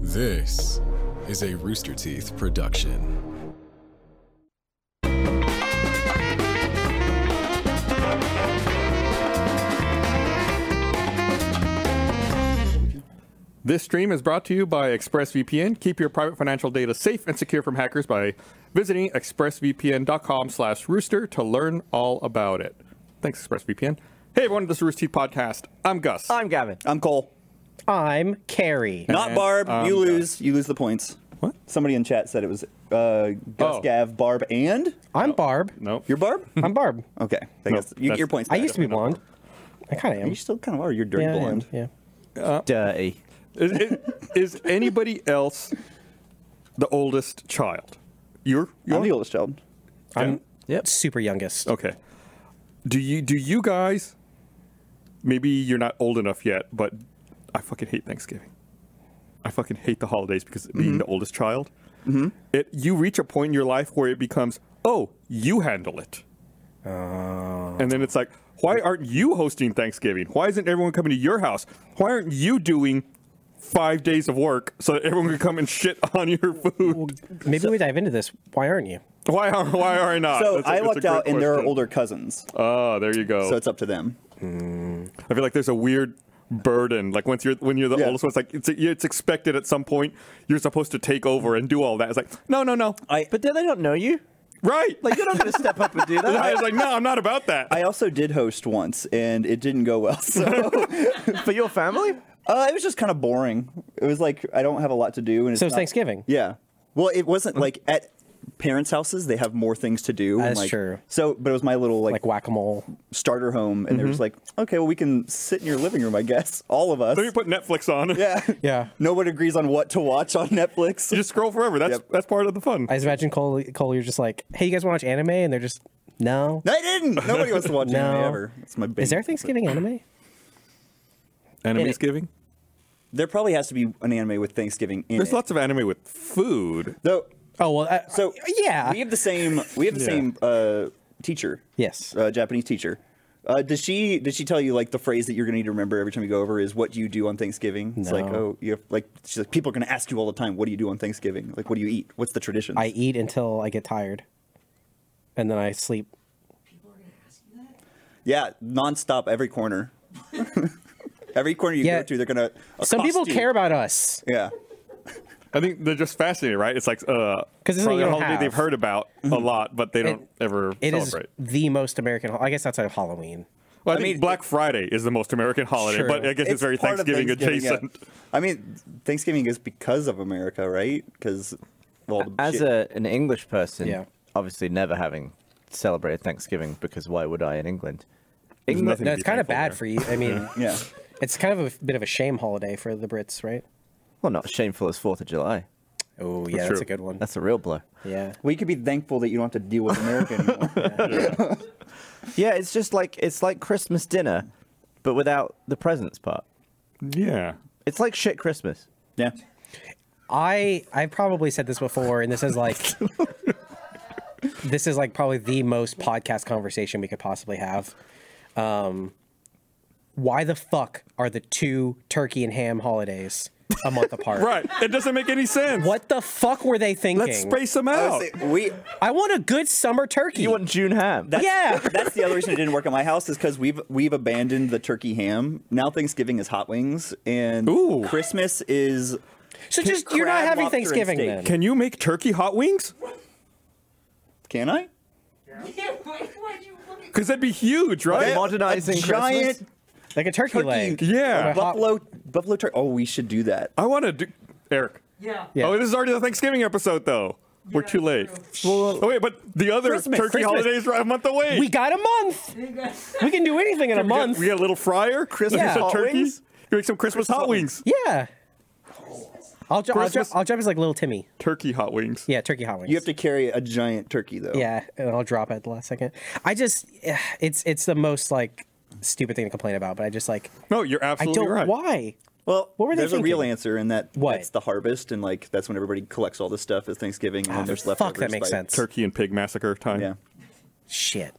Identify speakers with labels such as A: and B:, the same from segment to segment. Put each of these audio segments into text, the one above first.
A: This is a Rooster Teeth production.
B: This stream is brought to you by ExpressVPN. Keep your private financial data safe and secure from hackers by visiting expressvpn.com/rooster to learn all about it. Thanks, ExpressVPN. Hey everyone, this is Rooster Teeth Podcast. I'm Gus.
C: I'm Gavin.
D: I'm Cole.
E: I'm Carrie.
D: Not Barb.
B: um,
D: you lose. You lose the points.
B: What?
D: Somebody in chat said it was uh, Gus,
B: Oh.
D: Gav, Barb, and
E: I'm Barb.
B: nope.
D: you're Barb.
E: I'm Barb.
D: okay. I guess you,
B: that's-
D: your points.
E: I used to be blonde. I kind of am.
D: You still kind of are. You're dirty
E: yeah, I am,
D: blonde.
E: Yeah.
B: Oh.
C: Dirty.
B: Is, is- is anybody else the oldest child? You're you're
D: I'm the oldest child.
E: I'm
C: Yep.
E: super youngest.
B: Okay. Do you do you guys? Maybe you're not old enough yet, but I fucking hate Thanksgiving. I fucking hate the holidays because being
D: Mm-hmm.
B: the oldest child, it you reach a point in your life where it becomes, oh, you handle it,
D: Oh.
B: and then it's like, why aren't you hosting Thanksgiving? Why isn't everyone coming to your house? Why aren't you doing? Five days of work so that everyone can come and shit on your food.
E: Maybe we dive into this. Why aren't you?
B: Why are why are I not?
D: So
B: Uh, That's a-
D: I
B: that's a
D: lucked
B: great
D: out, and there are
B: question.
D: older cousins,
B: Oh, there you go.
D: so it's up to them.
B: I feel like there's a weird burden. Like once you're when you're the
D: Yeah.
B: oldest one, it's like it's it's expected at some point you're supposed to take over and do all that. It's like no, no, no,
D: I
C: But then they don't know you.
B: right? Like
C: Like you're not going to step up and do that.
B: I was like, no, I'm not about that.
D: I also did host once, and it didn't go well. So
C: For your family?
D: uh, it was just kind of boring. It was like I don't have a lot to do, and it's
E: So it's
D: not-
E: Thanksgiving.
D: Yeah. Well, it wasn't like at parents' houses they have more things to do. and,
E: That's
D: like-
E: true.
D: So, but it was my little
E: Like whack a mole.
D: starter home, and they're just
E: Mm-hmm.
D: like, okay, well, we can sit in your living room, I guess, all of us.
B: Let me put Netflix on.
D: yeah.
E: Yeah.
D: No one agrees on what to watch on Netflix.
B: You just scroll forever. That's
D: Yep.
B: that's part of the fun.
E: I just imagine Cole. Cole, you're just like, hey, you guys want to watch anime? And they're just, no.
D: no, I didn't. Nobody wants to watch anime
E: No.
D: ever. It's my baby.
E: Is there Thanksgiving anime?
B: Anime's giving.
D: There probably has to be an anime with Thanksgiving in
B: There's
D: it.
B: lots of anime with food.
D: Though,
E: Oh well. I,
D: so
E: yeah.
D: we have the same. We have the
B: Yeah.
D: same uh, teacher.
E: Yes.
D: uh, Japanese teacher. Uh, does she did she tell you like the phrase that you're gonna need to remember every time you go over is what do you do on Thanksgiving? It's like
E: No.
D: oh you have, like she's like people are gonna ask you all the time what do you do on Thanksgiving? Like what do you eat? What's the tradition?
E: I eat until I get tired, and then I sleep.
D: Yeah, nonstop, every corner. every corner you
E: Yeah.
D: go to, they're gonna.
E: Some
D: accost
E: people
D: you.
E: care about us.
D: Yeah,
B: I think they're just fascinated, right? It's like uh,
E: 'Cause it's something
B: probably
E: you
B: a
E: don't
B: holiday
E: have. Mm-hmm.
B: they've heard about a lot, but they don't ever
E: It is
B: celebrate.
E: the most American. hol- I guess outside of Halloween.
B: Well, I,
D: I
B: think
D: mean,
B: Black Friday is the most American holiday,
E: Sure.
B: but I guess it's, very
D: part of
B: Thanksgiving,
D: yeah.
B: adjacent.
D: I mean, Thanksgiving is because of America, right? Because well, the
C: As
D: shit-
C: a, an English person,
E: Yeah.
C: obviously never having celebrated Thanksgiving because why would I in England? England
B: nothing-
E: No,
B: to
E: it's
B: be
E: kind of
B: thankful
E: bad
B: there.
E: for you. I mean,
D: yeah,
E: it's kind of a bit of a shame holiday for the Brits, right?
C: well, not shameful as Fourth of July.
E: Oh, yeah,
B: True.
E: that's a good one.
C: That's a real blow.
E: yeah.
D: well, you could be thankful that you don't have to deal with America anymore.
C: Yeah, it's just like it's like Christmas dinner, but without the presents part.
B: Yeah.
C: It's like shit Christmas.
D: yeah,
E: I I probably said this before, and this is like this is like probably the most podcast conversation we could possibly have. Um, why the fuck are the two turkey and ham holidays a month apart?
B: Right. It doesn't make any sense.
E: What the fuck were they thinking?
B: Let's space them out.
D: we
E: I want a good summer turkey.
C: You want June ham?
E: yeah.
D: That's the other reason it didn't work at my house is because we've we've abandoned the turkey ham. Now Thanksgiving is hot wings, and
B: Ooh.
D: Christmas is
E: so just
D: crab
E: you're not having
D: lobster and
E: Thanksgiving
D: steak.
E: then.
B: Can you make turkey hot wings?
D: can I?
B: Because that'd be huge, right?
C: They- modernizing
D: a giant
C: Christmas?
E: Like a turkey,
D: turkey.
E: leg.
B: Yeah.
E: Hot-
D: buffalo buffalo turkey. Oh, we should do that.
B: I want to do. Eric.
F: Yeah.
E: Yeah.
B: Oh, this is already the Thanksgiving episode, though. We're too late.
C: Well,
B: Oh, wait, but the other
D: Christmas,
B: turkey
D: Christmas.
B: holidays are a month away.
E: We got a month. We can do anything in a
B: We get-
E: month.
B: We get a little fryer, Christmas
E: Yeah.
B: some
E: Hot
B: turkeys.
C: wings?
B: You make some Christmas hot wings.
E: Yeah. I'll, ju- I'll, ju-
B: Christmas-
E: I'll jump as like little Timmy.
B: Turkey hot wings.
E: Yeah, turkey hot wings.
D: You have to carry a giant turkey though.
E: Yeah, and I'll drop it at the last second. I just, it's it's the most like stupid thing to complain about, but I just like
B: No, you're
E: I
B: absolutely
E: don't
B: right.
E: why.
D: Well,
E: What were they
D: there's a real
E: thinking?
D: answer in that
E: What?
D: that's the harvest, and like that's when everybody collects all this stuff as Thanksgiving, and then there's leftovers.
E: Ah, Fuck, that makes
D: by-
E: sense.
B: Turkey and pig massacre time.
D: Yeah.
E: Shit.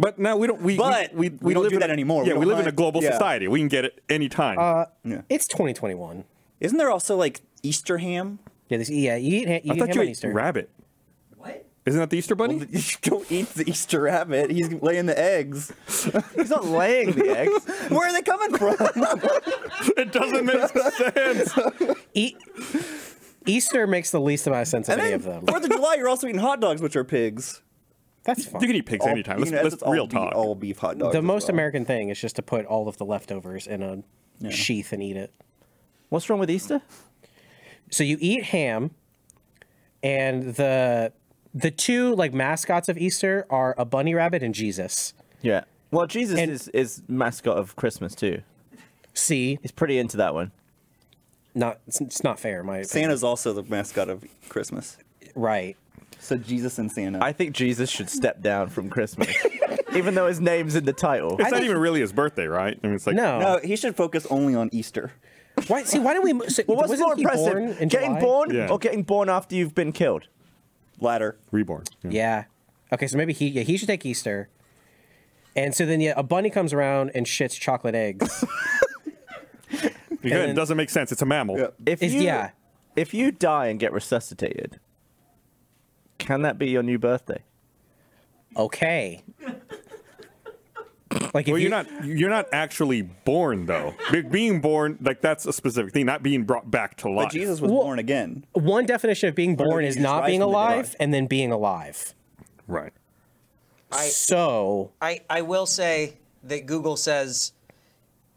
B: But now we don't. We,
D: But
B: we, we,
D: we don't
B: live
D: do
B: in
D: that
B: a-
D: anymore. We
B: Yeah, we,
D: don't
B: live in a
D: hunt.
B: global
E: Uh,
D: Yeah.
B: society. We can get it anytime.
D: Yeah.
E: It's 2021.
D: Isn't there also like Easter ham?
E: Yeah, this, yeah you eat, ha- you
B: I
E: eat
B: thought
E: ham
B: you
E: on
B: ate
E: Easter.
B: rabbit. What? Isn't that the Easter bunny?
D: You don't eat the Easter rabbit. He's laying the eggs.
C: He's not laying the eggs.
D: Where are they coming from?
B: it doesn't make sense.
E: Eat. E-, Easter makes the least amount of sense of
D: and
E: any
D: then
E: of them.
D: Fourth of July, you're also eating hot dogs, which are pigs.
E: That's
B: You
E: fine.
B: can eat pigs
D: All-
B: anytime.
D: you
B: Let's,
D: know,
B: let's
D: it's all
B: real
D: beef-
B: talk.
D: All beef hot dogs.
E: The
D: as
E: most
D: well.
E: American thing is just to put all of the leftovers in a sheath and eat it.
C: What's wrong with Easter?
E: So you eat ham, and the the two like mascots of Easter are a bunny rabbit and Jesus.
C: Yeah. Well, Jesus
E: And-
C: is, is mascot of Christmas too.
E: See,
C: He's pretty into that one.
E: not it's, it's not fair. My opinion.
D: Santa's also the mascot of Christmas.
E: right.
D: So Jesus and Santa.
C: I think Jesus should step down from Christmas, even though his name's in the title.
B: It's not even really his birthday, right? I mean, it's like
E: No.
D: no, he should focus only on Easter.
E: Why? See, why don't we? mo- So,
C: Well, what's
E: wasn't
C: more
E: he
C: impressive,
E: born in
C: getting
E: July?
C: born
B: Yeah.
C: or getting born after you've been killed?
D: Ladder.
B: reborn. Yeah.
E: Yeah. Okay, so maybe he yeah, he should take Easter. And so then yeah, a bunny comes around and shits chocolate eggs.
B: Again,
E: then-
B: it doesn't make sense. It's a mammal.
D: Yeah.
C: If
E: Is-
C: you,
E: yeah.
C: if you die and get resuscitated, can that be your new birthday?
E: okay. Like if
B: Well,
E: you,
B: you're not you're not actually born though. Be- Being born like that's a specific thing. Not being brought back to life.
D: But Jesus was
E: Well-
D: born again.
E: one definition of being born
D: you
E: is
D: just
E: not
D: rise
E: being
D: from the dead.
E: alive and then being alive.
B: right?
F: I-
E: so
F: I, I will say that Google says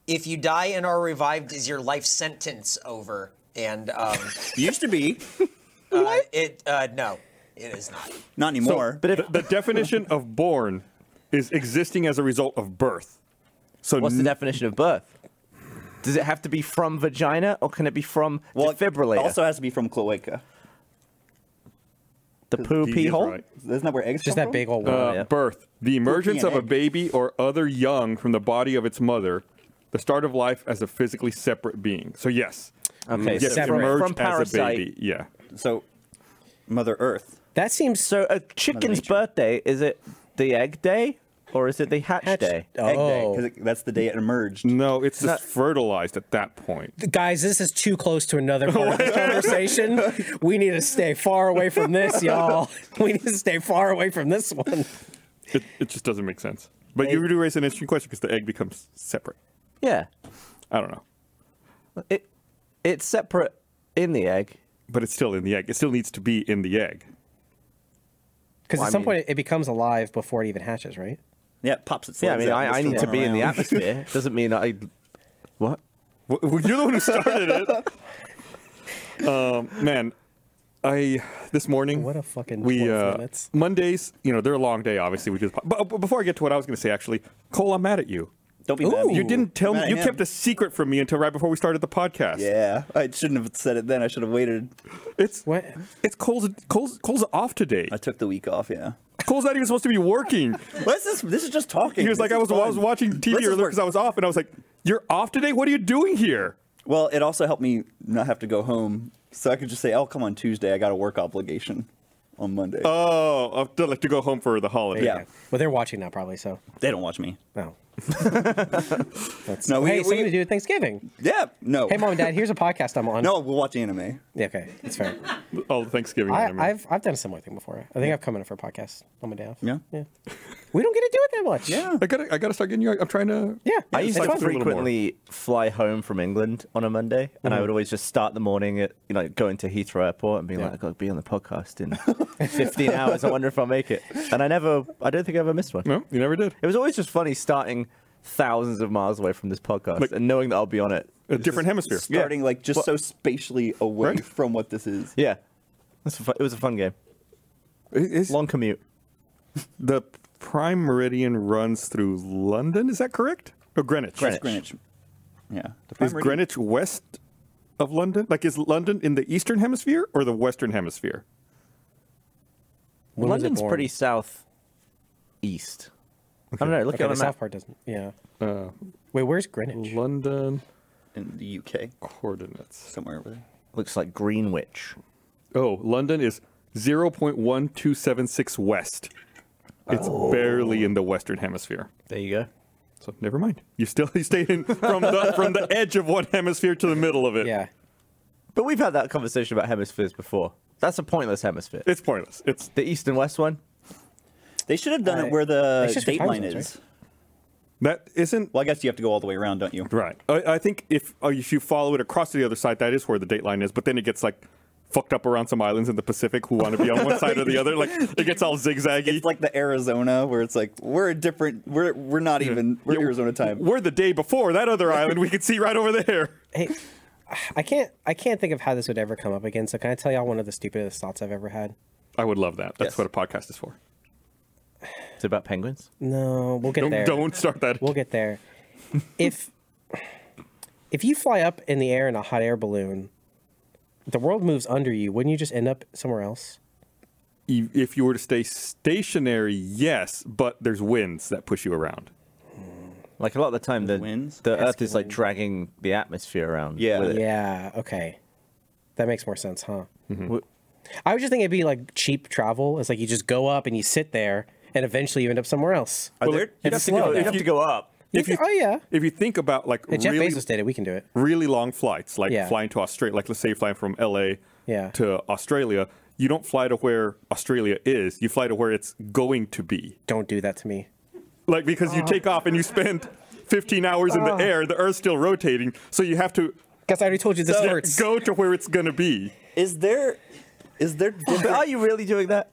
F: if you die and are revived, is your life sentence over? And um,
D: Used to be,
F: uh, it uh, no, it is not.
D: not anymore.
C: But if
B: The, the definition of born is existing as a result of birth. So
C: what's the
B: n-
C: definition of birth? Does it have to be from vagina or can it be from
D: well, it
C: defibrillator?
D: also has to be from cloaca.
C: the poo
B: He
C: pee
B: is
C: hole.
B: right.
D: Isn't that where eggs
E: just
D: come
E: that
D: from?
E: big old
B: Uh,
E: one.
C: Oh, yeah.
B: Birth, the emergence
D: an
B: of a
D: egg.
B: baby or other young from the body of its mother, the start of life as a physically separate being. So yes,
C: Okay,
B: yes,
C: so from-
B: Mm. emerge
C: from
B: as a
C: parasite.
B: baby. Yeah,
D: So, Mother Earth.
E: That seems so
C: So a chicken's
D: Nature.
C: birthday is it the egg day or is it the hatch,
E: Hatch-
C: day?
D: Egg day,
E: Oh.
D: 'cause it- that's the day it emerged.
B: no, it's just
C: Not-
B: fertilized at that point.
E: guys, this is too close to another part of the conversation. We need to stay far away from this, y'all. We need to stay far away from this one.
B: It, it just doesn't make sense. But you do raise an interesting question because the egg becomes separate.
C: Yeah,
B: I don't know,
C: it it's separate in the egg.
B: but it's still in the egg. It still needs to be in the egg.
E: Because
C: Well, I
E: at some
C: mean-
E: point it becomes alive before it even hatches, right?
D: Yeah, it pops its
C: Yeah, I
D: legs
C: mean
D: out
C: I,
D: and
C: I
D: it's
C: need to
D: rolling
C: be in the
D: around.
C: atmosphere. Doesn't mean I what.
B: Well, you're the one who started it. um, man, I this morning.
E: What a fucking
B: we
E: 12
B: uh,
E: minutes.
B: Mondays. You know they're a long day. Obviously, we do. this po- But, but before I get to what I was going to say, actually, Cole, I'm mad at you.
D: Don't be mad at me.
B: You didn't tell
D: Mad
B: me.
D: at
B: You
D: him.
B: kept a secret from me until right before we started the podcast.
D: Yeah, I shouldn't have said it then. I should have waited.
B: It's
E: What?
B: it's Cole's Cole's Cole's off today.
D: I took the week off. Yeah.
B: Cole's not even supposed to be working.
D: This is this is just talking.
B: He was like,
D: This
B: I was
D: is
B: I was
D: fun.
B: watching TV
D: This is
B: earlier
D: work.
B: because I was off, and I was like, "You're off today? What are you doing here?"
D: Well, it also helped me not have to go home, so I could just say, "I'll come on Tuesday. I got a work obligation on Monday."
B: Oh, I have to, like to go home for the holiday.
D: Yeah.
E: Well, they're watching now probably, so
D: they don't watch me.
E: no. That's,
D: No,
E: no
D: we-
E: hey,
D: we-
E: something to do with Thanksgiving.
D: Yeah, no.
E: Hey, mom and dad, here's a podcast I'm on.
D: No, we'll watch anime.
E: Yeah, okay, that's fair.
B: all the Thanksgiving.
E: I,
B: anime.
E: I've I've done a similar thing before. I think I've come in for a podcast on my day off.
D: Yeah.
E: Yeah. We don't get to do it that much.
D: Yeah.
B: I gotta I gotta start getting you. I'm trying to.
E: Yeah.
C: I
E: it's
C: used to
E: fun.
B: through a little more.
C: frequently fly home from England on a Monday, and
E: Mm.
C: I would always just start the morning at you know going to Heathrow Airport and being like, "I've got to be on the podcast in 15 hours. I wonder if I'll make it." And I never, I don't think I ever missed one.
B: No, you never did.
C: It was always just funny starting thousands of miles away from this podcast
B: Like-
C: and knowing that I'll be on it.
B: A different hemisphere.
D: Starting like just so spatially away
B: Right.
D: from what this is.
C: Yeah, That's a fu- it was a fun game.
B: Yeah. It- it's-
C: Long commute.
B: the prime meridian runs through London. Is that correct? Or Greenwich?
D: It's
C: Greenwich.
D: Greenwich. Yeah. The
B: Is
D: primary-
B: Greenwich west of London? Like, is London in the eastern hemisphere or the western hemisphere?
E: When was it
C: London's
E: born?
C: pretty south east. I don't know. Look
E: Okay,
C: at
E: the
C: the map.
E: south part doesn't. Yeah. Wait, where's Greenwich?
B: London
D: in the UK
B: coordinates.
D: somewhere over there.
C: Looks like Greenwich.
B: Oh, London is 0.1276 west. It's barely in the western hemisphere.
C: There you go.
B: So never mind. You still you stayed in from the from the edge of one hemisphere to the middle of it.
E: Yeah.
C: But we've had that conversation about hemispheres before. That's a pointless hemisphere.
B: It's pointless. It's
C: The east and west one.
D: They should have done
E: Uh,
D: it where the
E: it's just
D: date
E: time
D: line
E: zones,
D: is.
B: that isn't
D: Well, I guess you have to go all the way around, don't you?
B: right. I, I think if uh, if you follow it across to the other side, that is where the date line is. But then it gets like fucked up around some islands in the Pacific who want to be on one side or the other. Like it gets all zigzaggy.
D: It's like the Arizona, where it's like we're a different. We're we're not even we're Arizona time.
B: We're the day before that other island we could see right over there.
E: Hey, I can't. I can't think of how this would ever come up again. So can I tell y'all one of the stupidest thoughts I've ever had?
B: I would love that. That's
D: Yes.
B: what a podcast is for.
C: It's about penguins.
E: No, we'll get
B: Don't,
E: there.
B: don't start that.
E: We'll get there. if if you fly up in the air in a hot air balloon, the world moves under you. Wouldn't you just end up somewhere else?
B: you- E, if you were to stay stationary, yes, but there's winds that push you around.
C: Like a lot of the time, the
D: winds?
C: the Earth is like dragging the atmosphere around.
D: Yeah.
C: with it.
E: Yeah. Okay. That makes more sense, huh?
C: W-
E: I was just thinking it'd be like cheap travel. It's like you just go up and you sit there, and eventually you end up somewhere else.
C: Are
B: Well,
C: there-
B: it-
C: you'd have
E: it's
C: to go-
E: slow,
C: you'd have
B: though.
C: to go up.
B: If you,
E: oh yeah.
B: if you think about like
E: Jeff
B: really,
E: Bezos did it. We can do it.
B: really long flights, like
E: Yeah.
B: flying to Australia, like let's say you're flying from LA
E: Yeah.
B: to Australia, you don't fly to where Australia is. You fly to where it's going to be.
E: Don't do that to me.
B: Like because
D: Oh.
B: you take off and you spend 15 hours in the air, the Earth's still rotating, so you have to
E: Guys, I already told you this
D: So-
E: hurts.
B: go to where it's gonna be.
D: Is there? Is there?
C: But are you really doing that?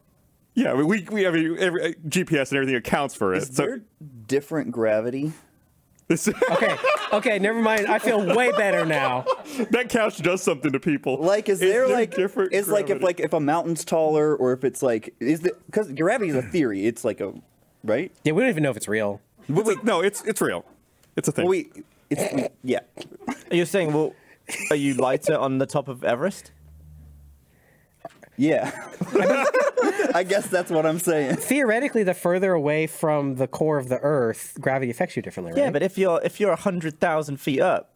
B: Yeah, we we, we have every, every uh, GPS and everything accounts for it.
D: Is there different gravity?
B: so
E: Okay. Okay. Never mind. I feel way better now.
B: that couch does something to people.
D: Like, is there like
B: different?
D: It's like if
B: gravity?
D: like if a mountain's taller, or if it's like is the because gravity is a theory. It's like a right.
E: Yeah, we don't even know if it's real.
B: Wait, wait, no, it's it's real. It's a thing.
D: Well, we it's yeah.
C: You're saying, well, are you lighter on the top of Everest?
D: Yeah. I guess that's what I'm saying.
E: Theoretically, the further away from the core of the Earth, gravity affects you differently, right?
C: Yeah, but if you're if you're hundred thousand feet up,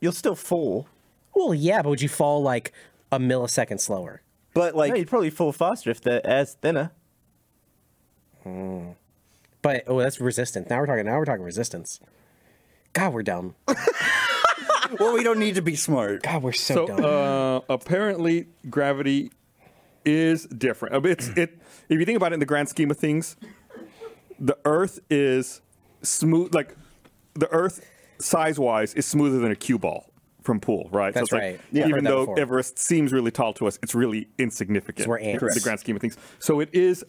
C: you'll still fall.
E: well, yeah, but would you fall like a millisecond slower?
D: But like
C: No, you'd probably fall faster if the air's thinner.
E: But oh, that's resistance. Now we're talking. Now we're talking resistance. God, we're dumb.
D: well, we don't need to be smart.
E: God, we're
B: so
E: so, dumb.
B: uh, apparently gravity is different. I mean, It's it. If you think about it in the grand scheme of things, the Earth is smooth. Like the Earth size wise is smoother than a cue ball from pool, right?
E: That's
B: so it's
E: right.
B: Like,
E: Yeah. I've heard
B: Even
E: that
B: though
E: before.
B: Everest seems really tall to us, it's really insignificant.
E: we're ants.
B: in the grand scheme of things. So it is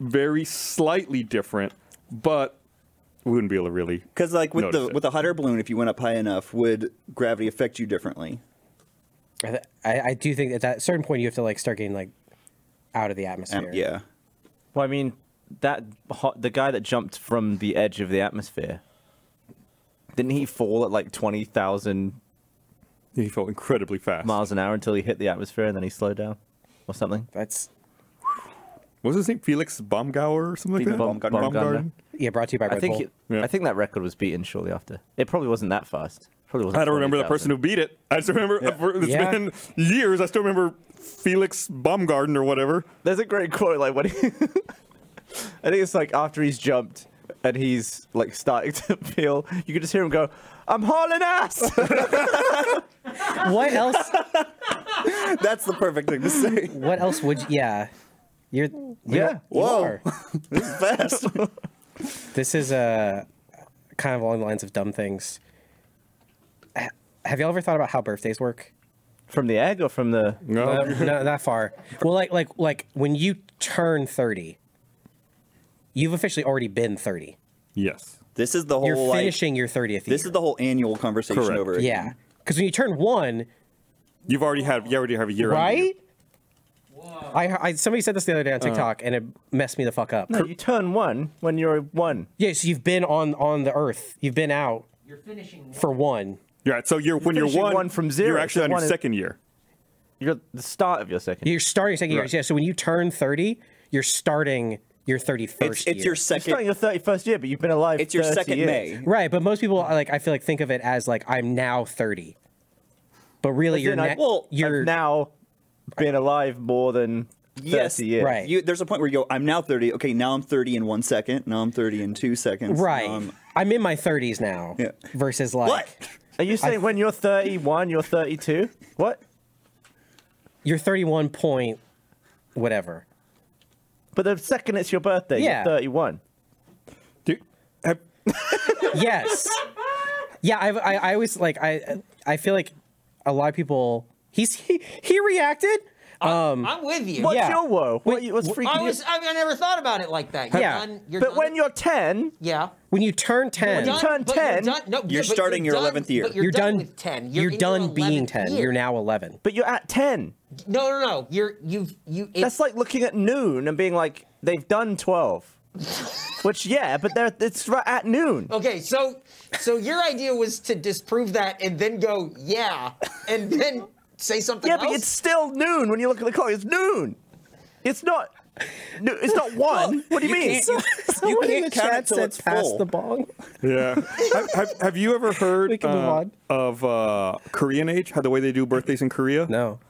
B: very slightly different, but we wouldn't be able to really
D: Because like with the
B: Notice it.
D: with the hot air balloon, if you went up high enough, would gravity affect you differently?
E: I,
D: uh,
E: th- I, I do think that at a certain point you have to like start getting like out of the atmosphere.
D: Um, yeah.
C: Well, I mean, that hot, the guy that jumped from the edge of the atmosphere, didn't he fall at like twenty thousand
B: He felt incredibly fast.
C: miles an hour until he hit the atmosphere and then he slowed down, or something?
E: That's
B: What was his name? Felix Baumgauer or something like that?
D: Felix Baumgartner.
B: Baumgartner?
E: yeah. Brought to you by Red
C: I think
E: Bull.
C: it, I think that record was beaten shortly after. It probably wasn't that fast. Probably wasn't.
B: I don't remember the person
C: 20,000.
B: who beat it. I just remember it's
E: Yeah.
B: been years. I still remember Felix Baumgarten or whatever.
C: There's a great quote like when he, I think it's like after he's jumped and he's like starting to feel you can just hear him go, I'm hauling ass
E: what else?
D: That's the perfect thing to say.
E: What else would you, yeah? You're you
C: Yeah.
E: are- you
D: Whoa.
E: are.
D: This is fast.
E: This is uh, kind of along the lines of dumb things. Ha- Have y'all ever thought about how birthdays work?
C: From the egg or from the
D: Oh.
B: No.
E: no, not far. Well, like like like when you turn thirty, you've officially already been thirty.
B: yes.
D: this is the whole
E: You're
D: like,
E: finishing your thirtieth.
D: This is the whole annual conversation
B: Correct.
D: over. again.
E: yeah. Because when you turn one,
B: You've already had. You already have a year. under you.
E: right? I, I somebody said this the other day on TikTok and it messed me the fuck up.
C: No, you turn one when you're one.
E: Yeah, so you've been on on the earth. You've been out
G: You're finishing
E: for one.
B: You're right. So you're, when you're
C: finishing
B: one,
C: one from zero,
B: You're
C: so
B: actually on your
C: one is-
B: second year.
C: You're at the start of your second.
E: You're starting second year. Yeah, so when you turn thirty, you're starting your thirty
D: It's,
E: first.
D: it's your
C: You're starting
D: second.
C: your thirty first year, but you've been alive.
D: It's your
C: 30
D: second
C: years.
D: May.
E: Right, but most people like I feel like think of it as like I'm now 30. But really
C: As
E: you're
C: in, like,
E: ne-
C: well,
E: you're
C: I've now been alive more than thirty
D: Yes,
C: years.
E: right.
D: You, there's a point where you go, I'm now 30. Okay, now I'm 30 in one second. Now I'm 30 in two seconds. now
E: right.
D: I'm-
E: I'm in my 30s now
D: Yeah.
E: versus like
D: what?
C: Are you saying when you're thirty one, you're thirty two? What?
E: you're 31 point whatever.
C: But the second it's your birthday,
E: Yeah.
C: you're 31.
B: Do, have,
E: Yes. Yeah, I, I, I always like I I feel like a lot of people he's he, he reacted.
F: I'm with you.
C: What's
E: Yeah.
C: your woe? What,
E: Wait,
C: you- what's freaking
F: I
C: you-
F: was. I, mean, I never thought about it like that. You're
E: Yeah.
F: done. You're
C: But
F: done.
C: when you're 10,
F: yeah.
E: When you turn 10,
F: Done,
C: turn
F: but
C: 10,
F: You're, done, no,
D: you're
F: but
D: starting your
F: done-
D: 11th year.
F: but
E: you're, done
F: with 10.
E: You're,
F: in your
E: done being
F: 11th
E: 10.
F: year.
E: You're now 11.
C: but you're at 10.
F: No, no, no. You're you've you. It,
C: That's like looking at noon and being like, they've done 12. Which, yeah, but they're, it's right at noon.
F: Okay, so so your idea was to disprove that and then go yeah, and then say something
C: Yeah,
F: else.
C: but it's still noon when you look at the clock. It's noon. It's not. No, it's not one. what do you, mean?
D: You can't count it till it's full.
E: bong.
B: yeah. have, have, have you ever heard
E: We can move
B: uh,
E: on.
B: of uh, Korean age? How the way they do birthdays in Korea?
E: No.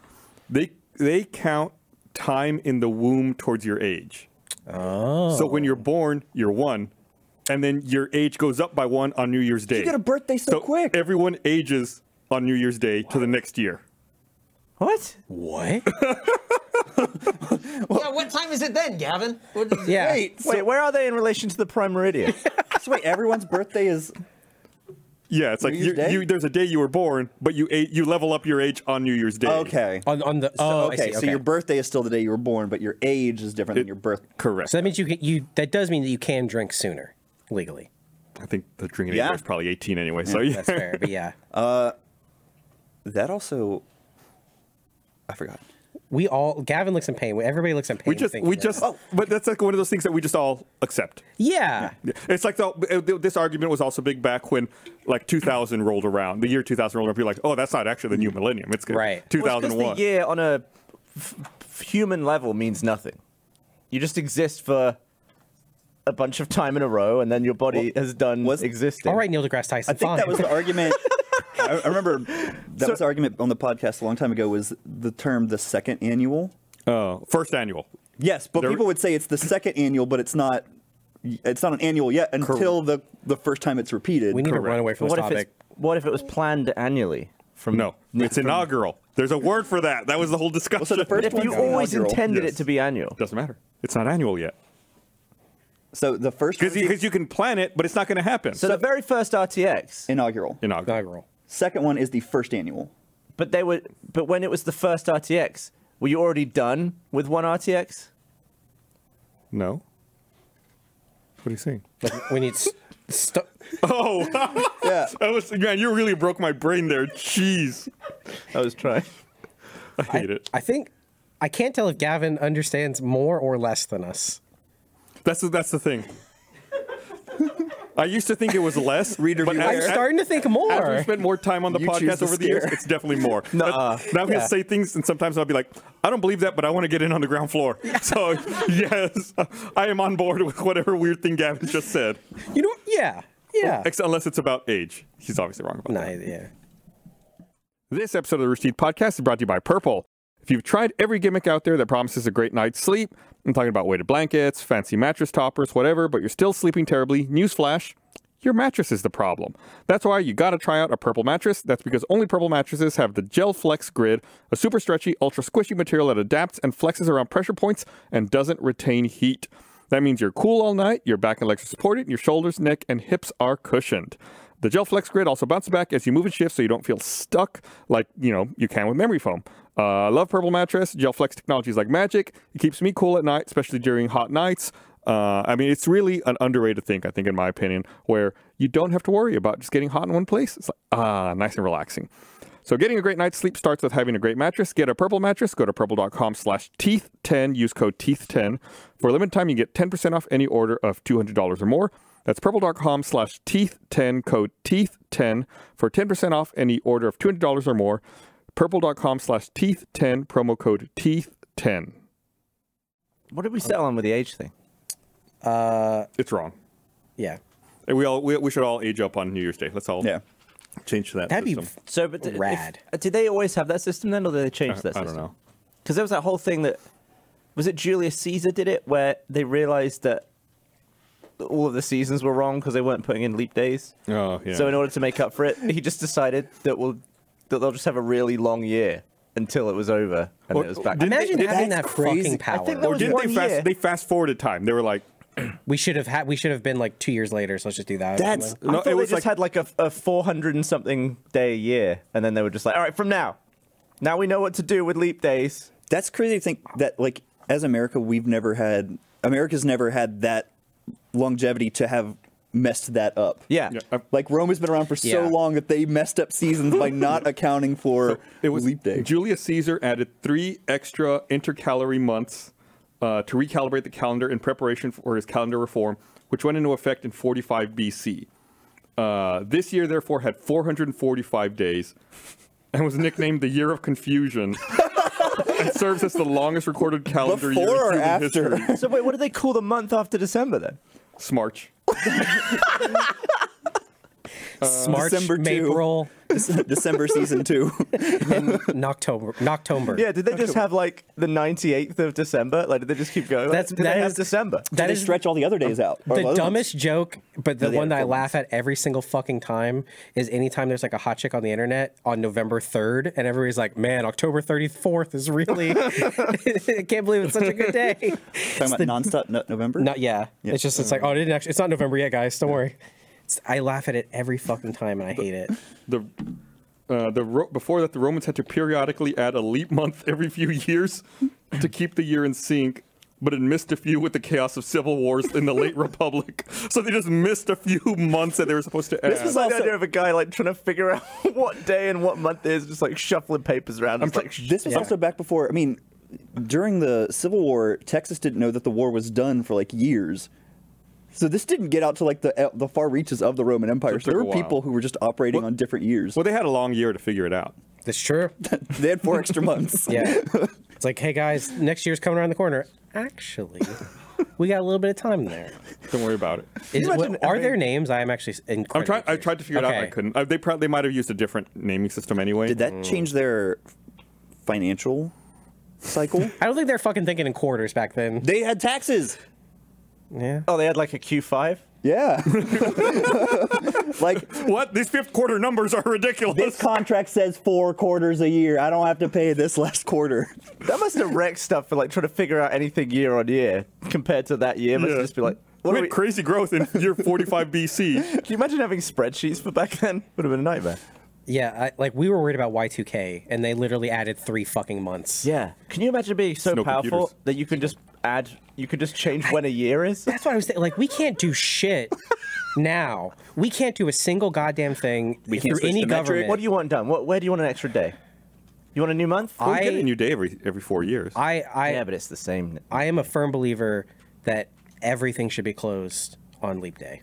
B: They they count time in the womb towards your age. Oh. So when you're born, you're one, and then your age goes up by one on New Year's Day.
G: You get a birthday so,
B: so
G: quick.
B: Everyone ages on New Year's Day to the next year.
C: What?
E: What?
F: yeah, what time is it then, Gavin? What,
E: Yeah.
G: Wait,
C: Wait, where are they in relation to the prime meridian?
G: so wait, everyone's birthday is
B: Yeah, it's like
G: New Year's
B: you,
G: Day?
B: you, there's a day you were born, but you a- you level up your age on New Year's Day.
D: Okay.
E: On, on the oh, I
D: okay,
E: see,
D: so your birthday is still the day you were born, but your age is different than your birth.
B: Correct.
E: So that means you can- you that does mean that you can drink sooner legally.
B: I think the drinking
D: Yeah.
B: age was probably 18 anyway. So yeah.
E: That's fair, but yeah.
D: That also, I forgot.
E: We all Gavin looks in pain. Everybody looks in pain.
B: We just,
E: thinking
B: we
E: that-
B: just, but that's like one of those things that we just all accept.
E: Yeah.
B: It's like the, this argument was also big back when like 2000 rolled around, the year 2000 rolled around. People were like, oh, that's not actually the new millennium. It's good.
E: Right.
C: Well, it's 'cause
B: 2001.
C: The year on a f- f- human level means nothing. You just exist for a bunch of time in a row, and then your body has done
D: was-
C: existing.
E: All right, Neil deGrasse Tyson.
D: I think
E: fine.
D: that was the argument. I, I remember that was the argument on the podcast a long time ago. Was the term the second annual?
B: Oh, first annual.
D: Yes, but
B: There-
D: people would say it's the second annual, but it's not. It's not an annual yet until the the first time it's repeated.
E: we need to run away from
C: But
E: this
C: what if it's
E: topic.
C: what if it was planned annually? From
B: No, it's inaugural. There's a word for that. That was the whole discussion.
D: so the first
C: If you
D: one's the
C: always
D: inaugural.
C: intended
B: Yes.
C: it to be annual,
B: Doesn't matter. It's not annual yet.
D: so the first
B: Because
D: one's
B: you, 'cause you can plan it, but it's not going to happen.
C: so the very first RTX,
D: inaugural.
B: inaugural.
E: Inaugural.
D: Second one is the first annual.
C: but they were but when it was the first RTX, were you already done with one RTX?
B: No. What are you saying?
E: Like, we need. St- st-
B: Oh,
D: Yeah.
B: that was man. You really broke my brain there. Jeez,
C: I was trying.
B: I hate it.
E: I think I can't tell if Gavin understands more or less than us.
B: That's the, that's the thing. I used to think it was less.
D: Reader
B: but
D: beware.
E: I'm
B: as,
E: starting to think
B: as, as we
E: more.
B: spent more time on the
D: You choose
B: podcast
D: the
B: over the years,
D: scare.
B: it's definitely more. Now I'm gonna say things, and sometimes I'll be like, "I don't believe that," but I want to get in on the ground floor. So yes, I am on board with whatever weird thing Gavin just said,
E: You know? Yeah. Yeah.
B: Ex- unless it's about age. He's obviously wrong about
E: Nah,
B: that.
E: yeah.
A: This episode of the Rooster Teeth Podcast is brought to you by Purple. If you've tried every gimmick out there that promises a great night's sleep, I'm talking about weighted blankets, fancy mattress toppers, whatever, but you're still sleeping terribly, newsflash, your mattress is the problem. That's why you gotta try out a Purple mattress. That's because only Purple mattresses have the Gel Flex Grid, a super stretchy, ultra squishy material that adapts and flexes around pressure points and doesn't retain heat. That means you're cool all night, your back and legs are supported, and your shoulders, neck, and hips are cushioned. The gel flex grid also bounces back as you move and shift so you don't feel stuck like, you know, you can with memory foam. Uh, I love purple mattress. Gel flex technology is like magic. It keeps me cool at night, especially during hot nights. Uh, I mean, it's really an underrated thing, I think, in my opinion, where you don't have to worry about just getting hot in one place. It's like, ah, nice and relaxing. So getting a great night's sleep starts with having a great mattress. Get a purple mattress. Go to purple.com slash teeth10. Use code teeth10. For a limited time, you get 10% off any order of $200 or more. That's purple.com slash teeth10, code teeth10 for 10% off any order of $200 or more. Purple.com slash teeth10, promo code teeth10.
C: What did we settle on with the age thing?
B: It's wrong.
E: Uh, Yeah.
B: And we all we, we should all age up on New Year's Day. Let's all
D: Yeah.
B: change to that.
E: That'd be.
B: system.
C: So, but d- if-
E: Rad.
C: uh, did they always have that system then, or did they change that
B: I
C: system?
B: don't know.
C: Because there was that whole thing that was it Julius Caesar did it, where they realized that all of the seasons were wrong because they weren't putting in leap days.
B: Oh, yeah.
C: So in order to make up for it, he just decided that we'll that they'll just have a really long year. until it was over and it was back.
B: didn't
E: Imagine
B: They-
E: having that
B: that's
E: fucking
B: crazy.
E: power.
C: think that
B: Or
C: was
B: didn't they
C: one year.
B: fast? They fast forwarded time. They were like,
E: we should have had. We should have been like two years later. So let's just do that. or
B: "That's."
E: something.
C: I
B: No,
C: thought
B: it was
C: they just
B: like
C: had like a, a 400 and something day a year, and then they were just like, all right, from now, now we know what to do with leap days.
D: That's crazy to think that, like, as America, we've never had, America's never had that longevity to have messed that up.
C: Yeah.
B: I-
D: Like, Rome has been around for so
E: Yeah.
D: long that they messed up seasons by not accounting for
B: it was
D: leap day.
B: Julius Caesar added three extra intercalary months uh, to recalibrate the calendar in preparation for his calendar reform, which went into effect in 45 BC. Uh, this year, therefore, had 445 days and was nicknamed the Year of Confusion. and serves as the longest recorded calendar year in
D: Before or
B: human
D: after?
B: history.
C: So, wait, what do they call the month after December then?
B: Smarch.
E: March,
D: December two.
E: April,
D: December season two.
E: and October. October.
C: Yeah, did they just have like the 98th of December? Like, did they just keep going?
E: That's-
C: did
E: that
C: they
E: is-
C: have December?
E: That
D: they
E: is
D: stretch all the other days out. or
E: the
D: other ones.
E: dumbest joke, but the
D: No, the
E: one that I
D: other
E: laugh at every single fucking time is anytime there's like a hot chick on the internet on November 3rd, and everybody's like, man, October 34th is really, I can't believe it's such a good day.
D: Talking about nonstop no- November?
E: Not, yeah. It's just, it's like, oh, it didn't actually, it's not November yet, guys. Don't worry. It's, I laugh at it every fucking time, and I hate it.
B: the uh, the Ro- before that the Romans had to periodically add a leap month every few years to keep the year in sync, but it missed a few with the chaos of civil wars in the late Republic. So they just missed a few months that they were supposed to add.
C: This was like the idea of a guy like trying to figure out what day and what month is, just like shuffling papers around. It's like, sh-
D: This was also back before. I mean, during the Civil War, Texas didn't know that the war was done for like years. So this didn't get out to like the eh, the far reaches of the Roman Empire.
B: it
D: So there
B: took a
D: were people
B: while.
D: who were just operating on different years.
B: well, they had a long year to figure it out.
E: That's true.
D: they had four extra months.
E: Yeah. It's like, hey, guys, next year's coming around the corner. Actually, we got a little bit of time there.
B: Don't worry about it.
E: Is,
C: imagine-
E: what- are
C: I
E: there
C: mean-
E: names? I am actually.
B: I'm trying. I tried to figure it out. I couldn't. Uh, they pro- they might have used a different naming system anyway.
D: Did that change their financial cycle?
E: I don't think they're fucking thinking in quarters back then.
D: they had taxes.
E: yeah.
C: oh, they had like a Q5?
D: Yeah. like
B: What? These fifth quarter numbers are
D: this
B: ridiculous.
D: contract says four quarters a year. I don't have to pay this last quarter.
C: That must have wrecked stuff for like trying to figure out anything year on year compared to that year. Must
B: Yeah.
C: just be like,
B: We
C: what are
B: had
C: we,
B: crazy growth in year 45 BC.
C: can you imagine having spreadsheets for back then? Would have been a nightmare.
E: Yeah, I, like we were worried about Y2K, and they literally added three fucking months.
C: Yeah. Can you imagine being so
B: no
C: powerful
B: computers.
C: that you can just add, you can just change when a year is?
E: That's what I was thinking. Like, we can't do shit now. We can't do a single goddamn thing we
D: can't
E: through
D: switch
E: any
D: the metric.
E: government.
C: What do you want done? What, where do you want an extra day? You want a new month?
B: We get a
E: I,
B: new day every every four years.
E: I, I,
C: yeah, but it's the same.
E: I am a firm believer that everything should be closed on leap day.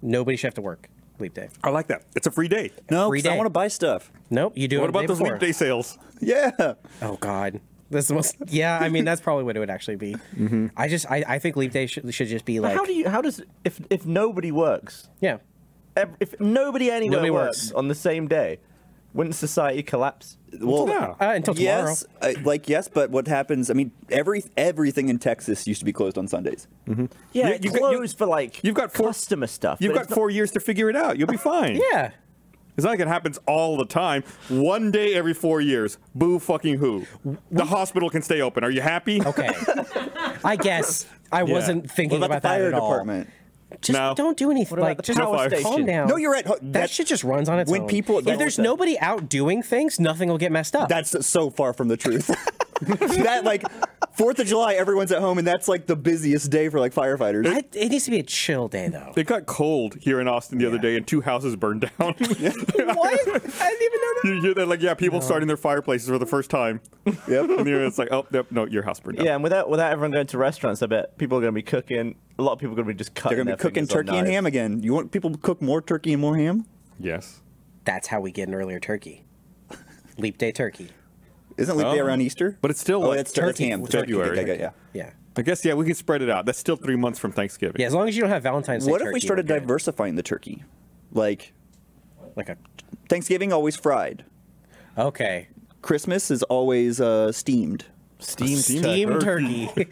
E: Nobody should have to work leap day.
B: I like that. It's a free day.
D: No,
E: Free
D: 'cause I
E: day.
D: want to buy stuff.
E: Nope, you do it
B: What
E: the
B: about
E: day
B: those
E: before.
B: weekday sales?
D: Yeah.
E: Oh God, that's the most. Yeah, I mean that's probably what it would actually be. I just I, I think leap day should, should just be like
C: how do you? How does if if nobody works,
E: yeah.
C: ev- if nobody anywhere
E: Nobody
C: works.
E: works.
C: on the same day, wouldn't society collapse?
D: Well,
B: Yeah.
E: Uh, until tomorrow.
D: yes, uh, like yes, but what happens? I mean, every everything in Texas used to be closed on Sundays.
E: Mm-hmm.
C: Yeah,
B: You-
C: it
B: you got- you-
C: closed for like
B: you've got four-
C: customer stuff.
B: You've
C: but it's
B: got four years to figure it out. You'll be fine.
E: Yeah.
B: It's not like it happens all the time. One day every four years. Boo fucking who. The hospital can stay open. Are you happy?
E: Okay. I guess I wasn't thinking
D: What
E: about,
D: about the
E: that
D: fire
E: at all.
D: department?
E: Just
B: No.
E: don't do anything.
C: about
E: Like
C: the
E: just
C: power
E: calm
C: station?
E: down.
D: No, you're right. Ho-
E: That,
D: that-
E: shit just runs on its
D: when
E: own.
D: people-
E: if there's nobody out doing things, nothing will get messed up.
D: That's so far from the truth. that like Fourth of July, everyone's at home, and that's like the busiest day for like firefighters.
E: I, it needs to be a chill day though.
B: It got cold here in Austin the other day and two houses burned down.
E: what? I didn't even know that.
B: you hear that like yeah, people starting their fireplaces for the first time.
D: yep.
B: And you're, it's like, oh yep, no, your house burned down.
C: Yeah, and without without everyone going to restaurants, I bet people are going to be cooking. A lot of people are going to be just cutting.
D: They're gonna be
C: their
D: cooking
C: fingers on
D: turkey and
C: knives.
D: ham again. You want people to cook more turkey and more ham?
B: Yes.
E: That's how we get an earlier turkey. Leap day turkey.
D: Isn't leap day
B: Oh.
D: around Easter?
B: But it's still,
D: oh,
B: like,
D: that's, that's
E: turkey-
D: ham.
E: turkey
B: February.
D: Okay, okay, yeah.
E: Yeah.
B: I guess yeah, we can spread it out. That's still three months from Thanksgiving.
E: Yeah, as long as you don't have Valentine's Day.
D: What if we
E: turkey,
D: started
E: we're good.
D: diversifying the turkey? Like
E: Like a
D: Thanksgiving always fried.
E: okay.
D: Christmas is always uh, steamed.
C: Steamed,
E: Steamed turkey.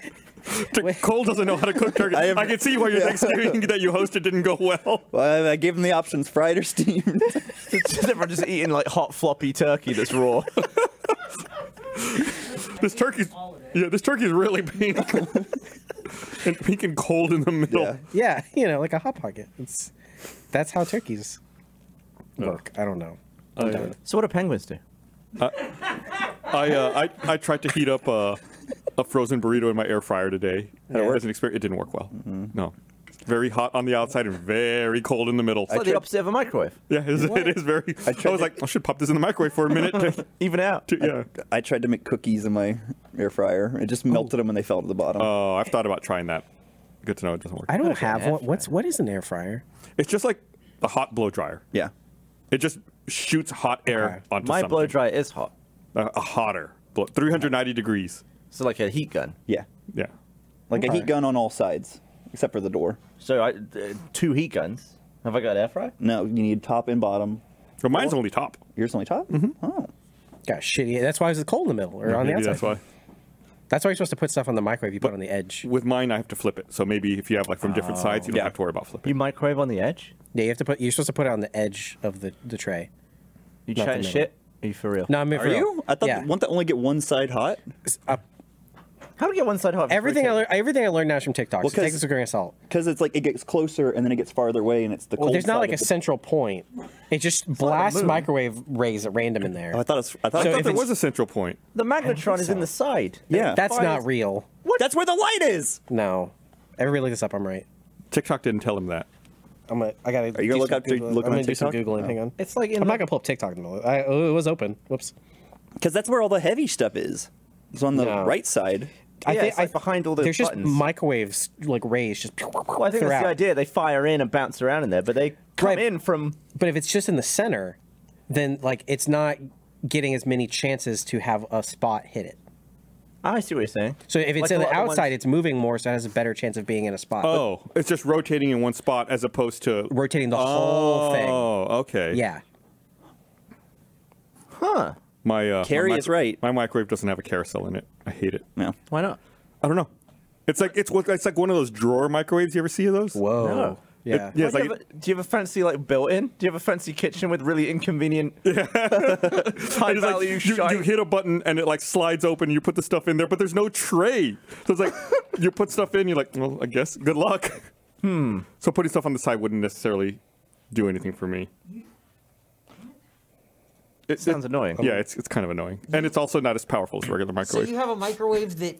B: Cole doesn't know how to cook turkey. I,
D: have-
B: can see why your Thanksgiving that you hosted didn't go well.
D: Well, I, I gave them the options fried or steamed.
C: It's just everyone just eating like hot floppy turkey that's raw.
B: This turkey's yeah, this turkey's really pink and pink and cold in the middle.
E: Yeah,
D: yeah.
E: you know, like a hot pocket. It's that's how turkeys work. I don't know.
C: so what do penguins do?
B: I, uh, I I tried to heat up a, a frozen burrito in my air fryer today. As an experience, it didn't work well. No, very hot on the outside and very cold in the middle.
C: It's like the opposite of a microwave.
B: yeah, it is, it is very. I,
D: tried
B: was
D: to-
B: like, I should pop this in the microwave for a minute. To,
C: Even out.
B: to, yeah.
D: I tried to make cookies in my air fryer. It
E: Oh.
D: just melted them and they fell to the bottom.
B: Oh, I've thought about trying that. Good to know it doesn't work.
E: I don't have
C: air
E: one. What's what is an air fryer?
B: It's just like a hot blow dryer.
D: yeah.
B: It just shoots hot air onto
C: My
B: something.
C: blow dryer is hot.
B: a, a hotter blow, 390 degrees.
C: So like a heat gun.
D: Yeah.
B: Yeah.
D: Like a heat gun on all sides, except for the door.
C: So I, uh, two heat guns. Have I got an air fryer?
D: No, you need top and bottom.
B: Well, mine's only top.
D: Yours only top? Mm-hmm. Oh.
E: Got shitty. That's why it's cold in the middle or on the
B: Maybe
E: outside.
B: that's why.
E: That's why you're supposed to put stuff on the microwave. You put it on the edge.
B: With mine, I have to flip it. So maybe if you have like from different
E: Oh.
B: sides, you don't have to worry about flipping.
C: You microwave on the edge?
E: Yeah, you have to put. You're supposed to put it on the edge of the, the tray.
C: You
E: Not the
C: chatting
E: middle.
C: shit? Are you for real?
E: No, I mean,
D: Are you? I thought
E: yeah. uh,
D: won't that only get one side hot?
C: How do we get one side hot? before
E: everything
C: we
E: I
C: take-
E: learned, everything I learned now is from TikTok. so
D: 'cause-
E: take this with a grain of salt.
D: Because it's like it gets closer and then it gets farther away and it's the
E: Well,
D: cold
E: there's not
D: side
E: like a
D: of the-
E: central point. It just blasts
C: moon.
E: microwave rays at random in there.
D: Oh, I thought it's
E: So
D: I thought, I thought
E: if
B: There
D: there
E: it's-
B: was a central point.
C: The magnetron is in the side.
D: Yeah.
E: That's
C: fire
E: not
C: is-
E: real.
D: what? That's where the light is.
E: No. Everybody look this up. I'm right.
B: TikTok didn't tell him that.
E: I'm gonna. I gotta. Are
D: you gonna look up- look
E: I'm
D: on
E: gonna do some
D: TikTok? Oh.
E: googling. Hang on.
C: It's like in
E: I'm
C: the-
E: not gonna pull up TikTok in the middle. I, oh, it was open. Whoops.
D: Because that's where all the heavy stuff is. It's on the
E: No.
D: right side.
E: I
C: Yeah,
E: thi-
C: it's like
E: I-
C: behind all those
E: There's
C: buttons.
E: just microwaves, like rays, just.
C: Well, I think that's
E: throughout.
C: the idea. They fire in and bounce around in there, but they come
E: Right.
C: in from.
E: But if it's just in the center, then like it's not getting as many chances to have a spot hit it.
C: I see what you're saying.
E: So if it's
C: Like a
E: on
C: lot
E: the
C: of ones-
E: outside, it's moving more, so it has a better chance of being in a spot.
B: Oh, it's just rotating in one spot as opposed to.
E: But rotating the whole thing.
B: Oh, okay.
E: Yeah.
C: huh?
B: My uh, my
D: Carrie is
B: micro-
D: right.
B: My microwave doesn't have a carousel in it. I hate it.
D: No.
C: Why not?
B: I don't know. It's like it's what- it's like one of those drawer microwaves. You ever see those?
E: Whoa.
C: No.
E: Yeah.
B: yeah. it's
C: Why
B: like-
C: do, you have a, do you have a fancy like built-in? Do you have a fancy kitchen with really inconvenient high
B: It's like
C: value
B: you,
C: shite?
B: you hit a button and it like slides open. You put the stuff in there, but there's no tray. So it's like you put stuff in. You're like, well, I guess good luck. Hmm. So putting stuff on the side wouldn't necessarily do anything for me. It
C: Sounds annoying.
B: Yeah, it's it's kind of annoying, and it's also not as powerful as a regular
F: So
B: microwave.
F: you have a microwave that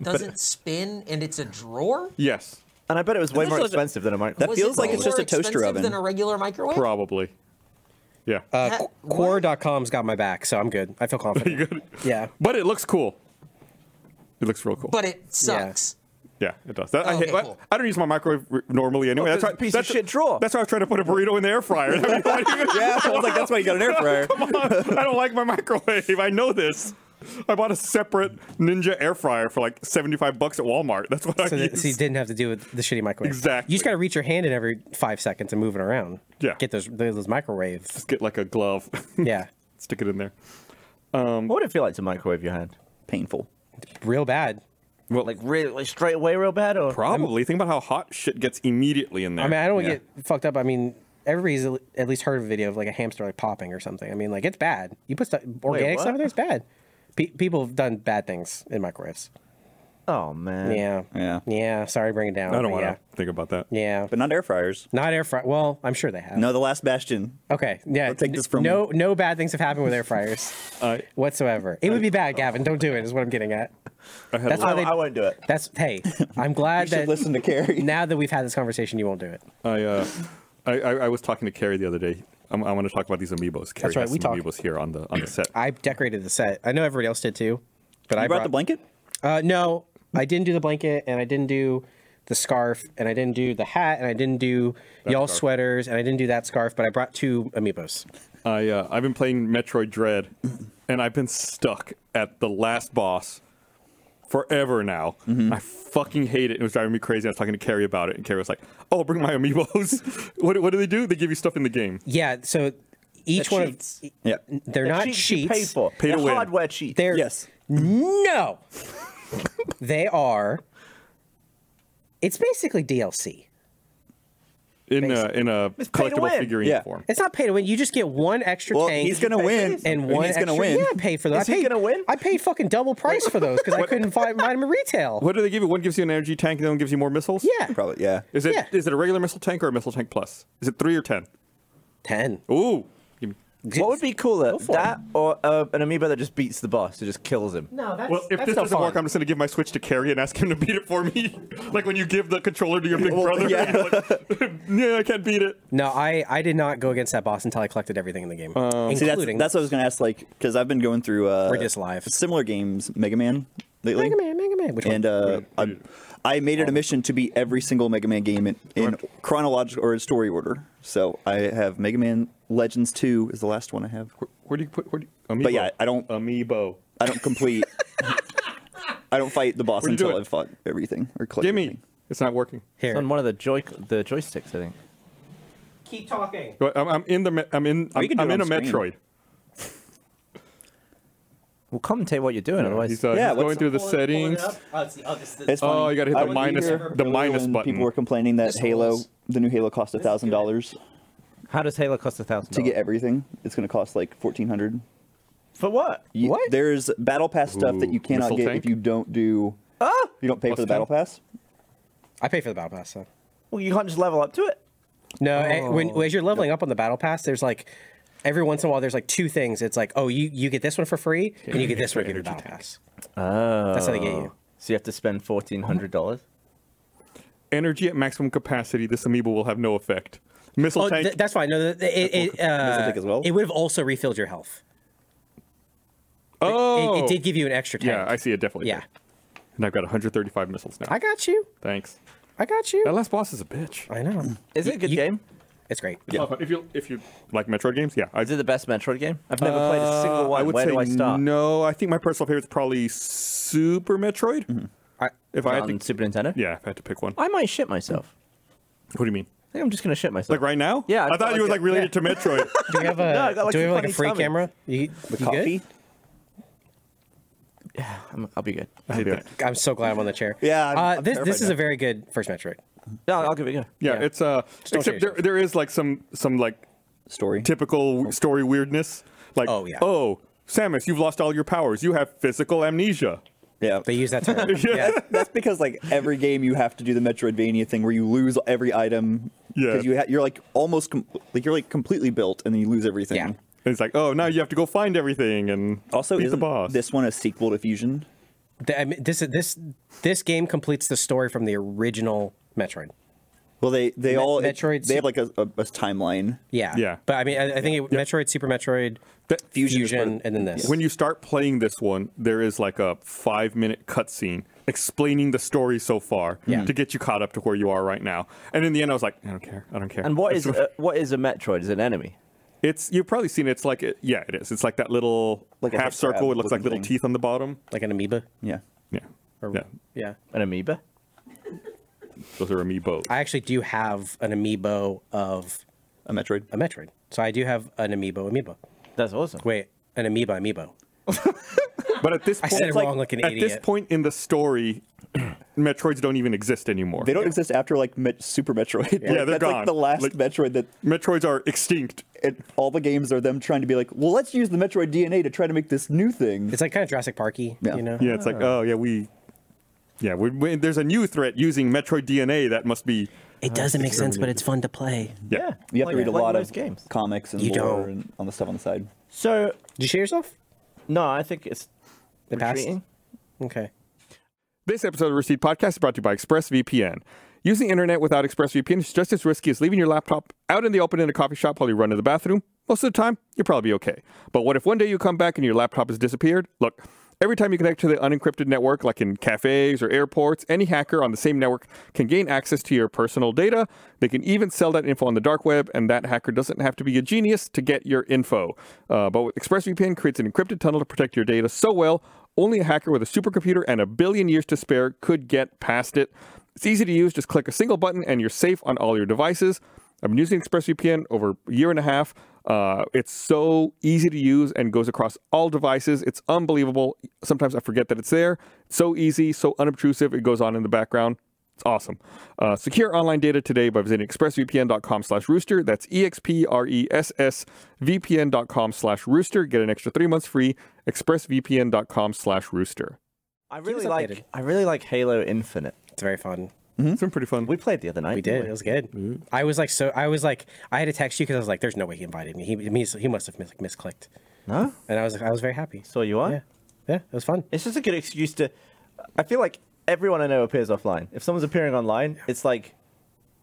F: doesn't spin and it's a drawer?
B: yes,
C: And I bet it was way
D: This
C: more
D: is a-
C: expensive than a microwave.
D: That
F: Was
D: feels
F: it
D: like it's just
F: more
D: a toaster
F: expensive
D: oven.
F: than a regular microwave?
B: probably. Yeah,
E: Uh,
F: Ha-
E: Qu- Quore.com's got my back, so I'm good. I feel confident. Yeah.
B: but it looks cool. It looks real cool.
F: But it sucks.
B: Yeah, it does. That, I,
F: Oh,
B: hate,
F: okay,
B: I-
F: cool.
B: I don't use my microwave r- normally anyway.
C: Oh,
B: that's
C: 'cause
B: why,
C: it's a piece of
B: that's
C: shit drawer.
B: That's why I was trying to put a burrito in the air fryer. I, mean, why do you-
D: Yeah, I was like, that's why you got an air fryer.
B: I don't like my microwave. I know this. I bought a separate Ninja air fryer for like seventy-five bucks at Walmart. That's what
E: So,
B: I
E: that,
B: use.
E: so you didn't have to do with the shitty microwave.
B: Exactly.
E: You just got to reach your hand in every five seconds and move it around.
B: Yeah.
E: Get those those, those microwaves.
B: Get like a glove.
E: Yeah.
B: Stick it in there.
C: what would it feel like to microwave your hand?
D: Painful.
E: Real bad.
C: Like really, like straight away, real bad, or
B: Probably. Think about how hot shit gets immediately in there.
E: I mean, I don't wanna get fucked up. I mean, everybody's al- at least heard of a video of like a hamster like popping or something. I mean, like it's bad. You put stuff, organic
C: what?
E: stuff in there, it's bad. Pe- people have done bad things in microwaves.
C: Oh man.
E: Yeah.
D: Yeah.
E: Yeah. Sorry to bring it down.
B: I don't
E: but
B: want to
E: yeah.
B: think about that.
E: Yeah.
D: But not air fryers.
E: Not air fryer. Well, I'm sure they have.
D: No, the last bastion.
E: Okay. Yeah.
D: I'll take
E: n-
D: this from-
E: no. No bad things have happened with air fryers
B: I-
E: whatsoever. It would be bad, Gavin. Don't do it. Is what I'm getting at.
B: I had
E: That's
B: a,
E: why
C: I,
E: they.
C: I won't do it.
E: That's hey. I'm glad
D: You should
E: that
D: listen to Carrie.
E: now that we've had this conversation, you won't do it.
B: I, uh, I, I I was talking to Carrie the other day. I'm, I want to talk about these amiibos. Carrie
E: right,
B: has
E: we
B: some
E: talked.
B: amiibos here on the on the set.
E: I decorated the set. I know everybody else did too, but I
D: You brought the blanket?
E: Uh, no, I didn't do the blanket, and I didn't do the scarf, and I didn't do the hat, and I didn't do y'all
B: scarf.
E: sweaters, and I didn't do that scarf. But I brought two amiibos.
B: I uh, I've been playing Metroid Dread, and I've been stuck at the last boss forever now. I fucking hate it. It was driving me crazy. I was talking to Carrie about it, and Carrie was like, "Oh, bring my amiibos. what do- what do they do? They give you stuff in the game.
E: Yeah. So each one
C: cheats.
E: of
D: Yeah.
E: they're not
C: cheats you
E: cheats.
C: Pay for
B: Pay to
C: They're
B: win.
C: hardware cheats.
E: They're
D: Yes.
E: No. They are. It's basically DLC.
B: in a, in a collectible
C: win.
B: figurine
D: Yeah.
B: form.
E: It's not pay to win. You just get one extra
D: Well,
E: tank.
D: he's gonna win.
E: And one
D: he's gonna
E: extra-
D: win.
E: Yeah, I paid for those.
C: Is
E: I
C: he
E: paid,
C: gonna win?
E: I paid fucking double price for those because I couldn't find mine in retail.
B: What do they give you? One gives you an energy tank, and the one gives you more missiles.
E: Yeah,
D: Probably, yeah.
B: Is it is
E: Yeah.
B: it a regular missile tank or a missile tank plus? Is it three or ten?
E: ten.
B: Ooh, give me-
C: What would be cooler, that or uh, an amoeba that just beats the boss, it just kills him?
E: No, that's
B: Well, if
E: that's
B: this
E: no
B: doesn't work,
E: fun.
B: I'm just gonna give my Switch to Carrie and ask him to beat it for me. like when you give the controller to your big brother.
D: yeah.
B: and you're like, yeah, I can't beat it.
E: No, I I did not go against that boss until I collected everything in the game,
D: See, that's,
E: including
D: that's what I was gonna ask, like, because I've been going through uh,
E: We're just live.
D: similar games, Mega Man lately,
E: Mega Man, Mega Man. Which one?
D: and uh, I, I made it a mission to beat every single Mega Man game in, in chronological or in story order. So I have Mega Man Legends Two is the last one I have.
B: Where do you put? Where do you, amiibo?
D: But yeah, I don't,
B: amiibo.
D: I don't complete, I don't fight the boss
B: What are you
D: until
B: doing?
D: I've fought everything or collect
B: Give me.
D: everything.
B: It's not working.
E: Here,
C: It's on one of the joy the joysticks, I think.
E: keep talking.
B: Go- I'm, I'm in the. me- I'm in. I'm,
D: can do
B: I'm
D: it
B: in a
D: on screen.
B: Metroid.
C: Well, commentate what you're doing, otherwise.
B: He's, uh,
D: Yeah,
B: he's
D: what's-
B: going through the settings.
E: Oh, it's the, oh, this,
D: It's
B: Oh,
D: funny.
B: you gotta hit
D: I
B: the
D: was
B: minus-
D: here
B: the
D: earlier
B: minus
D: when
B: button.
D: People were complaining that
E: This
D: Halo,
E: rules.
D: the new Halo, cost a thousand dollars
C: How does Halo cost a thousand?
D: to get everything. It's gonna cost like fourteen hundred.
C: for what?
D: You-
E: What?
D: There's battle pass stuff that
B: Ooh,
D: you cannot
B: missile
D: get
B: tank?
D: if you don't do.
E: Ah!
D: You don't pay
B: Plus
D: for the battle pass.
E: I pay for the battle pass. So.
C: Well, you can't just level up to it.
E: No, eh, when as you're leveling up on the battle pass, there's like every once in a while there's like two things. It's like, oh, you you get this one for free, and you get this one in the battle pass. Oh, that's how they get you.
C: So you have to spend fourteen hundred dollars.
B: Energy at maximum capacity. This amiibo will have no effect. Missile
E: Oh,
B: tank.
E: th- that's fine. No, th- it, it, uh,
D: take as well?
E: it would have also refilled your health.
B: oh,
E: It, it did give you an extra tank.
B: yeah, I see it definitely.
E: Yeah.
B: did. and I've got 135 missiles now.
E: I got you.
B: Thanks.
E: I got
B: That
E: you.
B: last boss is a bitch.
E: I know.
C: Is it a good
E: you-
C: game?
E: It's great.
B: Yeah. If you if you like Metroid games, yeah, I
C: Is it the best Metroid game? I've never played a single one.
B: I would
C: Where
B: say
C: do I start?
B: no. I think my personal favorite is probably Super Metroid.
E: I-
B: If I had
C: On
B: to,
C: Super Nintendo.
B: yeah, if I had to pick one.
C: I might shit myself.
B: What do you mean?
C: I think I'm just gonna shit myself.
B: Like right now?
C: Yeah, I
B: I,
C: felt
B: thought you
C: like
B: were
C: a-
B: like related to Metroid.
E: Do we have a,
C: I got, like,
E: do we
C: a
E: have like a
C: funny
E: free
C: tummy.
E: camera? You, you
D: Coffee.
C: I'm, I'll be good.
B: I hate that.
E: good? I'm so glad I'm on the chair.
D: Yeah, I'm-
E: Uh,
D: I'm
E: this this
D: terrified
E: is
D: now.
E: a very good first Metroid.
C: No, I'll give it a go.
B: Yeah,
E: Yeah.
B: it's uh.
E: don't
B: Except
E: change
B: there,
E: it.
B: there is like some some like
D: Story.
B: typical w- story weirdness. Like
E: Oh, yeah.
B: oh Samus, you've lost all your powers. You have physical amnesia.
D: Yeah.
E: They use that term. yeah.
D: That's because like every game you have to do the Metroidvania thing where you lose every item.
B: Yeah.
D: 'cause you ha- you're like almost com- like you're like completely built and then you lose everything.
E: Yeah.
B: And it's like oh now you have to go find everything and
D: Also,
B: beat
D: is
B: the boss.
D: this one a sequel to Fusion?
E: Th- I mean, this this this game completes the story from the original Metroid.
D: Well, they they
E: Me-
D: all
E: Metroid
D: they have like a, a, a timeline.
E: Yeah.
B: Yeah.
E: But I mean, I, I think it, Metroid, Super Metroid,
B: That-
E: Fusion, and then this.
B: When you start playing this one, there is like a five minute cutscene explaining the story so far
E: Yeah.
B: to get you caught up to where you are right now. And in the end, I was like, I don't care. I don't care.
C: And what
B: It's-
C: is uh, what is a Metroid? Is it an enemy?
B: It's you've probably seen it. it's like it, yeah it is it's like that little
D: Like a
B: half circle.
D: crab
B: It looks like
D: looking
B: little
D: thing.
B: teeth on the bottom.
E: like an amoeba.
D: Yeah.
B: Yeah,
E: Or,
B: yeah.
E: yeah.
C: An amoeba?
B: Those are amiibo.
E: I actually do have an amiibo of
D: A Metroid.
E: a Metroid. So I do have an amiibo amiibo.
C: That's awesome.
E: Wait, an amoeba amiibo.
B: But at this
E: I
B: point,
E: said it
B: it's
E: wrong like an
B: at this
E: idiot.
B: point in the story, Metroids don't even exist anymore.
D: They don't exist after like Met- Super Metroid. Yeah,
B: they're
D: that's
B: gone.
D: like the last
B: Like-
D: Metroid that
B: Metroids are extinct.
D: it, all the games are them trying to be like, well, let's use the Metroid DNA to try to make this new thing.
E: It's like kind of Jurassic Parky,
D: Yeah.
E: you know?
B: Yeah, it's
E: Ah.
B: like oh yeah we. Yeah, we, we, there's a new threat using Metroid DNA that must be
E: It doesn't make sense, but it's fun to play.
B: Yeah.
D: you have
C: Like-
D: to read a
C: like
D: lot
C: most
D: of
C: games.
D: comics and
E: You
D: lore
E: don't.
D: and on the stuff on the side.
C: So
E: Did you shit yourself?
C: no, I think it's
E: The past?
C: retreating.
E: Okay.
A: This episode of the Receipt Podcast is brought to you by ExpressVPN. Using the internet without ExpressVPN is just as risky as leaving your laptop out in the open in a coffee shop while you run to the bathroom. Most of the time, you'll probably be okay. But what if one day you come back and your laptop has disappeared? Look, every time you connect to the unencrypted network, like in cafes or airports, any hacker on the same network can gain access to your personal data. They can even sell that info on the dark web, and that hacker doesn't have to be a genius to get your info. Uh, but with ExpressVPN creates an encrypted tunnel to protect your data so well only a hacker with a supercomputer and a billion years to spare could get past it. It's easy to use, just click a single button and you're safe on all your devices.
B: I've been using ExpressVPN over a year and a half. Uh, it's so easy to use and goes across all devices. It's unbelievable. Sometimes I forget that it's there. It's so easy, so unobtrusive. It goes on in the background. It's awesome. Uh, secure online data today by visiting expressvpn.com slash rooster. That's E E-X-P-R-E-S-S VPN.com slash rooster. Get an extra three months free. Expressvpn.com slash rooster.
C: I really
E: us
C: like
E: updated.
C: I really like Halo Infinite.
E: It's very fun.
B: It's been pretty fun.
C: We played the other night.
E: We did. It was good. I was like, so I was like, I had to text you because I was like, there's no way he invited me. He he, he must have mis- misclicked.
C: No,
E: And I was like, I was very happy.
C: so you are.
E: yeah, yeah, it was fun.
C: It's just a good excuse to. I feel like everyone I know appears offline. If someone's appearing online, it's like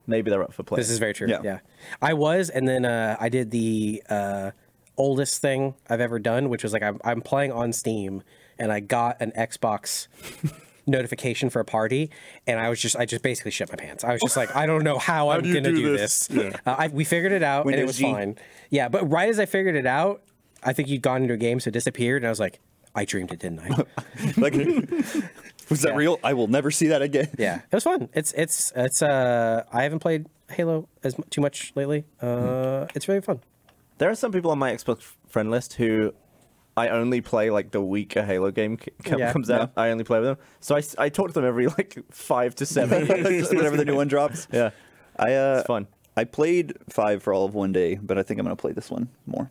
C: maybe they're up for play.
E: This is very true.
D: Yeah.
E: Yeah. I was, and then uh, I did the uh, oldest thing I've ever done, which was like I'm, I'm playing on Steam, and I got an Xbox notification for a party, and I was just I just basically shit my pants. I was just like, I don't know how, I'm
B: do you
E: gonna
B: do
E: do,
B: this?
E: this. Uh, I, we figured it out, and it
D: Windows
E: was
D: G.
E: fine. Yeah, but right as I figured it out, I think you'd gone into a game, so it disappeared, and I was like, I dreamed it, didn't I?
D: Like, was that real? I will never see that again.
E: yeah it was fun it's it's it's uh i haven't played halo as mu- too much lately uh it's really fun
C: There are some people on my Xbox friend list who I only play like the week a Halo game c- c-
E: Yeah.
C: comes out. I only play with them. So I, s- I talk to them every like five to seven. years.
D: Just whenever the new one drops.
C: yeah,
D: I uh,
C: it's fun.
D: I played five for all of one day, but I think I'm gonna play this one more.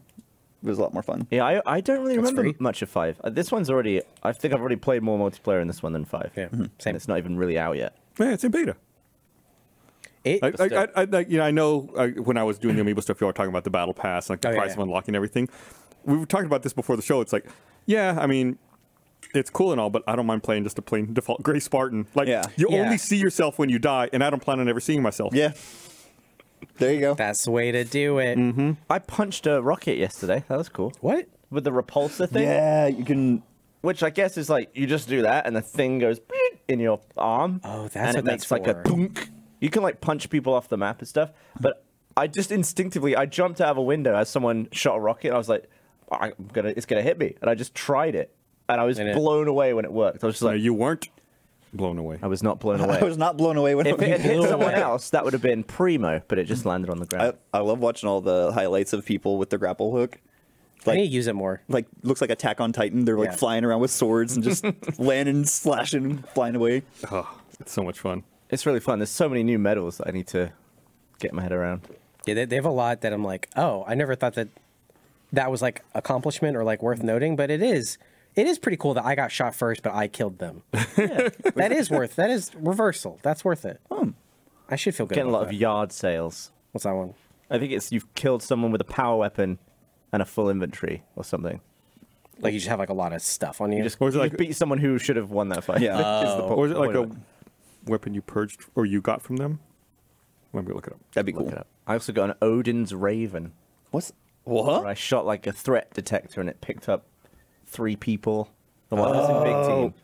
D: It was a lot more fun.
C: Yeah, I, I don't really remember
E: free.
C: much of five. Uh, this one's already. I think I've already played more multiplayer in this one than five.
E: Yeah, Mhm.
C: And
E: same.
C: it's not even really out yet.
B: Yeah, it's in beta.
E: it
B: I, I, I, I, like, you know, I know uh, when I was doing the Amiibo stuff, you all were talking about the battle pass, like the
E: Oh, yeah,
B: price of
E: yeah.
B: unlocking everything. We were talking about this before the show. It's like, yeah, I mean, it's cool and all, but I don't mind playing just a plain default Gray Spartan. Like,
D: Yeah.
B: you
E: Yeah.
B: only see yourself when you die, and I don't plan on ever seeing myself.
D: Yeah. There you go.
E: that's the way to do it
B: Mm-hmm.
C: I punched a rocket yesterday. That was cool.
E: what
C: With the repulsor thing.
D: yeah, you can.
C: Which I guess is like you just do that and the thing goes beep in your arm.
E: Oh, that's
C: and
E: what
C: it makes
E: that's
C: like a
E: for.
C: dunk. You can like punch people off the map and stuff. But I just instinctively I jumped out of a window as someone shot a rocket. And I was like, I'm gonna, it's gonna hit me, and I just tried it, and I was
E: And it-
C: blown away when it worked. I was just
B: No,
C: like,
B: you weren't blown away.
C: I was not blown away.
D: I was not blown away when
C: if it had hit
D: blew
C: someone
D: away.
C: else, that would have been primo, but it just landed on the
D: I,
C: ground.
D: I love watching all the highlights of people with the grapple hook.
E: i
D: Like,
E: need to use it more
D: like looks like Attack on Titan. They're like
E: Yeah.
D: flying around with swords and just landing, slashing, and flying away.
B: Oh, it's so much fun.
C: It's really fun. There's so many new medals that I need to get my head around.
E: yeah they, they have a lot that i'm like oh i never thought that that was like accomplishment or like worth noting but it is it is pretty cool that i got shot first but i killed them that is worth that is reversal that's worth it
B: Hmm.
E: i should feel good
C: Getting a
E: about
C: lot of
E: that.
C: yard sales.
E: what's that one
C: I think it's you've killed someone with a power weapon and a full inventory or something.
E: like you just have like a lot of stuff on you,
C: You just,
B: Or is it
C: you
B: like-
C: just beat someone who should have won that fight.
D: Yeah.
C: Is the po-
B: or is it like
C: point
B: a
C: of it.
B: weapon you purged or you got from them? Let me look it up.
D: That'd be cool.
C: Look it up. I also got an Odin's Raven.
D: What's what?
C: Where I shot like a threat detector and it picked up three people. The one was a big team.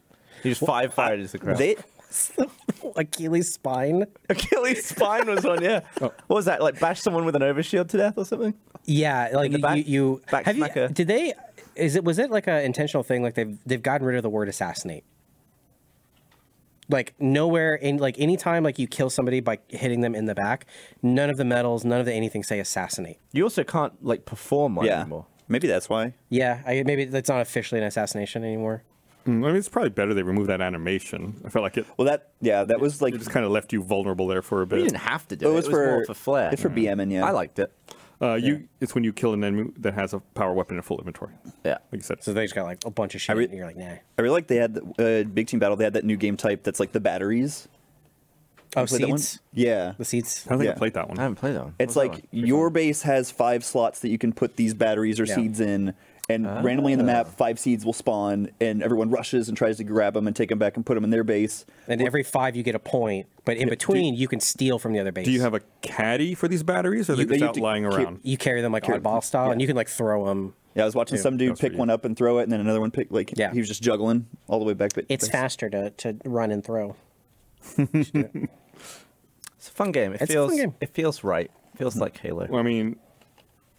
C: He just five fired as the crowd.
D: They
E: achilles spine
C: Achilles' spine was on, yeah. What was that? Like bash someone with an overshield to death or something?
E: Yeah, like
C: the
E: you,
C: back-
E: you, you
C: back
E: have you,
C: smacker.
E: did they is it was it like a intentional thing like they've they've gotten rid of the word assassinate. Like nowhere in like anytime like you kill somebody by hitting them in the back, none of the medals, none of the anything say assassinate.
C: You also can't like perform one
D: yeah.
C: anymore.
D: Maybe that's why.
E: Yeah, I, maybe that's not officially an assassination anymore.
B: Mm, I mean, it's probably better they remove that animation. I felt like it,
D: Well, that yeah, that was like
B: it just kind of left you vulnerable there for a
C: You
B: bit.
C: didn't have to do it.
D: was
C: It was more
D: for-
C: for flair. Mm.
D: it's for BMing, yeah.
C: I liked it.
B: Uh, you, it's when you kill an enemy that has a power weapon and full inventory.
C: Yeah.
B: Like you said.
E: So they just got like a bunch of shit,
D: re-
E: and you're like, nah.
D: I really like they had the, uh, big team battle. They had that new game type that's like the batteries.
E: Oh,
D: Played that one?
E: seats,
D: Yeah,
E: the seats.
B: I don't think I
D: Yeah.
B: played that one.
C: I haven't played that one.
D: it's
C: What was that
D: like
C: one?
D: your base has five slots that you can put these batteries or
E: Yeah.
D: seeds in, and randomly in the map, five seeds will spawn, and everyone rushes and tries to grab them and take them back and put them in their base.
E: And every five you get a point, but in between you, can steal from the other base.
B: Do you have a caddy for these batteries, or are they
D: You-
B: just
D: you
B: out
D: have to
B: lying
D: keep-
B: around?
E: you carry them like oddball style, and you can like throw them.
D: Yeah, I was watching some dude
B: that's what
D: pick
B: you-
D: one up and throw it, and then another one pick. Like
E: Yeah.
D: he was just juggling all the way back. But
E: It's faster to to run and throw.
C: It's a fun game. It
E: It's a fun
C: feels
E: game. Mm.
C: it feels right. feels like Halo.
B: Well, I mean,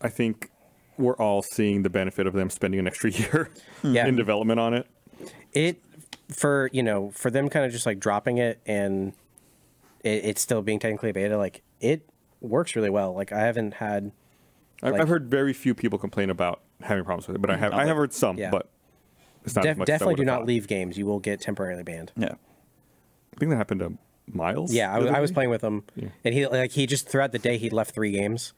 B: I think we're all seeing the benefit of them spending an extra year
E: Yeah.
B: in development on it.
E: it for you know for them kind of just like dropping it and it, it's still being technically beta like it works really well. Like I haven't
B: I've,
E: had Like- Mm,
B: I've heard very few people complain about having problems with it, but I have I have heard some,
E: Yeah.
B: but it's not as
E: def-
B: much as I
E: definitely do
B: would've
E: not
B: thought.
E: leave games. You will get temporarily banned.
D: Yeah.
B: I think that happened to Miles.
E: Yeah, I,
B: the other
E: I was
B: day.
E: playing with him, and he like he just throughout the day he'd left three games,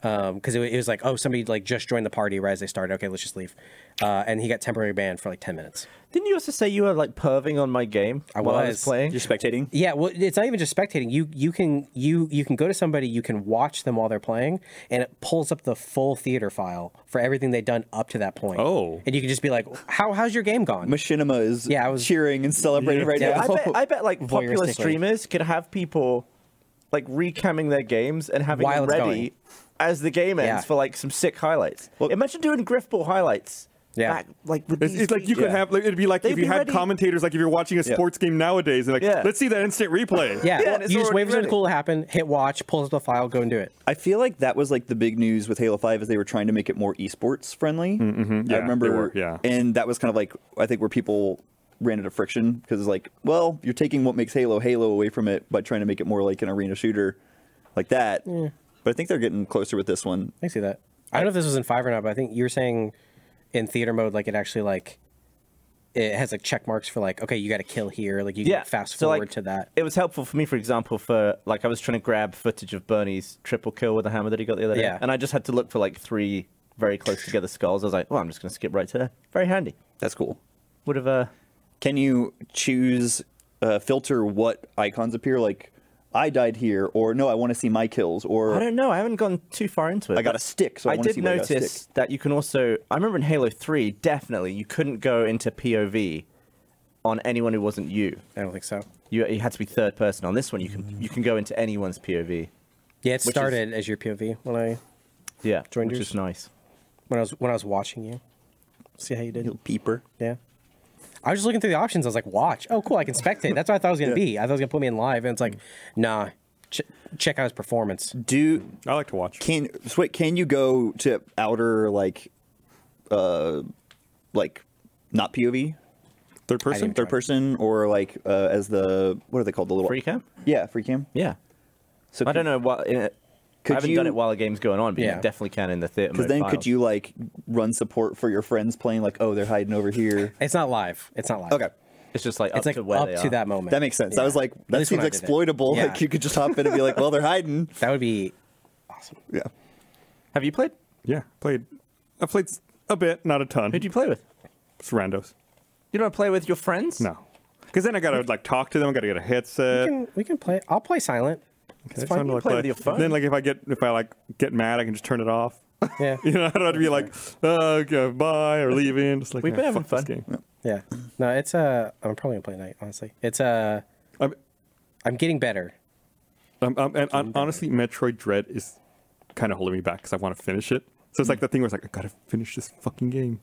E: because it, wa- it was like oh somebody like just joined the party right as they started. Okay, let's just leave, uh, and he got temporary banned for like ten minutes.
C: Didn't you also say you were like perving on my game
E: I
C: while I was
E: was.
C: playing?
D: You're spectating?
E: Yeah, well, it's not even just spectating. You you can you you can go to somebody, you can watch them while they're playing, and it pulls up the full theater file for everything they've done up to that point.
B: Oh.
E: and you can just be like, how how's your game gone?
D: Machinima is
E: Yeah, I was-
D: cheering and celebrating right
E: Yeah,
D: now.
C: I bet, I bet like popular
E: Voyeuristically.
C: streamers could have people like recamming their games and having
E: While
C: them
E: it's
C: ready
E: going.
C: as the game ends
E: Yeah.
C: for like some sick highlights. Imagine doing griffball highlights.
E: Yeah.
C: back, like with
B: It's,
C: these
B: it's like you could
C: features.
B: have like, it'd be like
C: They'd
B: if
C: be
B: you had
C: ready-
B: commentators like if you're watching a sports game nowadays and like
C: Yeah.
B: let's see that instant replay.
E: yeah,
C: Yeah, and it's
E: you just
C: already
E: wait for something
C: ready.
E: cool to happen, hit watch, pulls up the file, go and do it.
D: I feel like that was like the big news with Halo Five, is they were trying to make it more esports friendly.
B: Mm, mm-hmm. Yeah,
D: I
B: they
D: remember,
B: were, yeah.
D: and that was kind of like I think where people ran into friction because it's like, well, you're taking what makes Halo Halo away from it by trying to make it more like an arena shooter, like that. But I think they're getting closer with this one.
E: I see that. I don't know if this was in five or not, but I think you were saying in theater mode, like it actually like it has like check marks for like okay, you got to kill here, like you
C: yeah
E: can fast
C: So, like,
E: forward to that.
C: It was helpful for me, for example, for like I was trying to grab footage of Bernie's triple kill with the hammer that he got the other day,
E: Yeah.
C: and I just had to look for like three very close together skulls. I was like, well, I'm just gonna skip right to there. Very handy.
D: That's cool.
C: Would have uh,
D: Can you choose uh, filter what icons appear? Like, I died here, or no, I want to see my kills, or
C: I don't know. I haven't gone too far into it.
D: I got
C: but
D: a stick, so I wanna
C: did
D: see what I got a
C: notice that you can also. I remember in Halo Three, definitely you couldn't go into POV on anyone who wasn't you.
E: I don't think so.
C: You, you had to be third person. On this one, you can you can go into anyone's POV.
E: Yeah, it
C: Which is-
E: started as your POV when I
C: Yeah,
E: Joined
C: which
E: yours?
C: is nice.
E: when I was when I was watching you. See how you did.
D: peeper.
E: Yeah. I was just looking through the options. I was like, watch. Oh, cool. I can spectate. That's what I thought it was going to be. I thought it was going to put me in live. And it's like, nah, ch- check out his performance.
D: Do
B: I like to watch.
D: can so wait, can you go to outer like, uh, like, not POV?
B: Third person.
E: didn't
D: third person or like uh, as the what are they called the little
C: Free cam?
D: yeah free cam
C: Yeah.
D: so
C: I don't know what. In it,
D: Could
C: I haven't done
D: you-
C: it while a game's going on, but
E: Yeah.
C: you definitely can in the theater.
D: because
C: mode
D: then
C: files.
D: could you like run support for your friends playing like oh they're hiding over here
E: It's not live. It's not live.
D: okay
C: It's just like
E: It's
C: up
E: like
C: to where
E: up
C: they
E: to
C: are.
E: that moment.
D: that makes sense I
E: Yeah.
D: was like
E: At
D: that
E: least when
D: seems
E: I did it.
D: exploitable
E: Yeah.
D: like you could just hop in and be like well they're hiding
E: That would be awesome.
D: yeah
C: Have you played?
B: Yeah, played. I played s- a bit, not a ton.
C: Who'd you play with?
B: Sarandos.
C: You don't play with your friends?
B: No, because then I gotta like talk to them. I gotta get a headset.
E: We can, we can play. I'll play silent.
B: It's fun
C: fine,
B: to,
C: you
B: like,
C: play with your phone.
B: Then like if I get if I like get mad, I can just turn it off.
E: Yeah.
B: you know, I don't have to be like uh, okay, bye or leave in. Just like
C: We've been
B: nah,
C: having
B: fuck this
C: fun.
B: game.
E: Yeah. No, it's Uh, I'm probably going to play night, honestly. It's Uh,
B: I'm,
E: I'm getting better.
B: I'm, I'm, and I'm, honestly, Metroid Dread is kind of holding me back because I want to finish it. So it's like
C: Hmm.
B: that thing where it's like I gotta finish this fucking game.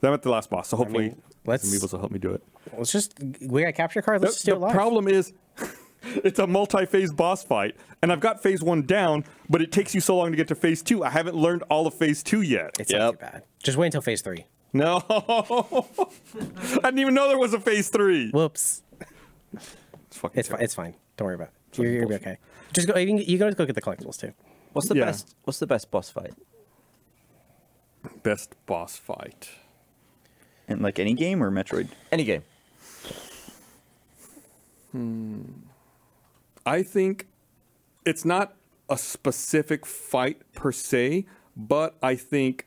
B: Then I'm at the last boss, so hopefully
E: let's-
B: some people will help me do it.
E: Let's just, we got a capture card. Let's just do
B: the
E: it live.
B: problem is it's a multi-phase boss fight and i've got phase one down but it takes you so long to get to phase two i haven't learned all of phase two yet
E: It's not too bad. Just wait until phase three.
B: no i didn't even know there was a phase three
E: Whoops.
B: it's fucking
E: It's, fi-
B: terrible.
E: it's fine. Don't worry about it. You're, you're okay. Just go, you can, you can always go get the collectibles too.
C: What's the
B: Yeah.
C: best? What's the best boss fight?
B: best boss fight
D: and like any game or Metroid
C: Any game.
B: i think it's not a specific fight per se but i think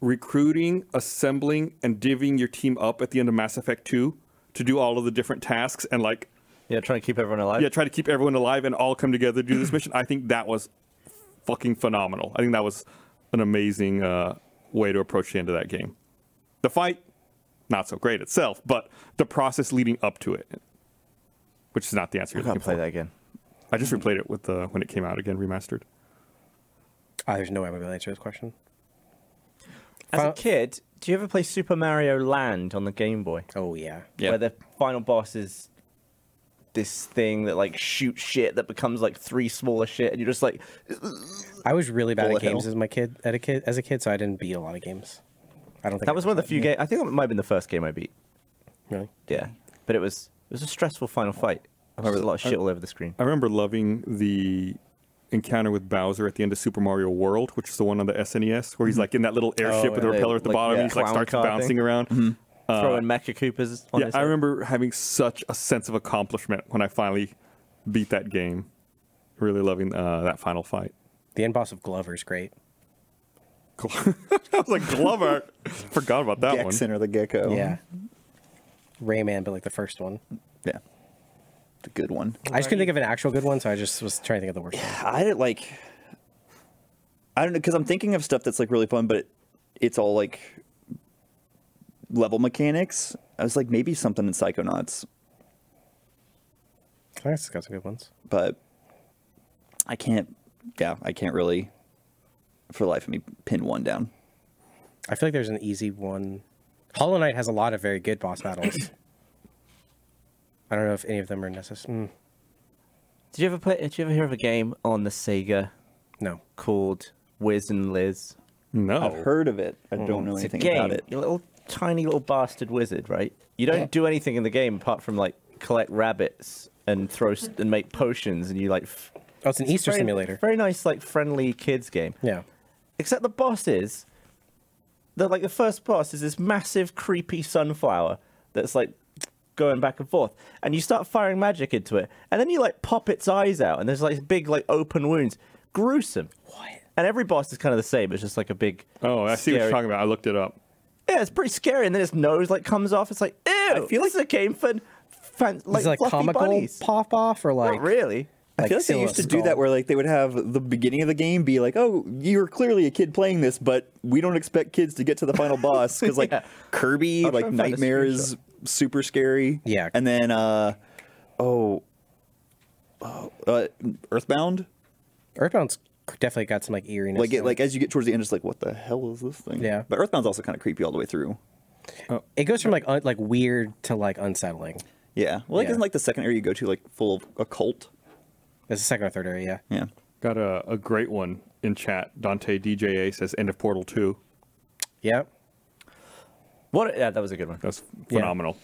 B: recruiting, assembling, and divvying your team up at the end of Mass Effect 2 to do all of the different tasks and like
C: Yeah, trying to keep everyone alive.
B: yeah, try to keep everyone alive and all come together to do this mission. I think that was fucking phenomenal. I think that was an amazing uh, way to approach the end of that game. The fight, not so great itself, but the process leading up to it, which is not the answer
C: I
B: you're
C: can't
B: looking
C: play
B: for.
C: that again.
B: I just replayed it with the when it came out again, remastered.
E: Ah, there's no way I'm gonna answer this question.
C: As a
E: Final-
C: kid, do you ever play Super Mario Land on the Game Boy?
E: Oh yeah.
C: Where the final boss is this thing that like shoots shit that becomes like three smaller shit, and you're just like,
E: I was really bad
D: Bullet
E: at games
D: hell.
E: as my kid, at a kid, as a kid, so I didn't beat a lot of games. I don't think I
C: that was
E: ever
C: one of the
E: played.
C: few games. I think it might have been the first game I beat.
E: Really?
C: Yeah, but it was it was a stressful final fight. I remember a lot of shit all over the screen.
B: I remember loving the encounter with Bowser at the end of Super Mario World, which is the one on the SNES, where he's like in that little airship with a
C: and they-
B: propeller at the
C: like,
B: bottom,
C: Mm-hmm. Oh, yeah,
B: and he like
C: clown
B: starts
C: car thing.
B: bouncing around.
C: Throwing Mecha Koopas on
B: Uh, Yeah,
C: his
B: I
C: head.
B: remember having such a sense of accomplishment when I finally beat that game. Really loving uh, that final fight.
E: The end boss of Glover's great.
B: Gl- I was like Glover. Forgot about that one.
D: Gexen or the Gecko.
E: Yeah. Rayman, but like the first one.
D: Yeah. The good one.
E: I just couldn't think of an actual good one, so I just was trying to think of the worst. one.
D: I didn't like. I don't know because I'm thinking of stuff that's like really fun, but it, it's all like level mechanics. I was like maybe something in Psychonauts,
E: I guess it's got some good ones.
D: but I can't. Yeah, I can't really, for the life of me, pin one down.
E: I feel like there's an easy one. Hollow Knight has a lot of very good boss battles. I don't know if any of them are necessary. Mm,
C: Did you ever play? Did you ever hear of a game on the Sega
E: no.
C: called Wiz and Liz?
B: No.
D: Heard of it? I don't know
C: Oh. Hmm. It's
D: anything
C: a game.
D: about it.
C: You're a little tiny little bastard wizard, right? You don't do anything in the game apart from like collect rabbits and throw s- and make potions, and you like. F-
E: Oh, it's an Easter
C: very-
E: simulator.
C: Very nice, like friendly kids game.
E: Yeah.
C: Except the boss is. The, like the first boss is this massive creepy sunflower that's like going back and forth, and you start firing magic into it, and then you like pop its eyes out, and there's like big like open wounds. Gruesome. What? And every boss is kind of the same. It's just like a big.
B: Oh, I see what you're
C: scary-
B: talking about. I looked it up.
C: yeah, it's pretty scary. And then his nose like comes off. It's like, ew. I feel like it's a game for fan, like,
E: Is it like
C: fluffy
E: comical
C: bunnies.
E: pop off or like
C: Not really.
D: I feel like they
E: Scylla
D: used to do that
E: Skull?
D: where like they would have the beginning of the game be like, "Oh, you're clearly a kid playing this, but we don't expect kids to get to the final boss because like Kirby,
C: I'll try
D: like
C: and find a
D: Nightmare is super scary."
E: Yeah.
D: and then uh, oh, oh uh, Earthbound.
E: Earthbound's definitely got some like eeriness.
D: Like
E: to
D: it, like as you get towards the end, it's like, "What the hell is this thing?"
E: Yeah.
D: but Earthbound's also kind of creepy all the way through.
E: it goes from like un- like weird to like unsettling.
D: Yeah, well, like
E: Yeah.
D: isn't like the second area you go to like full of occult.
E: It's the second or third area. Yeah.
D: Yeah,
B: Got a, a great one in chat. Dante DJA says end of Portal 2.
E: Yep.
C: What? Yeah, that was a good one.
B: That's
E: Yeah.
B: phenomenal.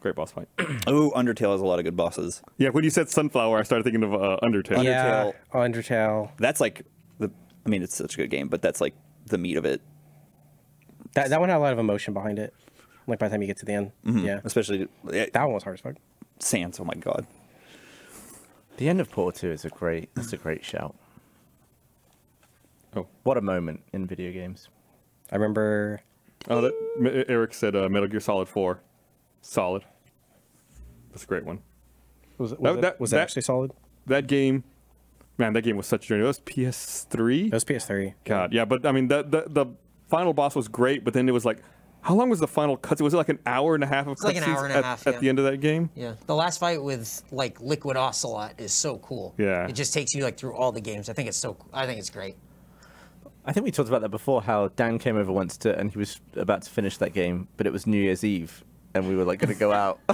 B: Great boss fight.
E: Mm.
D: oh, Undertale has a lot of good bosses.
B: yeah, when you said Sunflower, I started thinking of uh, Undertale.
E: Yeah. Undertale.
D: That's like the, I mean, it's such a good game, but that's like the meat of it.
E: That that one had a lot of emotion behind it. Like by the time you get to the end.
D: Mm-hmm.
E: Yeah.
D: especially eh,
E: That one was hard as fuck.
D: Sans. Oh my god,
C: The end of Portal Two is a great. That's a great shout.
B: Oh.
C: what a moment in video games.
E: I remember
B: Oh, that, M- Eric said uh, Metal Gear Solid 4. Solid. That's a great one.
E: was it,
B: That-
E: was, it,
B: that-
E: was it
B: that-
E: actually solid?
B: That game, man, that game was such a journey. That was PS3.
E: It was PS3.
B: God, yeah, but I mean, the, the the final boss was great, but then it was like, how long was the final cutscene? Was it like an hour and a half of
F: like an
B: cutscenes
F: hour and a
B: at,
F: half,
B: at
F: yeah.
B: the end of that game?
F: Yeah, the last fight with like Liquid Ocelot is so cool.
B: Yeah.
F: it just takes you like through all the games. I think it's so. I think it's great.
C: I think we talked about that before. How Dan came over once to, and he was about to finish that game, but it was New Year's Eve, and we were like going to go out.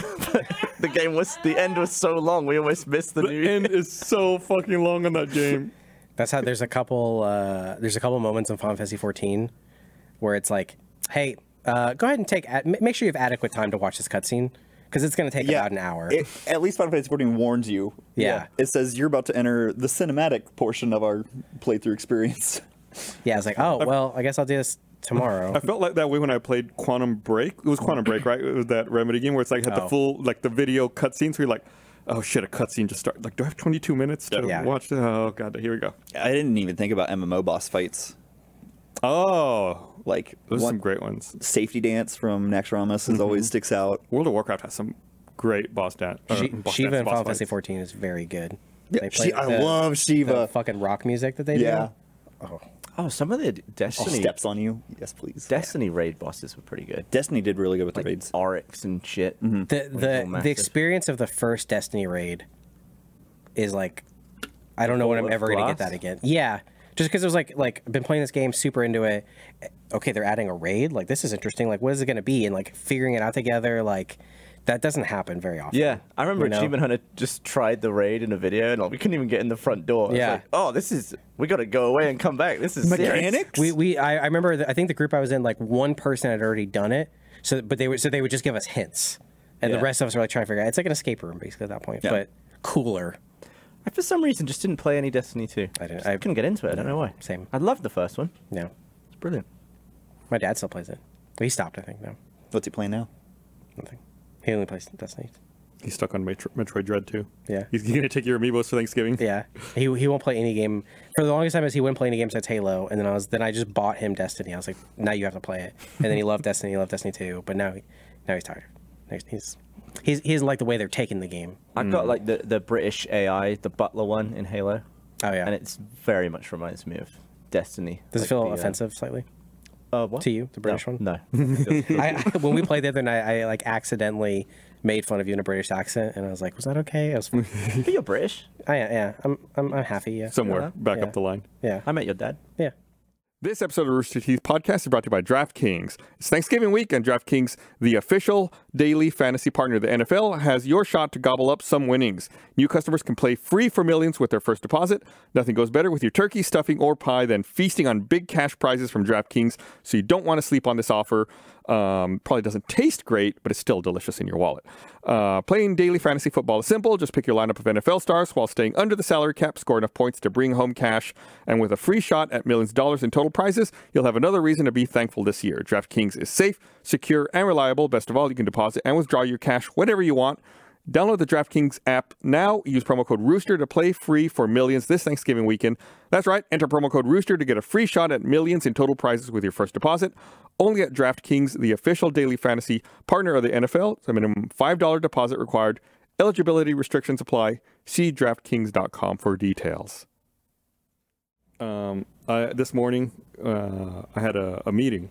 C: the game was the end was so long, we almost missed the,
B: The
C: New Year.
B: end is so fucking long on that game.
E: That's how there's a couple uh, there's a couple moments in Final Fantasy 14 where it's like, hey, uh, go ahead and take ad- ma- make sure you have adequate time to watch this cutscene because it's going to take about an hour.
D: It, at least Final Fantasy XIV warns you.
E: Yeah.
D: it says you're about to enter the cinematic portion of our playthrough experience.
E: yeah, it's like, oh well, I guess I'll do this tomorrow.
B: I felt like that way when I played Quantum Break. It was Quantum Break, right? It was that Remedy game where it's like had the
E: Oh.
B: full like the video cutscenes where you're like, oh shit, a cutscene just started. Like, do I have 22 minutes to
E: Yeah.
B: watch? This? Oh god, here we go.
D: I didn't even think about MMO boss fights.
B: Oh,
D: Like
B: those are
D: one-
B: some great ones.
D: safety dance from Naxxramas is
E: Mm-hmm.
D: always sticks out.
B: World of Warcraft has some great boss dance. or
E: Shi-
B: boss
E: Shiva
B: dance,
E: in
B: boss
E: Final
B: fights.
E: Fantasy 14 is very good. They play
D: She, I
E: the-
D: love
E: the
D: Shiva.
E: fucking rock music that they
D: Yeah,
E: do.
C: Oh, some of the
D: She
C: Destiny
D: Oh, steps on you. Yes, please.
C: Destiny raid bosses were pretty good.
D: Destiny did really good with the raids.
C: Oryx and shit. Mm-hmm.
E: the the, the
C: massive.
E: experience of the first Destiny raid is like I don't know when I'm
C: of
E: ever gonna get
C: glass?
E: that again. Yeah, just because it was like like been playing this game, super into it. Okay, they're adding a raid. Like this is interesting. Like what is it gonna be? And like figuring it out together. Like that doesn't happen very often.
C: Yeah, I remember
E: You know?
C: Achievement Hunter just tried the raid in a video, and like, we couldn't even get in the front door. It's
E: Yeah.
C: like, oh, this is we got to go away and come back. This is serious."
D: Mechanics.
E: We we I, I remember the, I think the group I was in like one person had already done it. So but they would so they would just give us hints, and the
C: Yeah.
E: rest of us were like trying to figure out. It's like an escape room basically at that point, but cooler.
C: I, for some reason, just didn't play any Destiny 2.
E: I didn't-
C: Just
E: I-
C: couldn't get into it. I don't know why.
E: Same.
C: I loved the first one.
E: No,
C: It's brilliant.
E: my dad still plays it. But he stopped, I think. No,
D: What's he playing now?
E: nothing. He only plays Destiny.
B: He's stuck on Metro- Metroid Dread too.
E: Yeah.
B: He's gonna take your amiibos for Thanksgiving.
E: Yeah, he he won't play any game for the longest time. Is he wouldn't play any games at Halo, and then I was then I just bought him Destiny. I was like, now you have to play it, and then he loved Destiny, he loved Destiny two, but now he, now he's tired. He's he's he's, he doesn't like the way they're taking the game.
C: I've got like the, the British AI, the butler one in Halo.
E: Oh yeah,
C: And it's very much reminds me of Destiny.
E: does it
C: Like
E: feel
C: the, uh,
E: offensive slightly?
C: Uh, what?
E: to you, the British
C: no,
E: one?
C: No.
E: I, I- when we played the other night, I like accidentally made fun of you in a British accent, and I was like, was that okay? I was,
C: but you're British.
E: I, yeah, I'm I'm I'm happy. Yeah,
B: Somewhere
C: Yeah.
B: back
E: Uh-huh. Yeah.
B: up the line.
E: yeah,
C: I met your dad.
E: yeah.
A: This episode of Rooster Teeth podcast is brought to you by DraftKings. It's Thanksgiving week, and DraftKings, the official daily fantasy partner of the NFL, has your shot to gobble up some winnings. New customers can play free for millions with their first deposit. Nothing goes better with your turkey, stuffing, or pie than feasting on big cash prizes from DraftKings, so you don't want to sleep on this offer. Um, probably doesn't taste great, but it's still delicious in your wallet. Uh, playing daily fantasy football is simple. Just pick your lineup of NFL stars while staying under the salary cap, score enough points to bring home cash, and with a free shot at millions of dollars in total prizes, you'll have another reason to be thankful this year. DraftKings is safe, secure, and reliable. Best of all, you can deposit and withdraw your cash whenever you want. Download the DraftKings app now. Use promo code Rooster to play free for millions this Thanksgiving weekend. That's right. Enter promo code Rooster to get a free shot at millions in total prizes with your first deposit. Only at DraftKings, the official daily fantasy partner of the NFL. It's a minimum $5 deposit required. Eligibility restrictions apply. See DraftKings.com for details.
B: Um, I, this morning uh, I had a, a meeting.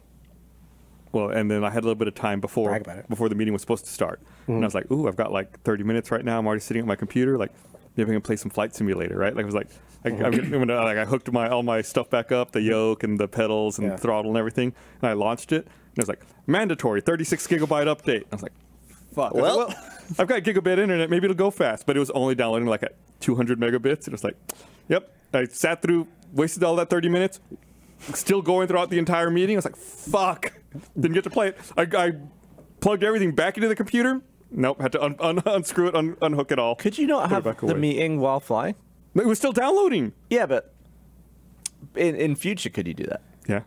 B: Well, and then I had a little bit of time before
E: Brag about it. Mm-hmm.
B: before the meeting was supposed to start, and I was like, "Ooh, I've got like 30 minutes right now. I'm already sitting at my computer. Like, maybe I can play some Flight Simulator, right?" Like, I was like, I, I'm gonna, like I hooked my all my stuff back up, the yoke and the pedals and
E: Yeah.
B: throttle and everything, and I launched it, and it was like, "Mandatory 36 gigabyte update." I was like, "Fuck." I was like,
D: Well-
B: I've got gigabit internet. Maybe it'll go fast, but it was only downloading like at 200 megabits. And it's like, yep. I sat through, wasted all that 30 minutes, still going throughout the entire meeting. I was like, fuck. Didn't get to play it. I, I plugged everything back into the computer. Nope. Had to un- un- unscrew it, un- unhook it all.
C: Could you not
B: Put it
C: have
B: back
C: the
B: away.
C: meeting while flying?
B: It was still downloading.
C: Yeah, but in, in future, could you do that?
B: Yeah.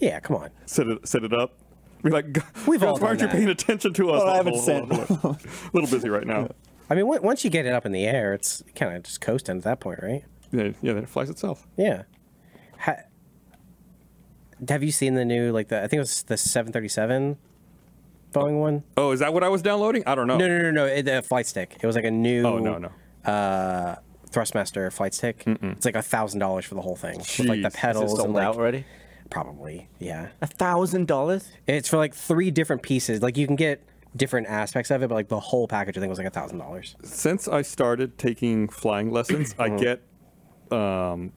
E: Yeah, come on.
B: Set it, set it up. Be like,
E: We've
B: We've
E: all
B: guys, why aren't you
E: done that.
B: paying attention to us?
D: I haven't
B: A little busy right now.
E: I mean, on- once you get it up in the air, it's kind of just coasting at that point, right?
B: Yeah, yeah, then it flies itself.
E: Yeah. Ha- have you seen the new like the I think it was the 737 Boeing one?
B: Oh, is that what I was downloading? I don't know.
E: No, no, no, no. It, the flight stick. It was like a new.
B: Oh, no, no.
E: Thrustmaster flight stick. It's like a thousand dollars for the whole thing, with, like
B: Jeez.
E: the
B: Is it
E: pedals
C: sold
E: and like
C: out already?
E: probably yeah.
C: A thousand dollars?
E: It's for like three different pieces. Like you can get different aspects of it, but like the whole package I think was like a thousand dollars.
B: since I started taking flying lessons, I
E: Uh-huh.
B: get um,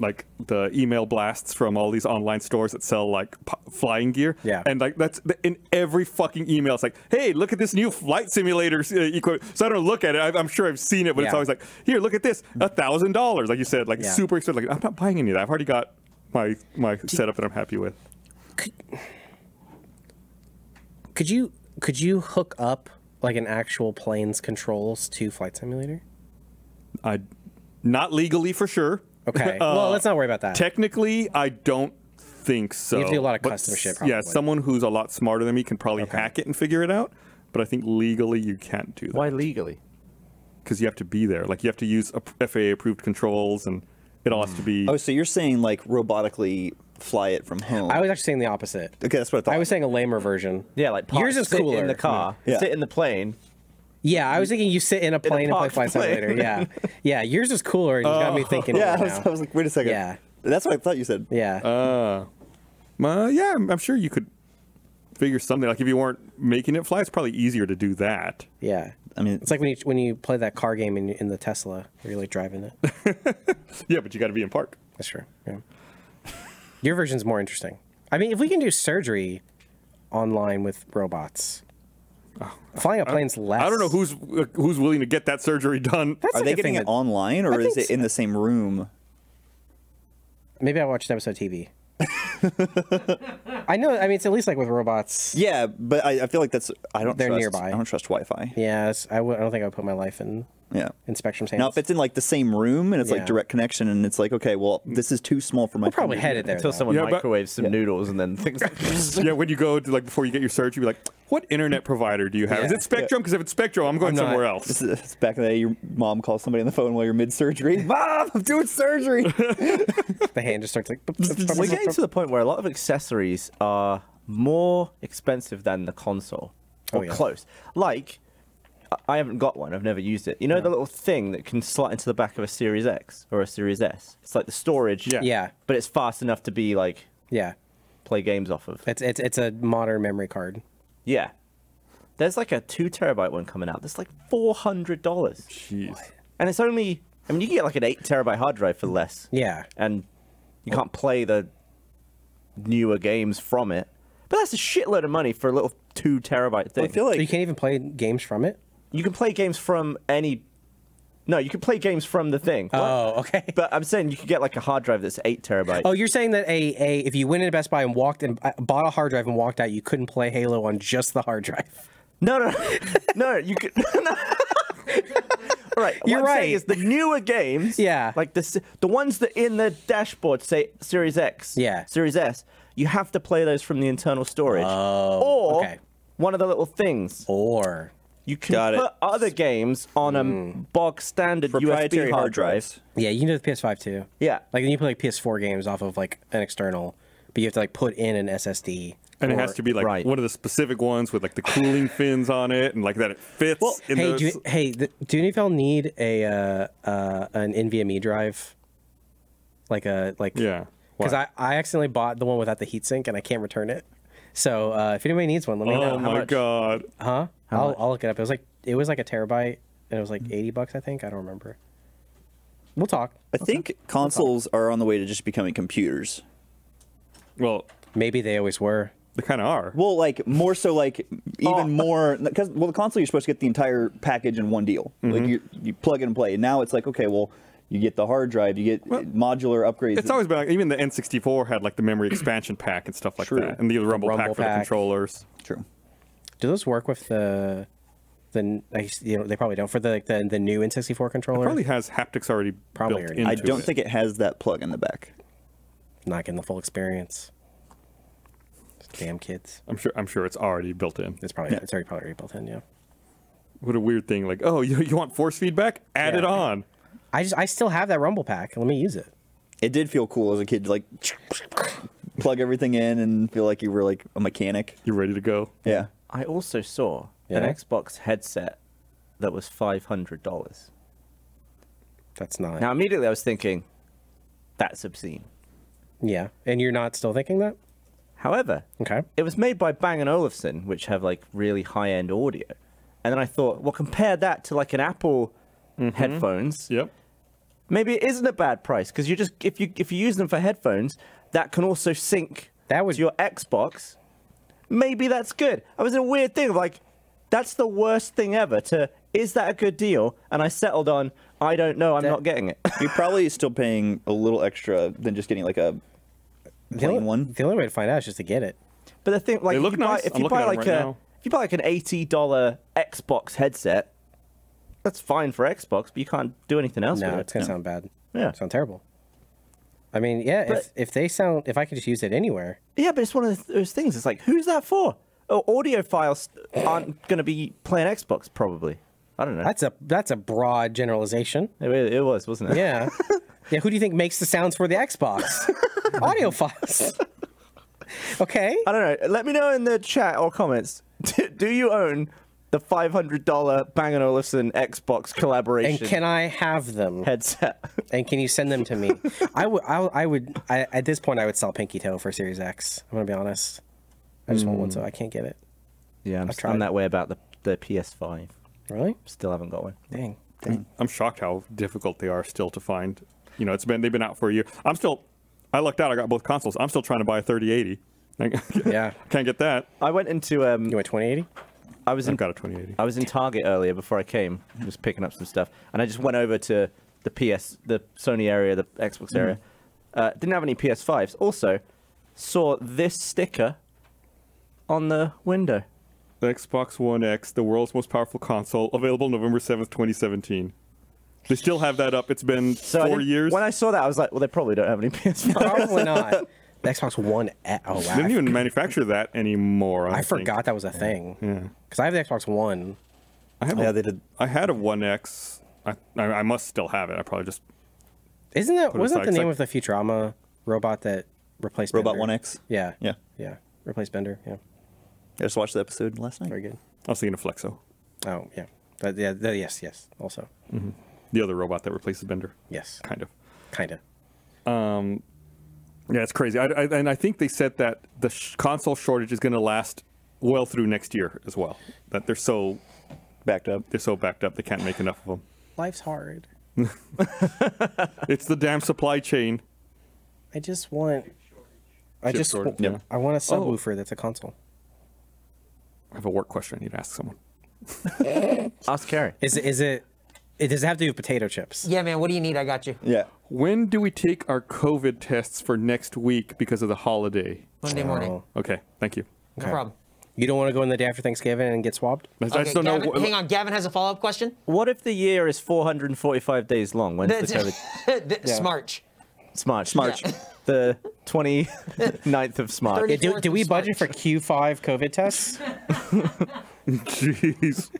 B: like the email blasts from all these online stores that sell like p- flying gear.
E: Yeah.
B: And like that's the, in every fucking email. It's like, hey, look at this new flight simulator uh, equipment. So I don't look at it. I, I'm sure I've seen it, but it's
E: Yeah. Mm-hmm.
B: always like, here, look at this, a thousand dollars, like you said, like
E: Yeah.
B: super expensive. Like I'm not buying any of that. I've already got my my setup that I'm happy with.
E: Could you could you hook up like an actual plane's controls to Flight Simulator?
B: I not legally for sure.
E: Okay.
B: Uh,
E: well, let's not worry about that.
B: Technically, I don't think so.
E: have to do a lot of
B: But
E: custom
B: s-
E: shit,
B: Yeah,
E: probably.
B: someone who's a lot smarter than me can probably hack it and figure it out. But I think legally you can't do
C: Why
B: that
C: legally?
B: because you have to be there. Like you have to use FAA approved controls, and it all has
E: Mm.
B: to be.
D: Oh, so you're saying like robotically fly it from home?
E: I was actually saying the opposite.
D: okay, that's what I thought.
E: I was saying a lamer version.
C: Yeah, like park,
E: yours is
C: sit
E: cooler
C: in the car,
D: Yeah.
C: sit in the plane.
E: Yeah, I was thinking you sit in a plane and play
C: parked
E: Flight
C: plane. Oh,
E: Simulator. Yeah, yeah, yours is cooler. and You got me thinking.
D: yeah,
E: right
D: I was,
E: now.
D: I was like, wait a second.
E: Yeah.
D: that's what I thought you said.
E: yeah.
B: Uh, yeah, I'm, I'm sure you could figure something. Like if you weren't making it fly, it's probably easier to do that.
E: Yeah,
D: I mean,
E: it's like when you when you play that car game in, in the Tesla, where you're like driving it.
B: Yeah, but you got to be in park.
E: That's true. Yeah. Your version's more interesting. I mean, if we can do surgery online with robots, flying a plane's less.
B: Oh, I don't know who's uh, who's willing to get that surgery done.
E: That's
D: are
E: like
D: they
E: a
D: getting
E: thing
D: it
E: that-
D: online or
E: I
D: is
E: think
D: it in the same room?
E: Maybe I watched an episode of TV. I know. I mean, it's at least like with robots.
D: Yeah, but I, I feel like that's I don't.
E: They're
D: trust,
E: nearby.
D: I don't trust Wi-Fi.
E: Yeah, it's- I w- I don't think I would put my life in
D: Yeah.
E: in Spectrum's hands.
D: Now, if it's in like the same room and it's
E: Yeah.
D: like direct connection, and it's like, okay, well, this is too small for my.
E: we're probably
D: finger.
E: headed there.
C: Until
E: though.
C: someone
B: Yeah, but-
C: microwaves some noodles and then things like
B: yeah, when you go to like before you get your surgery, you'd be like, what internet provider do you have? Is
E: Yeah.
B: it Spectrum? Because if it's Spectrum, I'm going
E: not-
B: somewhere else.
D: This is- it's back in the day, your mom calls somebody on the phone while you're mid surgery. mom, I'm doing surgery.
E: the hand just starts like.
C: We're getting to the point where a lot of accessories are more expensive than the console, or
E: yeah.
C: close. Like, I- I haven't got one. I've never used it. You know the little thing that can slot into the back of a Series X or a Series S. It's like the storage.
B: Yeah.
E: Yeah.
C: But it's fast enough to be like
E: yeah,
C: play games off of.
E: it's it's it's a modern memory card.
C: Yeah. There's like a two terabyte one coming out. That's like four hundred dollars,
B: Jeez.
C: and it's only. I mean, you can get like an eight terabyte hard drive for less.
E: Yeah.
C: and you can't play the newer games from it. But that's a shitload of money for a little two terabyte thing.
D: I feel
E: So you
D: like
E: can't even play games from it.
C: you can play games from any. No, you can play games from the thing.
E: Oh, okay.
C: But I'm saying you could get like a hard drive that's eight terabytes.
E: Oh, you're saying that a, a if you went into Best Buy and walked and uh, bought a hard drive and walked out, you couldn't play Halo on just the hard drive.
C: No, no, no, no. You could. No. All right, what
E: You're
C: I'm saying
E: right.
C: Is the newer games,
E: Yeah.
C: like the s- the ones that in the dashboard say Series X,
E: Yeah.
C: Series S, you have to play those from the internal storage, or
E: Oh, okay. Oh,
C: one of the little things.
E: Or
C: You can
D: Got it.
C: put other games on a
E: Hmm.
C: bog standard
D: proprietary
C: USB hard drive.
E: yeah, you can do the PS5 too.
C: Yeah.
E: like you can play like PS4 games off of like an external, but you have to like put in an SSD.
B: And it
E: or-
B: has to be like
C: right.
B: one of the specific ones with like the cooling fins on it and like that it fits in
E: hey,
B: the
E: do, hey, th- do any of y'all need a uh, uh, an NVMe drive? Like a like
B: Yeah.
E: Because
B: Why?
E: I, I accidentally bought the one without the heatsink and I can't return it. So uh, if anybody needs one, let me
B: Oh
E: know.
B: my
C: much?
B: god.
E: Huh? I'll, I'll look it up. It was like it was like a terabyte, and it was like eighty bucks, I think. I don't remember. We'll talk.
D: I think consoles are on the way to just becoming computers.
B: Well,
E: Maybe they always were.
B: they kind of are.
D: Well, like more so, like even
B: Oh.
D: more because well, the console you're supposed to get the entire package in one deal.
B: Mm-hmm.
D: Like you, you plug and play. And now it's like okay, well, you get the hard drive, you get modular upgrades.
B: It's always been like, even the N64 had like the memory expansion pack and stuff like
D: True.
B: that, and the Rumble,
E: Rumble
B: pack for
E: pack.
B: the controllers.
D: true.
E: Do those work with the the I s- you know they probably don't for the like the, the new N64 controller?
B: Probably has haptics already
E: Probably
B: built
E: already.
B: into
D: I don't
B: it.
D: think it has that plug in the back.
E: not getting the full experience. Damn kids.
B: I'm sure. I'm sure it's already built in.
E: It's probably it's already probably already built in. Yeah.
B: What a weird thing! Like, oh, you, you want force feedback? Add it
E: Yeah.
B: on.
E: I just I still have that Rumble pack. Let me use it.
D: It did feel cool as a kid, to, like plug everything in and feel like you were like a mechanic.
B: You're ready to go.
D: Yeah.
C: I also saw
E: Yeah?
C: an Xbox headset that was five hundred dollars.
E: That's not.
C: Now immediately I was thinking, that's obscene.
E: yeah. And you're not still thinking that?
C: However,
E: Okay.
C: it was made by Bang & Olufsen, which have like really high-end audio. And then I thought, well, compare that to like an Apple
E: Mm-hmm.
C: headphones.
B: Yep.
C: Maybe it isn't a bad price because you just if you if you use them for headphones, that can also sync
E: That would-
C: to your Xbox. Maybe that's good. I was in a weird thing of like, that's the worst thing ever. To is that a good deal? And I settled on I don't know. I'm not getting it.
D: You're probably still paying a little extra than just getting like a
E: The
D: plain
E: only,
D: one.
E: the only way to find out is just to get it.
C: But the thing, like,
B: They look
C: if you buy,
B: nice.
C: if
B: I'm
C: you
B: looking
C: buy
B: at 'em
C: like
B: right
C: a,
B: now.
C: if you buy like an eighty dollar Xbox headset, that's fine for Xbox, but you can't do anything else
E: No,
C: with
E: it's
C: it.
E: gonna sound bad.
C: Yeah.
E: sound terrible. I mean, yeah.
C: But-
E: if if they sound, if I could just use it anywhere,
C: Yeah, but it's one of those things. It's like, who's that for? Oh, audiophiles aren't going to be playing Xbox, probably. I don't know.
E: that's a that's a broad generalization.
C: It, it was, wasn't it?
E: Yeah. yeah. Who do you think makes the sounds for the Xbox? Audio files. okay.
C: I don't know. Let me know in the chat or comments. Do, do you own the five hundred dollar Bang & Olufsen Xbox
E: And
C: collaboration
E: can I have them?
C: headset?
E: And can you send them to me? I would. I, I would. I, at this point, I would sell Pinky Toe for Series X. I'm gonna be honest. I just want one,
C: Hmm.
E: so I can't get it.
C: yeah, I'm,
E: tried.
C: I'm that way about the the PS5.
E: Really?
C: Still haven't got one.
E: Dang.
B: I'm shocked how difficult they are still to find. You know, it's been they've been out for a year. I'm still. I lucked out. I got both consoles. I'm still trying to buy a 3080. Like,
E: Yeah.
B: Can't get that.
C: I went into um,
E: You want 2080?
C: I was in
B: I've got a 2080.
C: I was in Target earlier before I came, just picking up some stuff, and I just went over to the PS, the Sony area, the Xbox
D: Mm.
C: area. Uh, didn't have any PS5s. Also, saw this sticker on the window.
B: The Xbox One X, the world's most powerful console, available November 7th, 2017. They still have that up. It's been
C: I
B: four
C: didn't-
B: years.
C: When I saw that, I was like, well, they probably don't have any PS5.
E: Probably not. The Xbox One. e- Oh wow!
B: they didn't
E: I,
B: even manufacture that anymore. I,
E: I
B: think.
E: forgot that was a thing. Yeah. Because I have the Xbox One.
B: I have a-
D: Oh. Yeah, they did.
B: I had a One X. I, I I must still have it. I probably just
E: Isn't
B: it
E: that wasn't that the
B: aside,
E: name
B: it's
E: of the Futurama robot that replaced
D: Robot
E: Bender?
D: One X.
E: Yeah.
D: Yeah.
E: Yeah. Replaced Bender. Yeah.
D: I just watched the episode last night.
E: Very good.
B: I was thinking of Flexo,
E: Oh yeah. But yeah. The, yes. Yes. Also.
B: the other robot that replaces Bender.
E: Yes.
B: Kind of.
E: Kinda.
B: Yeah, it's crazy. I, I, and I think they said that the sh- console shortage is going to last well through next year as well. That they're so
D: Backed up.
B: they're so backed up they can't make enough of them.
E: Life's hard.
B: It's the damn supply chain.
E: I just want. I
B: Chip
E: just.
B: shortage, yeah.
E: w- I want a
D: Oh.
E: subwoofer that's a console.
B: I have a work question I need to ask someone.
C: Ask Carrie.
E: Is it? Is it? It does it have to do with potato chips.
F: Yeah, man. What do you need? I got you.
D: Yeah.
B: When do we take our COVID tests for next week because of the holiday?
F: Monday morning.
E: Oh.
B: Okay, thank you.
F: No problem.
E: You don't want to go in the day after Thanksgiving and get swabbed.
B: I, I
F: Okay,
B: just don't
F: Gavin,
B: know. wh-
F: hang on. Gavin has a follow up question.
C: What if the year is 445 days long? When's the COVID?
F: That's March.
C: It's March. March. The 29th of March.
E: Yeah, do,
F: 24th
E: do we
F: of
E: budget for
F: March.
E: Q five COVID tests?
B: Jeez.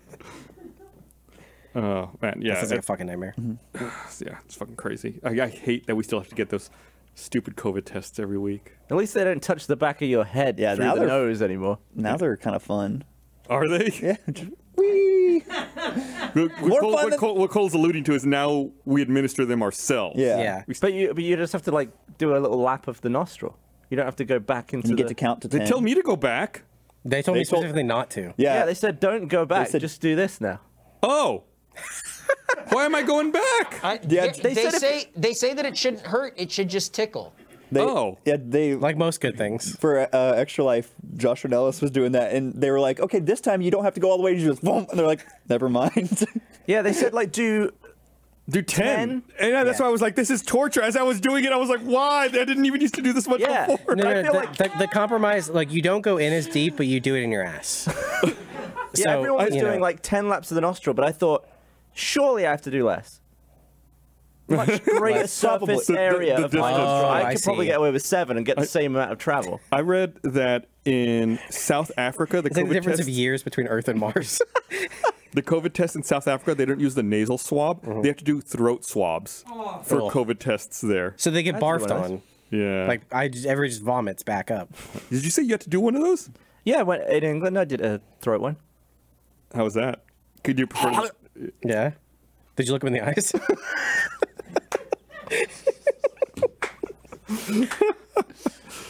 B: Oh man, yeah,
E: That's like a
B: it's-
E: fucking nightmare.
B: yeah, it's fucking crazy. I, I hate that we still have to get those stupid COVID tests every week.
C: At least they don't touch the back of your head
D: Yeah,
C: through
D: now
C: the
D: they're-
C: nose anymore.
D: Now they're kind of fun.
B: Are they?
D: Yeah.
B: What, what
D: More
B: Cole,
D: fun
B: what
D: than-
B: Cole- what Cole's alluding to is now we administer them ourselves.
D: Yeah.
E: Yeah.
C: But you, but you just have to like do a little lap of the nostril. You don't have to go back into.
D: You get
C: the...
D: to count to
B: They
D: ten.
B: tell me to go back.
E: They told me
D: told-
E: specifically not to.
D: Yeah.
C: Yeah. they said don't go back.
D: said-
C: Just do this now.
B: Oh. Why am I going back?
F: I-
D: Yeah, they
F: they, they
D: said if-
F: say they say that it shouldn't hurt. It should just tickle.
D: They-
B: Oh.
D: Yeah. They
E: Like most good things.
D: for uh, Extra Life, Josh Ellis was doing that, and they were like, "Okay, this time you don't have to go all the way." You just boom, and they're like, "Never mind."
C: Yeah, they said like do.
B: Do 10.
C: Ten?
B: And yeah, that's why I was like, this is torture. As I was doing it, I was like, why? I didn't even used to do this much
C: Yeah.
B: before.
E: No,
C: I
E: no, no,
C: feel
E: the,
C: like-
E: the, the compromise, like you don't go in as deep, but you do it in your ass.
C: Yeah,
E: So,
C: everyone was
E: you know,
C: doing like ten laps of the nostril, but I thought surely I have to do less. Much greater surface
B: The- the-
C: area
B: the
C: of my
B: distance.
C: nostril.
E: Oh,
C: I
E: I
C: could probably
E: see.
C: get away with seven and get the same amount of travel.
B: I read that in South Africa, the
E: it's like
B: COVID,
E: the difference
B: test,
E: of years between Earth and Mars.
B: the COVID test in South Africa, they don't use the nasal swab. They have to do throat swabs for
E: Ugh.
B: COVID tests there.
E: so they get barfed
C: what it is.
E: on.
B: Yeah.
E: Like I just, everybody just vomits back up.
B: Did you say you had to do one of those?
C: Yeah, I went in England. I did a throat one.
B: How was that? Could you prefer to-
E: Yeah. Did you look him in the eyes?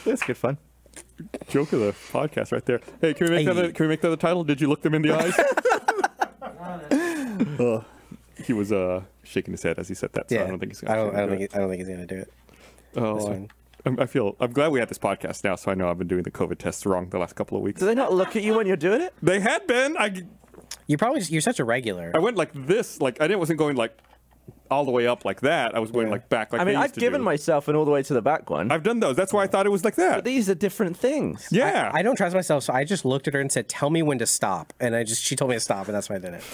C: That's good fun.
B: joke of the podcast right there. Hey, can we make
E: Hey.
B: another? Can we make that the title? Did you look them in the eyes? Ugh. he was uh, shaking his head as he said that. So
E: yeah.
B: I don't think he's.
E: I don't. I don't
B: actually
E: think. he- I don't think he's gonna do it.
B: gonna do
E: fine.
B: it. Oh, I, I feel. I'm glad we had this podcast now, so I know I've been doing the COVID tests wrong the last couple of weeks.
C: Do they not look at you when you're doing it?
B: They had been. I
E: You probably just, you're such a regular.
B: I went like this. Like I didn't wasn't going like all the way up like that. I was going like back. Like
C: I mean,
B: they used
C: I've
B: to
C: given
B: do.
C: myself an all the way to the back one.
B: I've done those. That's why I thought it was like that.
C: But these are different things.
B: yeah.
E: I don't trust myself, so I just looked at her and said, "Tell me when to stop." And I just she told me to stop, and that's why I did it.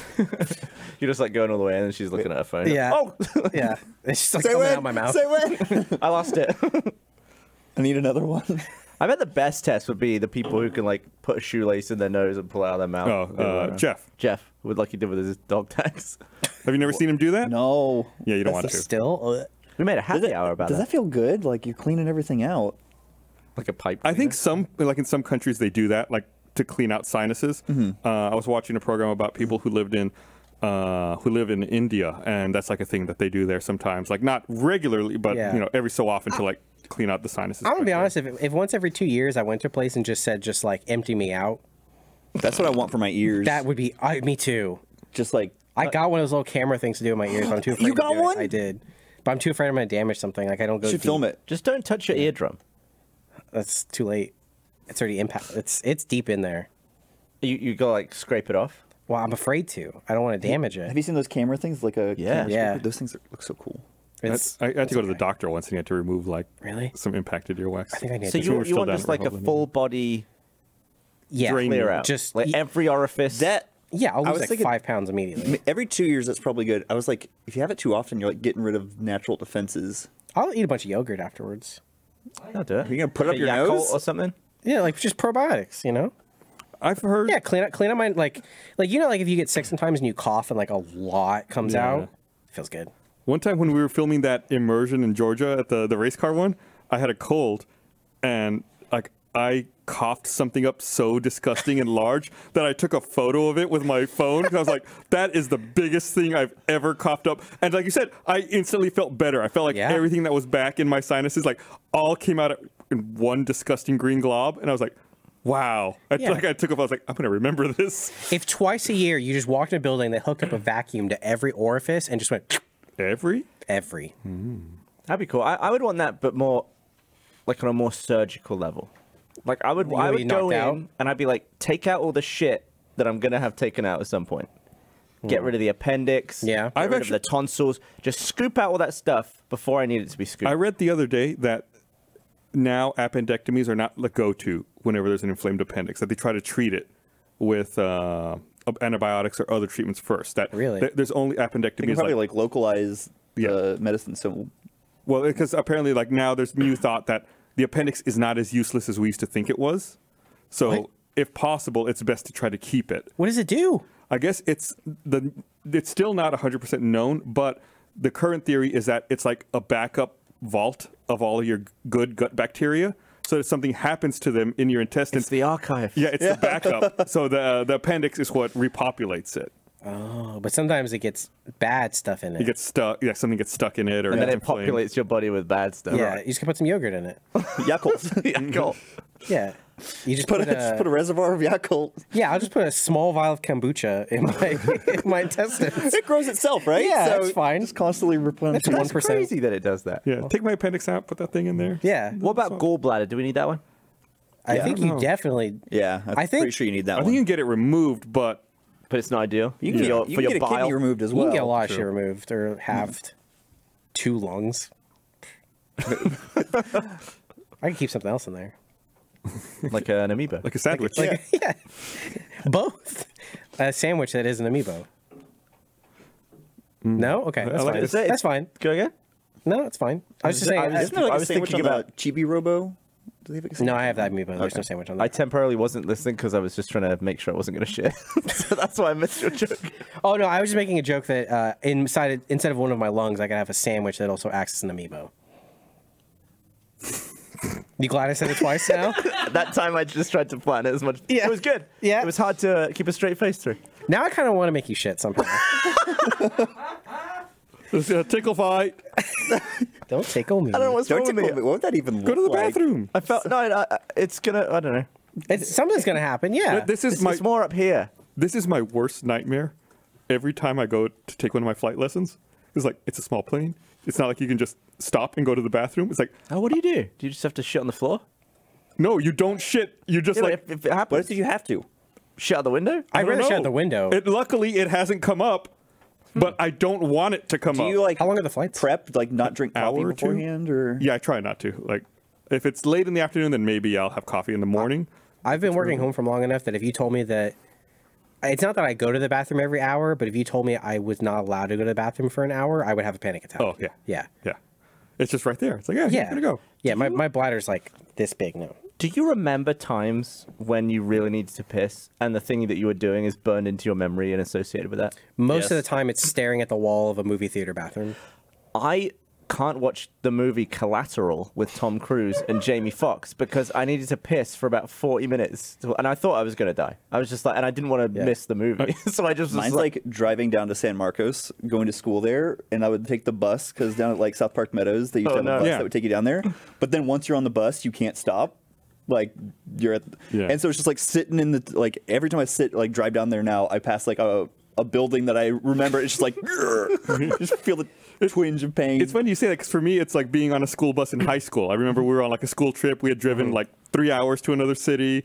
C: You're just like going all the way, and then she's looking at her phone.
E: Yeah.
C: Oh,
E: yeah. It's just like coming out my mouth.
D: Say when.
C: I lost it.
D: I need another one.
C: I bet the best test would be the people who can like put a shoelace in their nose and pull it out of their mouth.
B: Oh,
C: The other way
B: uh,
C: around.
B: Jeff.
C: Jeff, would like he did with his dog tags.
B: Have you never seen him do that?
D: No.
B: Yeah, you don't want to.
E: Still, uh,
C: We made a happy hour about
D: Does that
C: that.
D: feel good? Like you're cleaning everything out.
C: Like a pipe.
B: I think some, like in some countries, they do that, like to clean out sinuses.
E: Mm-hmm.
B: Uh, I was watching a program about people who lived in, uh, who live in India, and that's like a thing that they do there sometimes, like not regularly, but
E: Yeah.
B: you know, every so often to like clean out the sinuses.
E: I'm gonna be honest. If, if once every two years I went to a place and just said, just like empty me out,
D: That's what I want for my ears.
E: that would be I. Me too.
D: just like
E: I got one of those little camera things to do in my ears. but I'm too afraid.
D: You got
E: to do it.
D: one?
E: I did, but I'm too afraid I'm gonna damage something. Like I don't go.
D: you should
E: deep.
D: film it.
C: Just don't touch your eardrum.
E: That's too late. It's already impact. It's it's deep in there.
C: You you gotta like scrape it off.
E: Well, I'm afraid to. I don't want to damage it.
D: Have you seen those camera things? Like a
C: Yeah.
D: camera
E: Yeah.
D: strip? Those things are, look so cool.
E: It's-
B: I, I had to go to the doctor once and he had to remove like
E: Really?
B: some impacted earwax.
E: I think I need
C: So
E: to.
B: we're
C: you, you
B: still
C: want
B: down
C: just
B: at
C: like a
B: Rehoboth,
C: full body
E: yeah.
B: drain
C: clear out.
E: Just-
C: like
E: y-
C: every orifice.
D: That
E: Yeah, I'll lose
D: was
E: like
D: thinking-
E: five pounds immediately.
D: Every two years, that's probably good. I was like, if you have it too often, you're like getting rid of natural defenses.
E: I'll eat a bunch of yogurt afterwards.
C: I'll do it.
D: You gonna put it up
C: A
D: your
C: Yakult
D: nose?
C: or something?
E: Yeah, like just probiotics, you know.
B: I've heard.
E: Yeah, clean up, clean up my like, like you know, like if you get sick sometimes and you cough and like a lot comes out, feels good.
B: One time when we were filming that immersion in Georgia at the, the race car one, I had a cold and like I coughed something up so disgusting and large that I took a photo of it with my phone 'cause I was like, that is the biggest thing I've ever coughed up. And like you said, I instantly felt better. I felt like
E: Yeah.
B: everything that was back in my sinuses like all came out in one disgusting green glob and I was like, wow. I
E: Yeah.
B: like I took a photo, I was like, I'm gonna remember this
E: If twice a year you just walked in a building, they hooked up a vacuum to every orifice and just went
B: every
E: every.
C: That'd be cool. I, I would want that, but more like on a more surgical level. Like I would,
E: You
C: I
E: wanna be
C: would go
E: knocked
C: in
E: out?
C: and I'd be like, take out all the shit that I'm gonna have taken out at some point.
D: Hmm.
C: Get rid of the appendix.
E: Yeah.
C: Get
B: I've
C: rid
B: actu-
C: of the tonsils. Just scoop out all that stuff before I need it to be scooped.
B: I read the other day that now appendectomies are not the go-to whenever there's an inflamed appendix. That they try to treat it with uh, ab- antibiotics or other treatments first. That
E: Really?
B: th- there's only
D: You can
B: appendectomies.
D: probably
B: Like,
D: like localize
B: Yeah.
D: the medicine. So
B: well, because apparently, like now there's new thought that the appendix is not as useless as we used to think it was. So, if possible, it's best to try to keep it.
E: What does it do?
B: I guess it's the it's still not 100% known, but the current theory is that it's like a backup vault of all of your good gut bacteria. So if something happens to them in your intestines,
C: it's the archive.
B: yeah, it's the backup. so the the appendix is what repopulates it.
E: Oh, but sometimes it gets bad stuff in it.
B: It gets stuck. Yeah, something gets stuck in it, or
C: And then
B: it's
C: it
B: inflamed.
C: populates your body with bad stuff.
E: yeah, you just can put some yogurt in it.
D: Yakult, Yakult.
E: Yeah, you just
D: Put
E: put,
D: a, just
E: a,
D: put a reservoir of Yakult.
E: yeah. I'll just put a small vial of kombucha in my in my intestines.
D: It grows itself, right?
E: Yeah,
D: so
E: that's fine.
D: Just constantly replenishing.
E: That's
C: It's crazy that it does that.
B: Yeah, take my appendix out, put that thing in there.
E: Yeah,
C: What about gallbladder? Do we need that one?
E: I think you definitely.
D: Yeah, I'm
E: I think-
D: pretty sure you need that
B: I
D: one.
B: think you can get it removed, but
C: But it's not ideal. You can for
D: get-
C: your,
D: you
C: for
D: can
C: your
D: get a
C: bile.
D: kidney removed as
E: You
D: well.
E: can get a lot of shit removed or halved. Two lungs. I can keep something else in there.
C: like an amoeba.
B: like a sandwich.
E: yeah. Both. A sandwich that is an amiibo.
C: Mm.
E: No? Okay. That's
B: like
E: fine.
B: this.
E: That's fine.
C: Go again.
E: No, it's fine. I was just saying.
C: I was-
E: I-
D: Isn't there like
C: I
D: a
C: was
D: sandwich
C: thinking
D: on the Chibi Robo? Do they have like a
E: no,
D: sandwich?
E: I have that amiibo. There's no sandwich on
C: I
E: that.
C: temporarily wasn't listening because I was just trying to make sure I wasn't going to share. so that's why I missed your joke.
E: oh, no. I was just making a joke that uh, inside instead of one of my lungs, I could have a sandwich that also acts as an amiibo. you glad I said it twice now?
C: that time I just tried to plan it as much.
E: Yeah.
C: It was good.
E: Yeah.
C: It was hard to keep a straight face through.
E: now I kind of want to make you shit somehow.
B: It's a tickle fight.
E: Don't tickle me.
C: I don't know what's
D: Don't
C: wrong with
D: tickle me.
C: me.
D: What would that even look
B: Go to the
D: like?
B: bathroom.
C: I felt no. I, I- it's gonna. I don't know.
E: It's, something's gonna happen. Yeah.
B: This is
C: It's,
B: my
C: it's more up here.
B: This is my worst nightmare. Every time I go to take one of my flight lessons, it's like it's a small plane. It's not like you can just stop and go to the bathroom. It's like
C: Oh, what do you do? Do you just have to shit on the floor?
B: no, you don't shit. You just
C: Yeah, but
B: like
C: if, if it happens,
D: What if you have to?
C: shit out the window?
B: I
E: I'd
B: don't
E: rather shit out
B: know.
E: the window.
B: It luckily it hasn't come up, but I don't want it to come
D: Do
B: up.
D: you like
E: How long are the flights?
D: prep? Like not drink coffee
B: hour or two?
D: beforehand, or
B: yeah, I try not to. Like if it's late in the afternoon, then maybe I'll have coffee in the morning.
E: I've been working home from long enough that if you told me that it's not that I go to the bathroom every hour, but if you told me I was not allowed to go to the bathroom for an hour, I would have a panic attack.
B: Oh yeah,
E: Yeah.
B: yeah. It's just right there. It's like yeah,
E: Yeah.
B: yeah. gonna go.
E: Yeah, my, my bladder's like this big now.
C: Do you remember times when you really needed to piss and the thing that you were doing is burned into your memory and associated with that?
E: Most of the time it's staring at the wall of a movie theater bathroom.
C: I can't watch the movie Collateral with Tom Cruise and Jamie Foxx because I needed to piss for about 40 minutes. And I thought I was going to die. I was just like, and I didn't want to miss the movie. so I just was
D: Mine's
C: like,
D: like driving down to San Marcos, going to school there, and I would take the bus because down at like South Park Meadows, they used to
C: Oh,
D: have
C: no.
D: a bus
B: Yeah.
D: that would take you down there. But then once you're on the bus, you can't stop. Like you're at,
B: Yeah.
D: and so it's just like sitting in the like every time I sit like drive down there now, I pass like a a building that I remember. It's just like just feel the twinge of pain.
B: It's funny you say that 'cause for me, it's like being on a school bus in high school. I remember we were on like a school trip. We had driven like three hours to another city,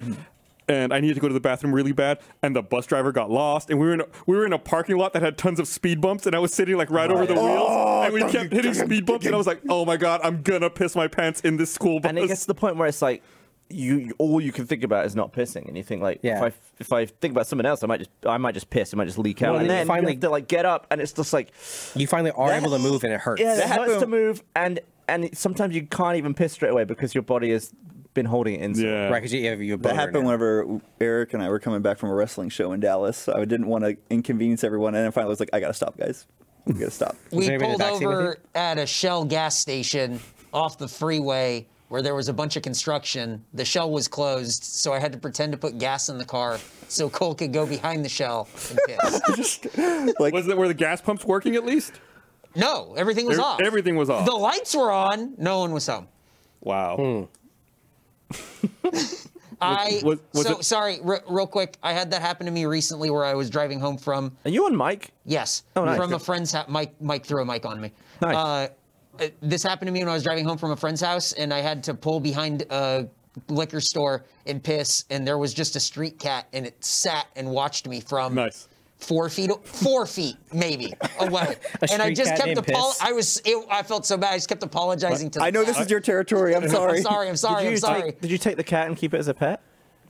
B: and I needed to go to the bathroom really bad. And the bus driver got lost, and we were in a, we were in a parking lot that had tons of speed bumps, and I was sitting like right over the wheels, and we kept hitting speed bumps, and I was like, oh my god, I'm gonna piss my pants in this school bus.
C: and it gets to the point where it's like, you you- all you can think about is not pissing, and you think like
E: Yeah.
C: if I if I think about something else, I might just I might just piss, it might just leak out,
E: Well,
C: and
E: then you
C: then
E: finally-
C: finally to like get up, and it's just like
E: You finally are able to move and it hurts.
C: yeah, it hurts to
D: happened-
C: move, and and it- sometimes you can't even piss straight away because your body has been holding it in. so-
B: Yeah.
E: Right, because you have you a
D: That
E: boner
D: happened
E: now.
D: whenever Eric and I were coming back from a wrestling show in Dallas. So I didn't want to inconvenience everyone, and then finally I was like, "I gotta stop, guys. I gotta stop."
F: we
E: anybody in
F: pulled
E: the backseat with
F: over at a Shell gas station off the freeway where there was a bunch of construction. The Shell was closed, so I had to pretend to put gas in the car so Cole could go behind the Shell and piss.
D: like,
B: Wasn't it where the gas pump's working at least?
F: no, everything was
B: Ev-
F: off.
B: Everything was off.
F: The lights were on. No one was home.
B: Wow.
F: I
B: was- was
F: so
B: it-
F: sorry. re- real quick, I had that happen to me recently where I was driving home from
C: Are you on mic?
F: Yes.
C: nice.
F: From a friend's house. Mike, Mike threw a mic on me.
C: Nice.
F: Uh, Uh, this happened to me when I was driving home from a friend's house, and I had to pull behind a liquor store and piss, and there was just a street cat, and it sat and watched me from
B: Nice.
F: four feet, four feet maybe away, and I
E: street
F: just
E: cat
F: kept
E: named
F: apologizing.
E: Piss.
F: I was, it, I felt so bad. I just kept apologizing to. The
D: I know
F: cat.
D: this is your territory. I'm sorry.
F: I'm sorry. I'm sorry.
C: did
F: I'm
C: you
F: sorry.
C: Take, did you take the cat and keep it as a pet?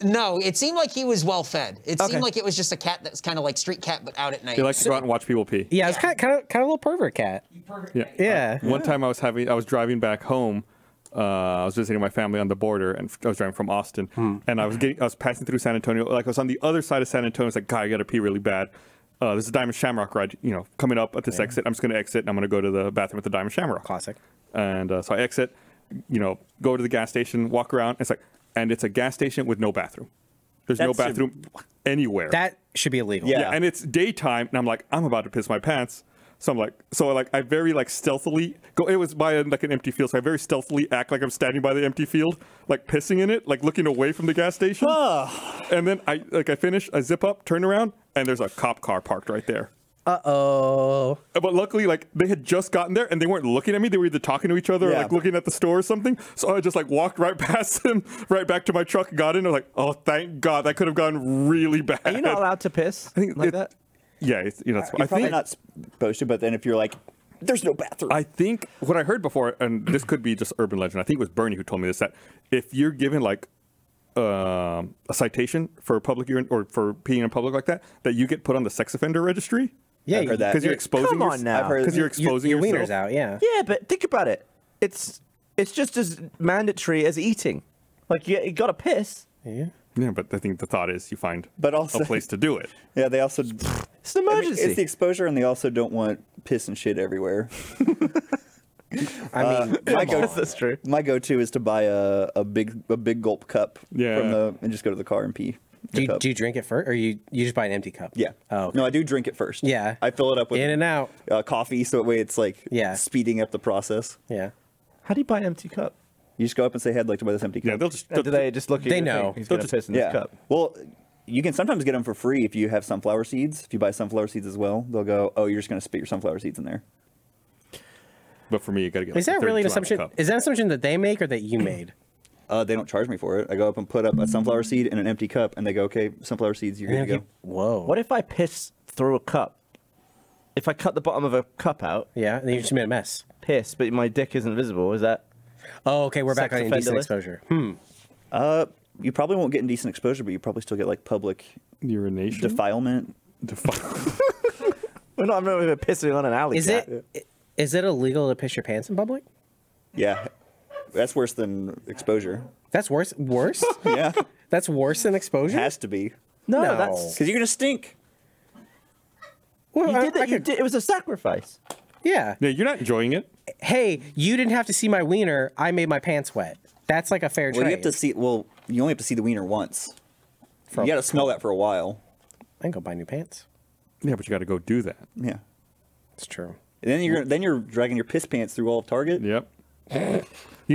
F: No, it seemed like he was well fed. It
C: Okay.
F: seemed like it was just a cat that's kind of like street cat, but out at night.
B: He likes to go out and watch people pee.
E: Yeah, it's kind of, kind of, kind of a little pervert cat.
B: Yeah.
E: Yeah.
B: One time I was having, I was driving back home. Uh, I was visiting my family on the border, and I was driving from Austin,
E: Hmm.
B: and I was getting, I was passing through San Antonio. Like I was on the other side of San Antonio. I was like, God, I gotta pee really bad. Uh, there's a Diamond Shamrock ride, you know, coming up at this exit. I'm just gonna exit, and I'm gonna go to the bathroom at the Diamond Shamrock.
E: Classic.
B: And uh, so I exit, you know, go to the gas station, walk around. It's like, and it's a gas station with no bathroom. There's no
C: That's a-
B: bathroom anywhere.
E: That should be illegal.
C: Yeah.
B: Yeah, and it's daytime, and I'm like, I'm about to piss my pants. So I'm like, so like, I very like stealthily go. It was by like an empty field, so I very stealthily act like I'm standing by the empty field, like pissing in it, like looking away from the gas station. and then I like I finish, I zip up, turn around, and there's a cop car parked right there. Uh,
E: Uh-oh.
B: But luckily, like they had just gotten there and they weren't looking at me. They were either talking to each other or
D: Yeah.
B: like looking at the store or something. So I just like walked right past them, right back to my truck, got in. I was like, oh, thank God, that could have gone really bad.
C: Are you not allowed to piss
B: I think
C: like
B: it-
C: that?
B: Yeah, it's, you know, it's, I
D: You're probably
B: think
D: not supposed to, but then if you're like, "There's no bathroom,"
B: I think what I heard before, and this could be just urban legend. I think it was Bernie who told me this that if you're given like um, a citation for public urine or for peeing in public like that, that you get put on the sex offender registry.
E: Yeah,
D: I've heard that.
B: because you're exposing.
C: Come on now. I've heard
B: because you're exposing
E: your, your wiener's
B: yourself.
E: out. Yeah.
C: Yeah, but think about it. It's it's just as mandatory as eating. Like you, you got to piss.
B: Yeah, but I think the thought is you find
D: But also-
B: a place to do it.
D: yeah, they also.
C: It's an
D: I mean,
C: emergency.
D: It's the exposure, and they also don't want piss and shit everywhere.
E: I
C: Uh,
E: mean,
D: my go-
C: That's true.
D: My go-to is to buy a, a big a big gulp cup
B: Yeah.
D: from the and just go to the car and pee. the
E: do you,
D: cup.
E: do you drink it first, or you you just buy an empty cup?
D: yeah.
E: Oh. okay.
D: No, I do drink it first.
E: Yeah.
D: I fill it up with
E: In and out.
D: uh, coffee, so that way it's like
E: Yeah.
D: speeding up the process.
E: Yeah.
C: How do you buy an empty cup?
D: You just go up and say, "Hey, I'd like to buy this empty cup."
B: Yeah, they'll just
C: Or do they just look
E: They
C: at you and think,
E: know.
C: He's
B: They'll
C: gonna
B: just-
C: piss in
D: yeah.
C: his cup.
D: Well, you can sometimes get them for free if you have sunflower seeds. If you buy sunflower seeds as well, they'll go, "Oh, you're just gonna spit your sunflower seeds in there."
B: But for me, you gotta get. Like
E: Is
B: a
E: that really
B: 30
E: an
B: drop
E: assumption?
B: cup.
E: Is that an assumption that they make or that you made?
D: Uh, they don't charge me for it. I go up and put up a sunflower seed in an empty cup, and they go, "Okay, sunflower seeds, you're good to go."
E: Whoa.
C: What if I piss through a cup? If I cut the bottom of a cup out,
E: Yeah, and then you just made a mess.
C: piss, but my dick isn't visible, is that?
E: Oh, okay, we're back
C: Sex
E: on
C: offender
E: indecent
C: list?
E: exposure. Hmm.
D: You probably won't get indecent exposure, but you probably still get like public
B: urination?
D: defilement.
B: Defi-
C: We're not, I'm not even pissing on an alley.
E: Is
C: cat.
E: it is it illegal to piss your pants in public?
D: Yeah, that's worse than exposure.
E: That's worse. Worse.
D: Yeah,
E: That's worse than exposure.
D: has to be
C: No,
E: No.
C: that's.
D: because you're gonna stink.
E: Well,
C: You
E: I-
C: did
E: I
C: that. You
E: could-
C: did, it was a sacrifice.
E: Yeah.
B: yeah, you're not enjoying it.
E: Hey, you didn't have to see my wiener. I made my pants wet. That's like a fair
D: Well,
E: trade.
D: you have to see. Well, you only have to see the wiener once.
E: For-
D: you got to smell that for a while.
E: I can go buy new pants.
B: Yeah, but you gotta go do that.
D: Yeah.
E: It's true.
D: And then you're then you're dragging your piss pants through all of Target.
B: Yep. you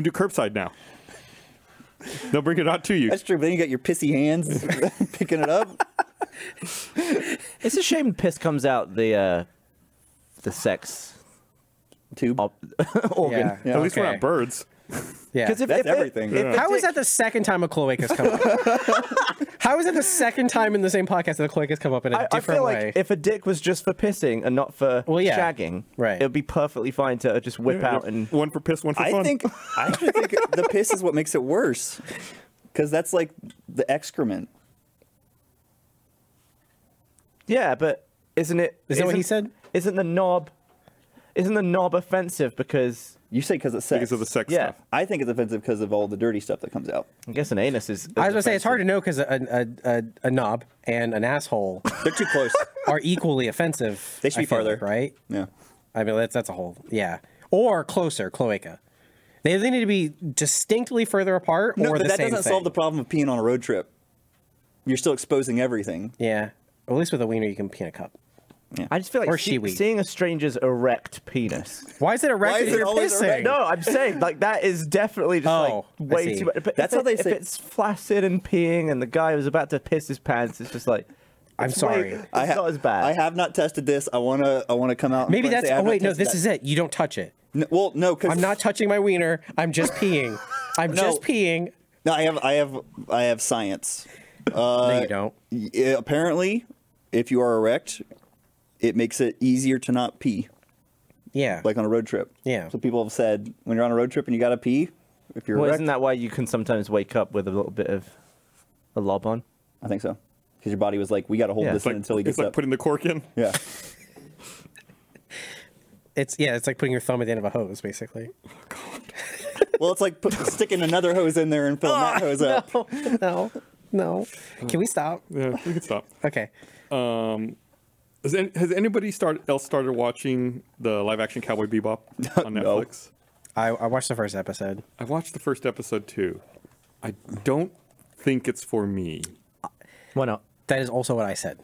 B: can do curbside now. They'll bring it out to you.
D: That's true. But then you got your pissy hands picking it up.
C: It's a shame piss comes out the uh, the sex
D: Tube.
C: op- organ.
E: Yeah.
B: At least we're not birds.
E: Yeah.
C: Because if,
D: That's
C: if it-
D: everything.
C: if the
E: How is
C: dick-
E: that the second time a cloaca's come up? How is that the second time in the same podcast that a cloaca's come up in a
C: I, I
E: different
C: feel
E: way?
C: like if a dick was just for pissing and not for
E: Well, yeah.
C: shagging,
E: Right.
C: it would be perfectly fine to just whip out and
B: one for piss, one for
D: I
B: fun.
D: think I actually think the piss is what makes it worse. because that's like the excrement.
C: Yeah, but isn't it?
E: Is that what he
C: isn't-
E: said?
C: Isn't the knob? Isn't the knob offensive because
D: You say because it's sex.
B: because of the sex
C: Yeah.
B: stuff.
D: I think it's offensive because of all the dirty stuff that comes out.
C: I guess an anus is.
E: I was gonna say it's hard to know because a, a a a knob and an asshole
D: They're too close.
E: are equally offensive.
D: They should
E: I
D: be
E: feel like,
D: farther.
E: right?
D: yeah.
E: I mean, that's that's a whole yeah. Or closer, cloaca. They they need to be distinctly further apart
D: No,
E: or
D: but
E: the
D: that
E: same
D: doesn't
E: thing.
D: solve the problem of peeing on a road trip. You're still exposing everything.
E: yeah. At least with a wiener, you can pee in a cup.
C: I just feel like
E: Or
C: see-
E: shiwi.
C: seeing a stranger's erect penis.
E: Why is it erect?
D: Why is
E: if
D: it
E: you're
D: always
E: pissing?
D: erect?
C: No, I'm saying like that is definitely just
E: Oh, I
C: like way
E: see.
C: too much. But
D: That's
C: if
D: how they
C: it-
D: say-
C: If it's flaccid and peeing, and the guy was about to piss his pants, it's just like.
E: I'm
C: it's way-
E: sorry.
C: it's
D: I ha-
C: not as bad.
D: I have not tested this. I wanna. I wanna come out.
E: Maybe that's. Oh wait, no. This
D: is
E: is it. You don't touch it.
D: well, no, because
E: I'm not touching my wiener. I'm just peeing. I'm
D: No.
E: just peeing.
D: No, I have. I have. I have science.
E: no, you don't.
D: Y- apparently, if you are erect, it makes it easier to not pee,
E: Yeah.
D: like on a road trip.
E: Yeah.
D: So people have said when you're on a road trip and you gotta pee, if you're
C: Well,
D: erect,
C: isn't that why you can sometimes wake up with a little bit of a lob on?
D: I think so, because your body was like, we gotta hold
C: Yeah.
D: this
C: It's
D: in
B: Like,
D: until he
B: it's
D: gets
B: like
D: up.
B: putting the cork in.
D: yeah.
E: it's yeah. It's like putting your thumb at the end of a hose, basically.
D: Well, it's like put, sticking another hose in there and filling
C: Oh,
D: that hose up.
E: no, no. Can we stop?
B: Yeah, we can stop.
E: Okay.
B: Has, an- has anybody start, else started watching the live action Cowboy Bebop on
D: No.
B: Netflix?
E: I, I watched the first episode.
B: I watched the first episode too. I don't think it's for me.
C: Why not?
E: That is also what I said.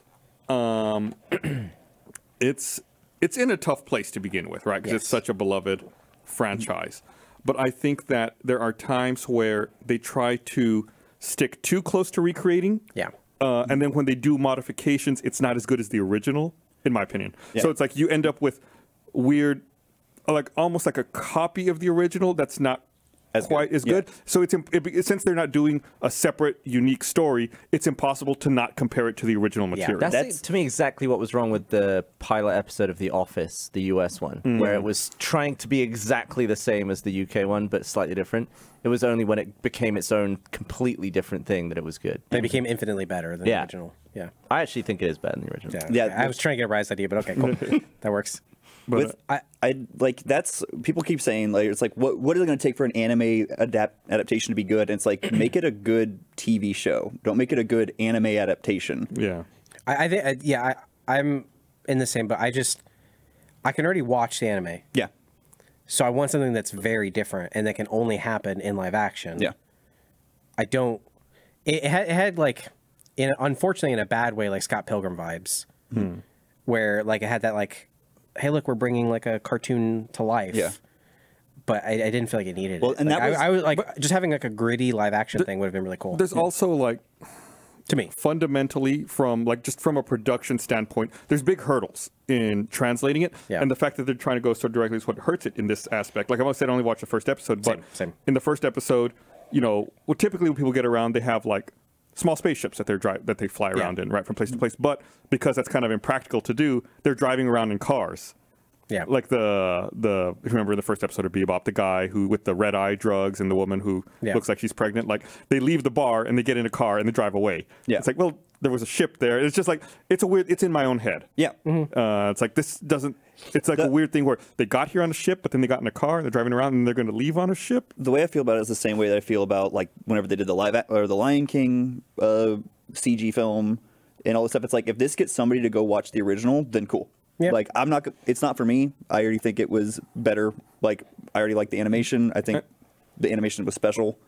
B: It's it's in a tough place to begin with, right? Because it's such a beloved franchise. But I think that there are times where they try to stick too close to recreating.
E: Yeah.
B: Uh, and then when they do modifications, it's not as good as the original, in my opinion. So it's like you end up with weird, like almost like a copy of the original that's not
D: As
B: quite
D: good.
B: as good. So it's imp- it, be- since they're not doing a separate, unique story, it's impossible to not compare it to the original material.
C: That's,
D: That's-
C: to me exactly what was wrong with the pilot episode of The Office, the US one, where it was trying to be exactly the same as the UK one, but slightly different. It was only when it became its own completely different thing that it was good.
E: They became infinitely better than
C: Yeah.
E: the original. Yeah.
C: I actually think it is better than the original.
E: Yeah.
D: Yeah,
E: okay. I was trying to get a rise idea, but okay, cool. that works.
D: With,
B: uh,
D: I, I like that's people keep saying like it's like what what is it going to take for an anime adapt adaptation to be good? And it's like make it a good TV show. Don't make it a good anime adaptation.
B: yeah.
E: I, I think, uh, yeah, I, I'm in the same, but I just, I can already watch the anime.
D: Yeah,
E: So I want something that's very different and that can only happen in live action.
D: yeah.
E: I don't. It, it, had, it had like, in unfortunately, in a bad way, like Scott Pilgrim vibes,
D: Hmm.
E: where like it had that like, hey, look, we're bringing like a cartoon to life.
D: Yeah.
E: But I, I didn't feel like it needed
D: Well,
E: it.
D: and
E: Like,
D: that was-
E: I, I was like just having like a gritty live action thing would have been really cool
B: There's also like
E: to me.
B: fundamentally from like just from a production standpoint, there's big hurdles in translating it,
E: Yeah.
B: and the fact that they're trying to go so directly is what hurts it in this aspect. Like I almost said, I only watched the first episode, but
E: Same, same.
B: in the first episode, you know, well, typically when people get around, they have like small spaceships that they're dri- that they fly around in, right, from place to place. But because that's kind of impractical to do, they're driving around in cars.
E: Yeah.
B: Like the the if you remember in the first episode of Bebop, the guy who with the red eye drugs and the woman who
E: Yeah.
B: looks like she's pregnant, like they leave the bar and they get in a car and they drive away.
D: Yeah.
B: It's like, well, there was a ship there. It's just like it's a weird it's in my own head.
D: Yeah.
C: Mm-hmm.
B: Uh, it's like this doesn't it's like a weird thing where they got here on a ship, but then they got in a car, they're driving around and they're gonna leave on a ship.
D: The way I feel about it is the same way that I feel about like whenever they did the live ac- or the Lion King uh, CG film and all this stuff. It's like if this gets somebody to go watch the original, then cool.
E: Yeah.
D: Like I'm not. go- It's not for me. I already think it was better. Like I already like the animation. I think the animation was special.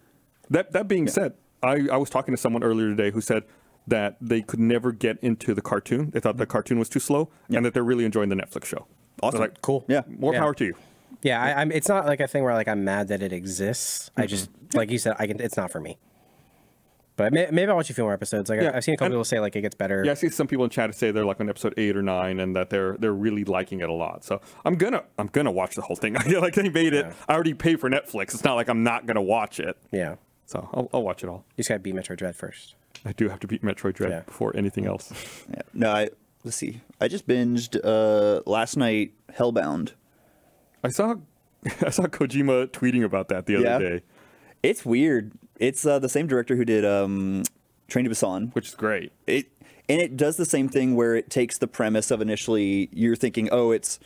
B: That that being said, I, I was talking to someone earlier today who said that they could never get into the cartoon. They thought the cartoon was too slow and that they're really enjoying the Netflix show.
D: Mm. Awesome.
B: They're like,
E: Cool.
D: Yeah.
B: More
E: Yeah.
B: power to you.
E: Yeah, I, I'm. It's not like a thing where like I'm mad that it exists. I just
D: Mm-hmm.
E: like you said, I can. It's not for me. But may, maybe I'll watch a few more episodes. Like I-
B: Yeah,
E: I've seen a couple
B: and-
E: people say like it gets better.
B: Yeah, I see some people in chat say they're like on episode eight or nine, and that they're they're really liking it a lot. So I'm gonna I'm gonna watch the whole thing. I feel like they made it. I already pay for Netflix. It's not like I'm not gonna watch it.
E: Yeah. You
B: So I'll, I'll watch it all.
E: just gotta beat Metro Dread first.
B: I do have to beat Metroid Dread
E: Yeah.
B: before anything else.
D: Yeah. No, I let's see. I just binged uh last night Hellbound.
B: I saw I saw Kojima tweeting about that the other
D: Yeah.
B: day.
D: It's weird. It's uh, the same director who did um, Train to Busan,
B: which is great.
D: it and it does the same thing where it takes the premise of initially you're thinking oh it's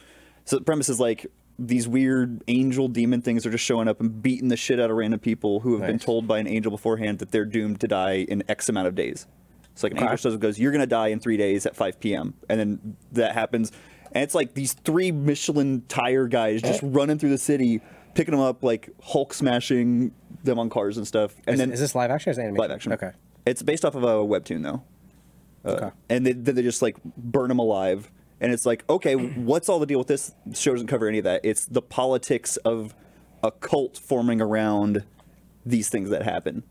D: so the premise is like these weird angel demon things are just showing up and beating the shit out of random people who have been told by an angel beforehand that they're doomed to die in x amount of days so like an angel shows up and goes you're going to die in three days at 5 p.m and then that happens and it's like these three michelin tire guys
E: Eh.
D: just running through the city picking them up like hulk smashing them on cars and stuff and
E: Is,
D: then
E: is this live action or is it animation?
D: live action
E: Okay.
D: it's based off of a webtoon though
E: okay.
D: Uh, and they, then they just like burn them alive. And it's like, okay, what's all the deal with this? The show doesn't cover any of that. It's the politics of a cult forming around these things that happen.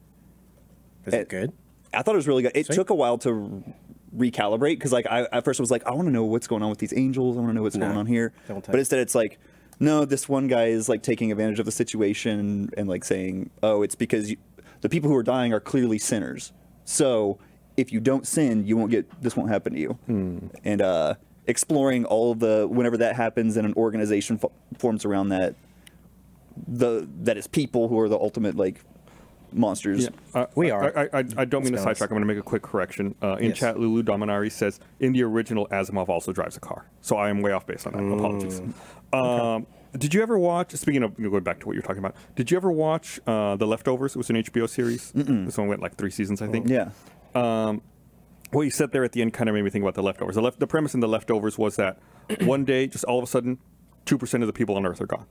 E: Is it good?
D: I thought it was really good. It
E: Sweet.
D: took a while to recalibrate because, like, I at first was like, I want to know what's going on with these angels. I want to know what's going on here.
E: don't
D: But
E: touch.
D: instead, it's like, no, this one guy is like taking advantage of the situation and, like saying, oh, it's because you, the people who are dying are clearly sinners. So if you don't sin, you won't get this. Won't happen to you. And uh, exploring all the whenever that happens and an organization fo- forms around that, the that is people who are the ultimate like monsters.
B: I-
E: We
B: Uh, I-
E: are.
B: I, I, I don't mean to
E: honest.
B: sidetrack. I'm going to make a quick correction. Uh, in
E: Yes.
B: chat, Lulu Dominari says, in the original, Asimov also drives a car. So I am way off base on that. Apologies.
E: Mm.
B: Um, Did you ever watch, speaking of going back to what you're talking about, did you ever watch uh, The Leftovers? It was an HBO series. This one went like three seasons, I think.
D: Yeah.
B: what you said there at the end kind of made me think about the leftovers. The, left, the premise in the leftovers was that one day, just all of a sudden, two percent of the people on Earth are gone,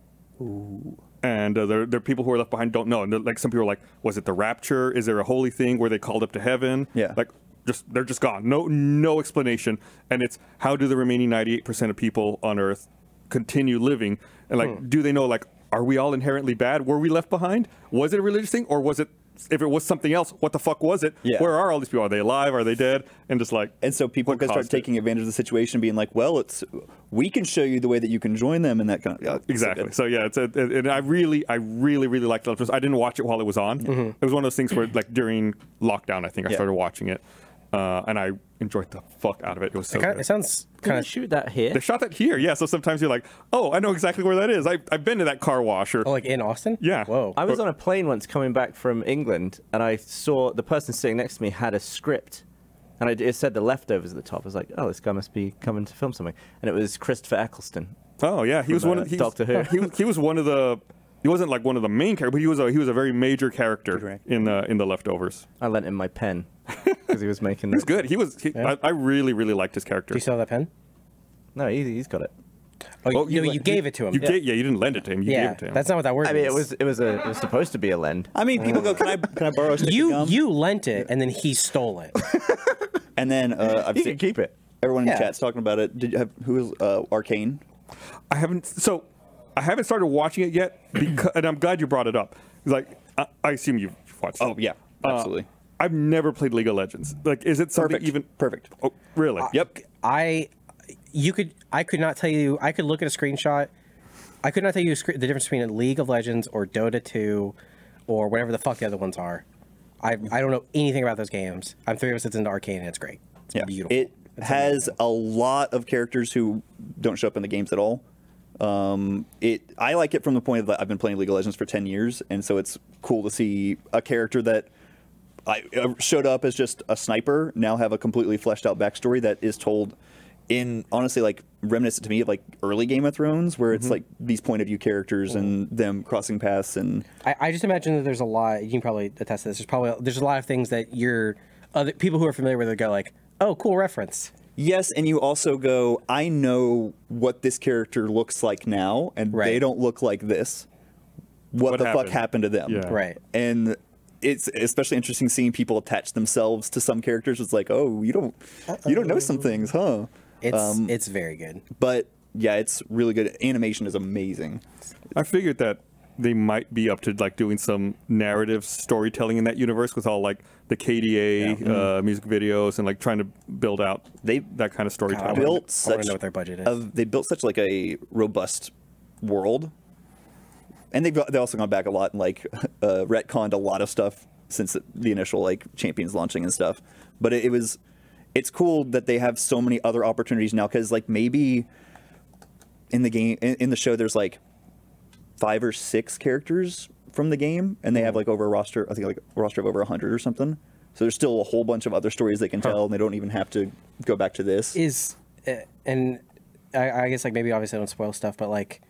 B: and uh, there, there are people who are left behind don't know. And they're- like some people are like, was it the rapture? Is there a holy thing where they called up to heaven?
D: Yeah.
B: like just they're just gone. No, no explanation. And it's how do the remaining ninety-eight percent of people on Earth continue living? And like,
D: Hmm.
B: do they know like? Are we all inherently bad? Were we left behind? Was it a religious thing, or was it? If it was something else, what the fuck was it?
D: Yeah.
B: Where are all these people? Are they alive? Are they dead? And just like,
D: And so people
B: What
D: can start
B: caused it?
D: taking advantage of the situation, being like, "Well, it's we can show you the way that you can join them," and that kind of yeah, it's so
B: exactly.
D: good.
B: So yeah, it's a, and and I really, I really, really liked The Leftovers. I didn't watch it while it was on. It was one of those things where, like, during lockdown, I think I
D: Mm-hmm. Yeah.
B: started watching it, uh, and I enjoyed the fuck out of it. It was so.
E: Kinda-
B: good.
E: it sounds
C: Can
E: kind
C: I
E: of.
C: shoot that here?
B: they shot that here, yeah. So sometimes you're like, oh, I know exactly where that is. I, I've been to that car wash, or
E: Oh, like in Austin?
B: Yeah.
E: Whoa.
C: I was on a plane once coming back from England, and I saw the person sitting next to me had a script, and I, it said the leftovers at the top. I was like, "Oh, this guy must be coming to film something," and it was Christopher Eccleston.
B: Oh yeah, he was
C: uh,
B: one. Of, he was-
C: Doctor Who.
B: He, was- he was one of the. He wasn't like one of the main characters, but he was a he was a very major character in the in the leftovers.
C: I lent him my pen because he was making.
B: He's good. He was. He, I, I really really liked his character.
E: Do you still have that pen?
C: No, he, he's got it.
E: Oh,
B: Oh,
E: you, no,
B: le-
E: you gave it to him.
B: You gave, yeah, you didn't lend it to him. You
E: yeah.
B: gave it to him.
E: That's not what that word
C: I mean,
E: means.
C: it was it was a it was supposed to be a lend.
D: I mean, people go, "Can I can I borrow a stick of
E: You
D: gum?"
E: you lent it and then he stole it.
D: and then uh, I've
C: You can
D: seen
C: keep it.
D: everyone in
E: Yeah.
D: chat's talking about it. Did you have who is uh, Arcane?
B: I haven't. So I haven't started watching it yet, because, and I'm glad you brought it up. Like I, I assume you've watched.
D: Oh
B: it.
D: yeah,
B: Uh,
D: absolutely.
B: I've never played League of Legends. Like, is it something
D: Perfect.
B: even
D: Perfect.
B: Oh, really?
D: yep.
E: I you could I could not tell you I could look at a screenshot. I could not tell you a scre- the difference between a League of Legends or Dota 2 or whatever the fuck the other ones are. I I don't know anything about those games. I'm three of us that's into Arcane and it's great. It's
D: Yeah.
E: beautiful.
D: It has a lot of characters who don't show up in the games at all. Um, it I like it from the point of that I've been playing League of Legends for ten years, and so it's cool to see a character that I uh, showed up as just a sniper now have a completely fleshed out backstory that is told in honestly like reminiscent to me of like early Game of Thrones, where
E: Mm-hmm.
D: it's like these point of view characters and them crossing paths and
E: I, I just imagine that there's a lot. You can probably attest to this. There's probably there's a lot of things that you're other people who are familiar with it go like, oh, cool reference.
D: Yes, and you also go, I know what this character looks like now, and
E: Right.
D: they don't look like this. What,
B: What
D: the
B: happened?
D: fuck happened to them?
B: Yeah.
E: Right.
D: And it's especially interesting seeing people attach themselves to some characters. It's like, oh, you don't, you don't know some things, huh?
E: It's
D: Um,
E: it's very good.
D: But yeah, it's really good. Animation is amazing.
B: I figured that they might be up to like doing some narrative storytelling in that universe with all like the KDA uh, music videos and like trying to build out
D: They-
B: that kind of storytelling.
E: wanna-
D: built
E: I wanna
D: such
E: know what their budget is.
D: of- they built such like a robust world, and they've got- they also gone back a lot and like uh, retconned a lot of stuff since the initial like champions launching and stuff. But it, it was it's cool that they have so many other opportunities now because like maybe in the game in, in the show there's like five or six characters from the game, and they have
E: Hmm.
D: like over a roster. I think like a roster of over hundred or something. So there's still a whole bunch of other stories they can tell, and they don't even have to go back to this.
E: is uh, and I, I guess like maybe obviously I don't spoil stuff, but like,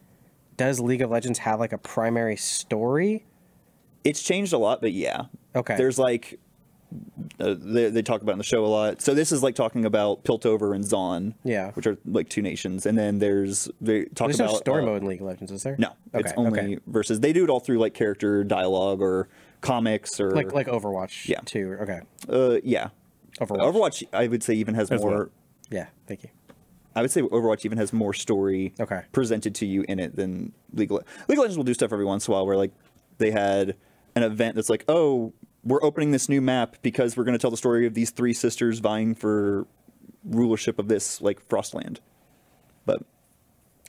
E: does League of Legends have like a primary story?
D: it's changed a lot, but yeah.
E: Okay.
D: There's like uh, they, they talk about in the show a lot. So this is like talking about Piltover and Zon,
E: Yeah.
D: which are like two nations, and then there's they talk
E: There's
D: about
E: no story
D: uh,
E: mode in League of Legends, is there?
D: No,
E: Okay.
D: it's only
E: okay.
D: versus. They do it all through like character dialogue or comics or
E: Like like Overwatch.
D: Yeah.
E: Too. Okay.
D: uh, yeah.
E: Overwatch.
D: Overwatch, I would say, even has more.
B: well.
E: Yeah. Thank you.
D: I would say Overwatch even has more story
E: Okay.
D: presented to you in it than League of Le- League of Legends will do stuff every once in a while where like they had an event that's like, oh, we're opening this new map because we're going to tell the story of these three sisters vying for rulership of this like Frostland. But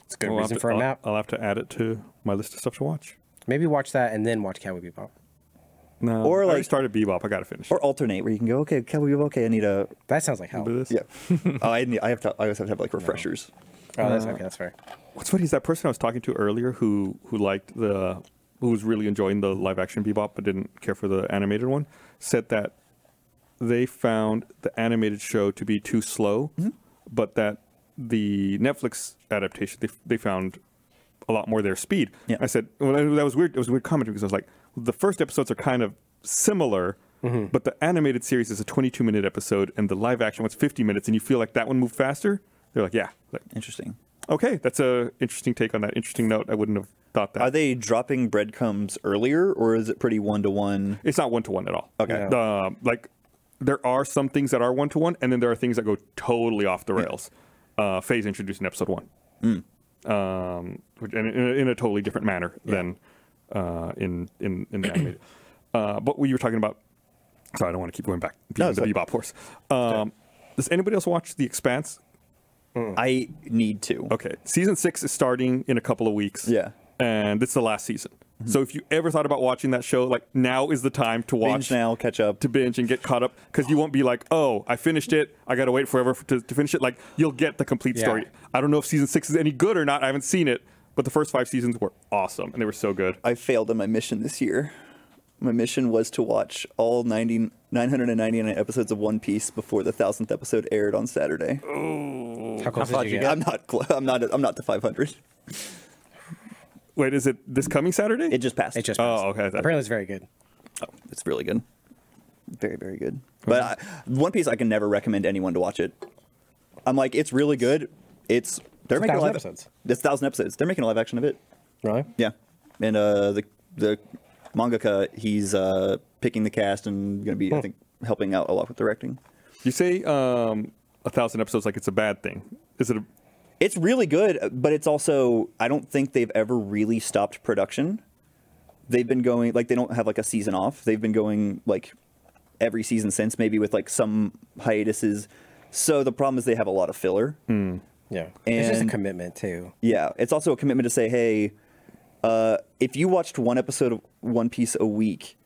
E: It's a good
B: I'll have
E: reason
B: to-
E: for a
B: I'll-
E: map.
B: I'll have to add it to my list of stuff to watch.
E: Maybe watch that and then watch Cowboy Bebop.
B: No,
D: Or,
B: I already
D: like-
B: started Bebop. I gotta finish. it.
D: or alternate where you can go, okay, Cowboy, Bebop, okay, I need a
E: That sounds like hell.
B: Do this.
D: yeah. oh, I, need, I have to. I always have to have like refreshers.
E: Oh, that's okay. That's fair.
B: What's funny is that person I was talking to earlier who who liked the who was really enjoying the live action Bebop but didn't care for the animated one said that they found the animated show to be too slow, but that the Netflix adaptation they, they found a lot more their speed.
D: Yeah.
B: I said, well, that that was weird. It was a weird comment because I was like, the first episodes are kind of similar, but the animated series is a 22 minute episode and the live action one's 50 minutes, and you feel like that one moved faster. They're like, yeah, like
D: Interesting.
B: Okay, that's a interesting take on that. Interesting note. I wouldn't have thought that.
D: Are they dropping breadcrumbs earlier, or is it pretty one to one?
B: it's not one to one at all.
D: Okay.
B: Um, like there are some things that are one to one, and then there are things that go totally off
D: Hmm.
B: the rails. Uh, Phase introduced in episode one,
D: Hmm.
B: um, which, and in, a- in a totally different manner than uh, in in in the animated. uh, but we were talking about. Sorry, I don't want to keep going back. beating
D: it's
B: the
D: fine.
B: bebop horse. Um, does anybody else watch The Expanse?
D: I need to.
B: Hmm. Okay. Season six is starting in a couple of weeks.
D: Yeah.
B: And it's the last season. So if you ever thought about watching that show, like now is the time to watch
D: Binge now, catch up.
B: to binge and get caught up because you won't be like, oh, I finished it. I got to wait forever f- to, to finish it. Like you'll get the complete
E: Yeah.
B: story. I don't know if season six is any good or not. I haven't seen it, but the first five seasons were awesome and they were so good.
D: I failed on my mission this year. My mission was to watch all 90, 999 episodes of One Piece before the thousandth episode aired on Saturday.
E: How close did you get?
D: I'm not. Cl- I'm not. I'm not to 500.
B: Wait, is it this coming Saturday?
D: It just passed. Oh,
E: It just
B: Oh,
E: passed.
B: okay.
E: Apparently, it's very good.
D: It's really good. Very very good. But I, One Piece, I can never recommend anyone to watch it. I'm like, it's really good. It's they're
E: It's a
D: making
E: thousand
D: live
E: episodes.
D: It's a thousand episodes. They're making a live action of it.
E: Really?
D: Yeah, and uh, the the mangaka he's uh, picking the cast and going to be I think helping out a lot with directing.
B: you say um, a thousand episodes like it's a bad thing. Is it a
D: It's really good, but it's also I don't think they've ever really stopped production. They've been going like they don't have like a season off. They've been going like every season since, maybe with like some hiatuses. So the problem is they have a lot of filler.
E: Yeah. It's just a
D: And-
E: commitment too.
D: Yeah, it's also a commitment to say, hey, uh, if you watched one episode of One Piece a week,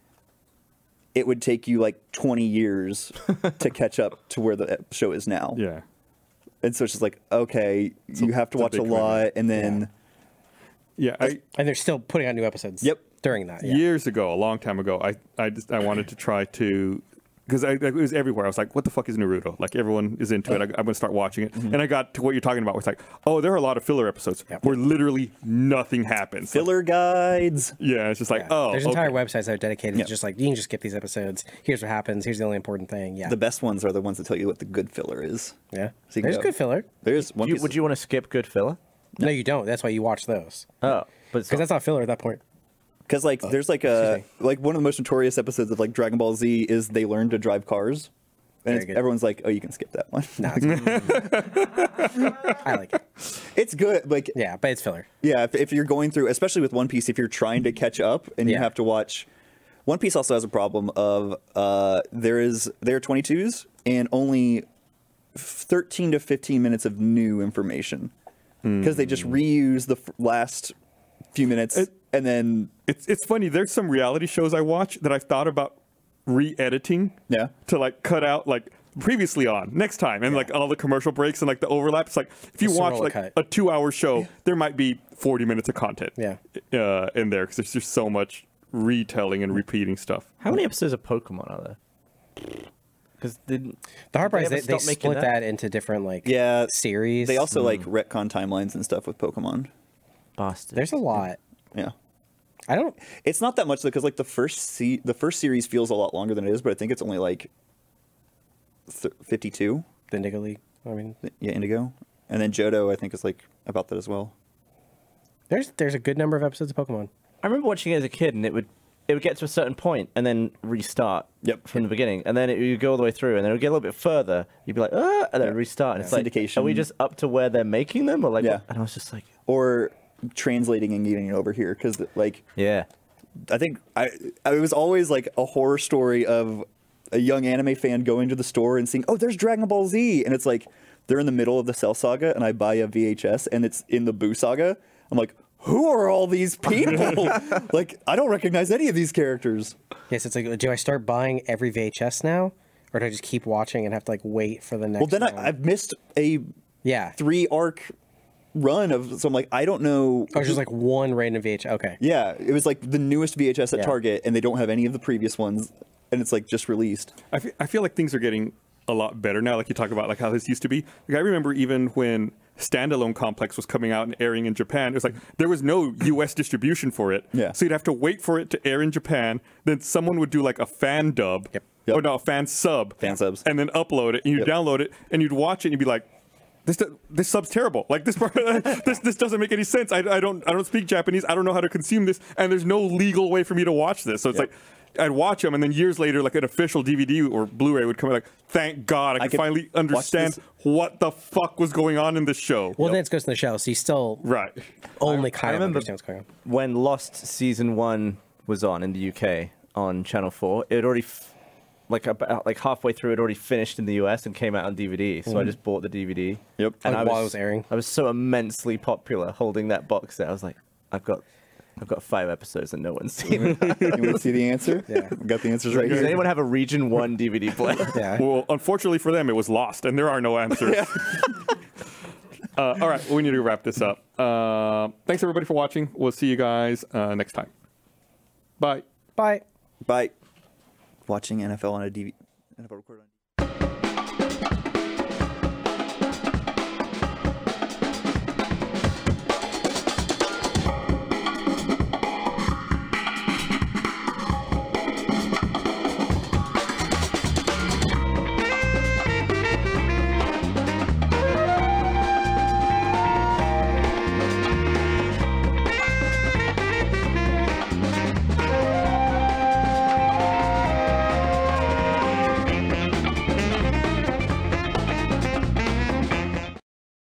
D: it would take you like 20 years to catch up to where the ep- show is now.
B: yeah?
D: And so it's just like, okay, you have to
B: it's a
D: watch a,
B: big
D: lot, and then.
B: Yeah. I,
E: And they're still putting out new episodes.
D: Yep.
E: During that. Yeah.
B: years ago, a long time ago, I I just I wanted to try to because I, it was everywhere. I was like, "What the fuck is Naruto?" Like everyone is into it. I, I'm gonna start watching it,
E: Mm-hmm.
B: and I got to what you're talking about. It's like, oh, there are a lot of filler episodes where literally nothing happens. Like,
D: filler guides.
B: yeah, it's just like, oh,
E: There's
B: okay.
E: entire websites that are dedicated
D: Yeah.
E: to just like you can just skip these episodes. Here's what happens. Here's the only important thing. Yeah.
D: The best ones are the ones that tell you what the good filler is.
E: yeah.
D: So you can
E: There's
D: go-
E: good filler.
D: There's one.
C: You,
D: piece
C: would
D: of-
C: you want to skip good filler?
E: No. you don't. That's why you watch those.
C: Oh, but it's
E: Because
C: not-
E: that's not filler at that point.
D: Because like, there's like a like one of the most notorious episodes of like Dragon Ball Z is they learn to drive cars, and
E: Very
D: it's-
E: good.
D: everyone's like, "Oh, you can skip that one."
E: No, it's good. I like it.
D: it's good. Like, yeah,
E: Yeah, but it's filler.
D: if, if you're going through, especially with One Piece, if you're trying to catch up and you
E: Yeah.
D: have to watch, One Piece also has a problem of uh, there is there are 22s and only 13 to 15 minutes of new information because they just reuse the f- last few minutes and then
B: It's it's funny. There's some reality shows I watch that I've thought about re-editing.
D: Yeah.
B: To like cut out like previously on next time and like all the commercial breaks and like the overlap. It's like if you
E: Just to
B: watch
E: roll a
B: like
E: cut.
B: a two-hour show, there might be 40 minutes of content.
E: Yeah.
B: Uh, in there because there's just so much retelling and repeating stuff.
C: How many episodes of Pokemon are there? Because didn't
E: The hard part
C: did
E: is they,
C: ever
E: they
C: stop making
E: split that? into different like
D: Yeah.
E: series.
D: They also like retcon timelines and stuff with Pokemon.
C: bastard.
E: there's a lot.
D: Yeah.
E: I don't.
D: It's not that much because like the first se- the first series feels a lot longer than it is, but I think it's only like th- 52.
E: The Nigga League. I mean,
D: Yeah, Indigo, and then Johto. I think is like about that as well.
E: there's there's a good number of episodes of Pokemon.
C: I remember watching it as a kid, and it would it would get to a certain point and then restart.
D: Yep.
C: From the beginning, and then it, you go all the way through, and then it would get a little bit further. You'd be like, ah, and then it'd restart. And it's like,
D: Syndication.
C: are we just up to where they're making them, or like?
D: Yeah.
C: And I was just like,
D: Or translating and getting it over here because like
C: yeah.
D: I think I, I it was always like a horror story of a young anime fan going to the store and seeing, oh, there's Dragon Ball Z, and it's like they're in the middle of the Cell Saga, and I buy a VHS, and it's in the Boo Saga. I'm like, who are all these people? like, I don't recognize any of these characters.
E: Yes, it's like, do I start buying every VHS now, or do I just keep watching and have to like wait for the next?
D: Well, then
E: one?
D: I, I've missed a
E: yeah.
D: three arc run of, so I'm like, I don't know.
E: I was just like one random VHS. Okay.
D: Yeah, it was like the newest VHS at
E: Yeah.
D: Target, and they don't have any of the previous ones, and it's like just released.
B: I fe- I feel like things are getting a lot better now. Like you talk about, like how this used to be. Like I remember even when standalone complex was coming out and airing in Japan, it was like there was no U.S. distribution for it.
D: Yeah.
B: So you'd have to wait for it to air in Japan. Then someone would do like a fan dub. Yep.
D: Yep.
B: Or no, a fan sub.
D: Fan subs.
B: And then upload it, and you
D: Yep.
B: would download it, and you'd watch it, and you'd be like. This, do- this sub's terrible. Like this part, this this doesn't make any sense. I, I don't I don't speak Japanese. I don't know how to consume this, and there's no legal way for me to watch this. So it's
D: Yep.
B: like I'd watch them, and then years later, like an official DVD or Blu-ray would come out. Like, thank God, I,
D: I
B: can
D: could
B: finally
D: watch
B: understand
D: this."
B: what the fuck was going on in this show.
E: Well, then it's Ghost in the Shell, so you still
B: right.
E: only kind of
C: remember-
E: understand what's going on.
C: when Lost season one was on in the UK on Channel Four, it had already f- like about like halfway through, it already finished in the US and came out on DVD. So I just bought the DVD.
D: Yep.
C: And
E: Mm. Like, while it was airing.
C: I was so immensely popular holding that box set. I was like, I've got, I've got five episodes and no one's seen. them.
D: You want to see the answer? Yeah, got the answers right
C: Does
D: here.
C: anyone have a Region One DVD player?
E: Yeah.
B: Well, unfortunately for them, it was lost, and there are no answers. uh, all right, we need to wrap this up. Uh, thanks everybody for watching. We'll see you guys uh, next time. Bye.
E: Bye.
D: By watching NFL on a DV, NFL record on.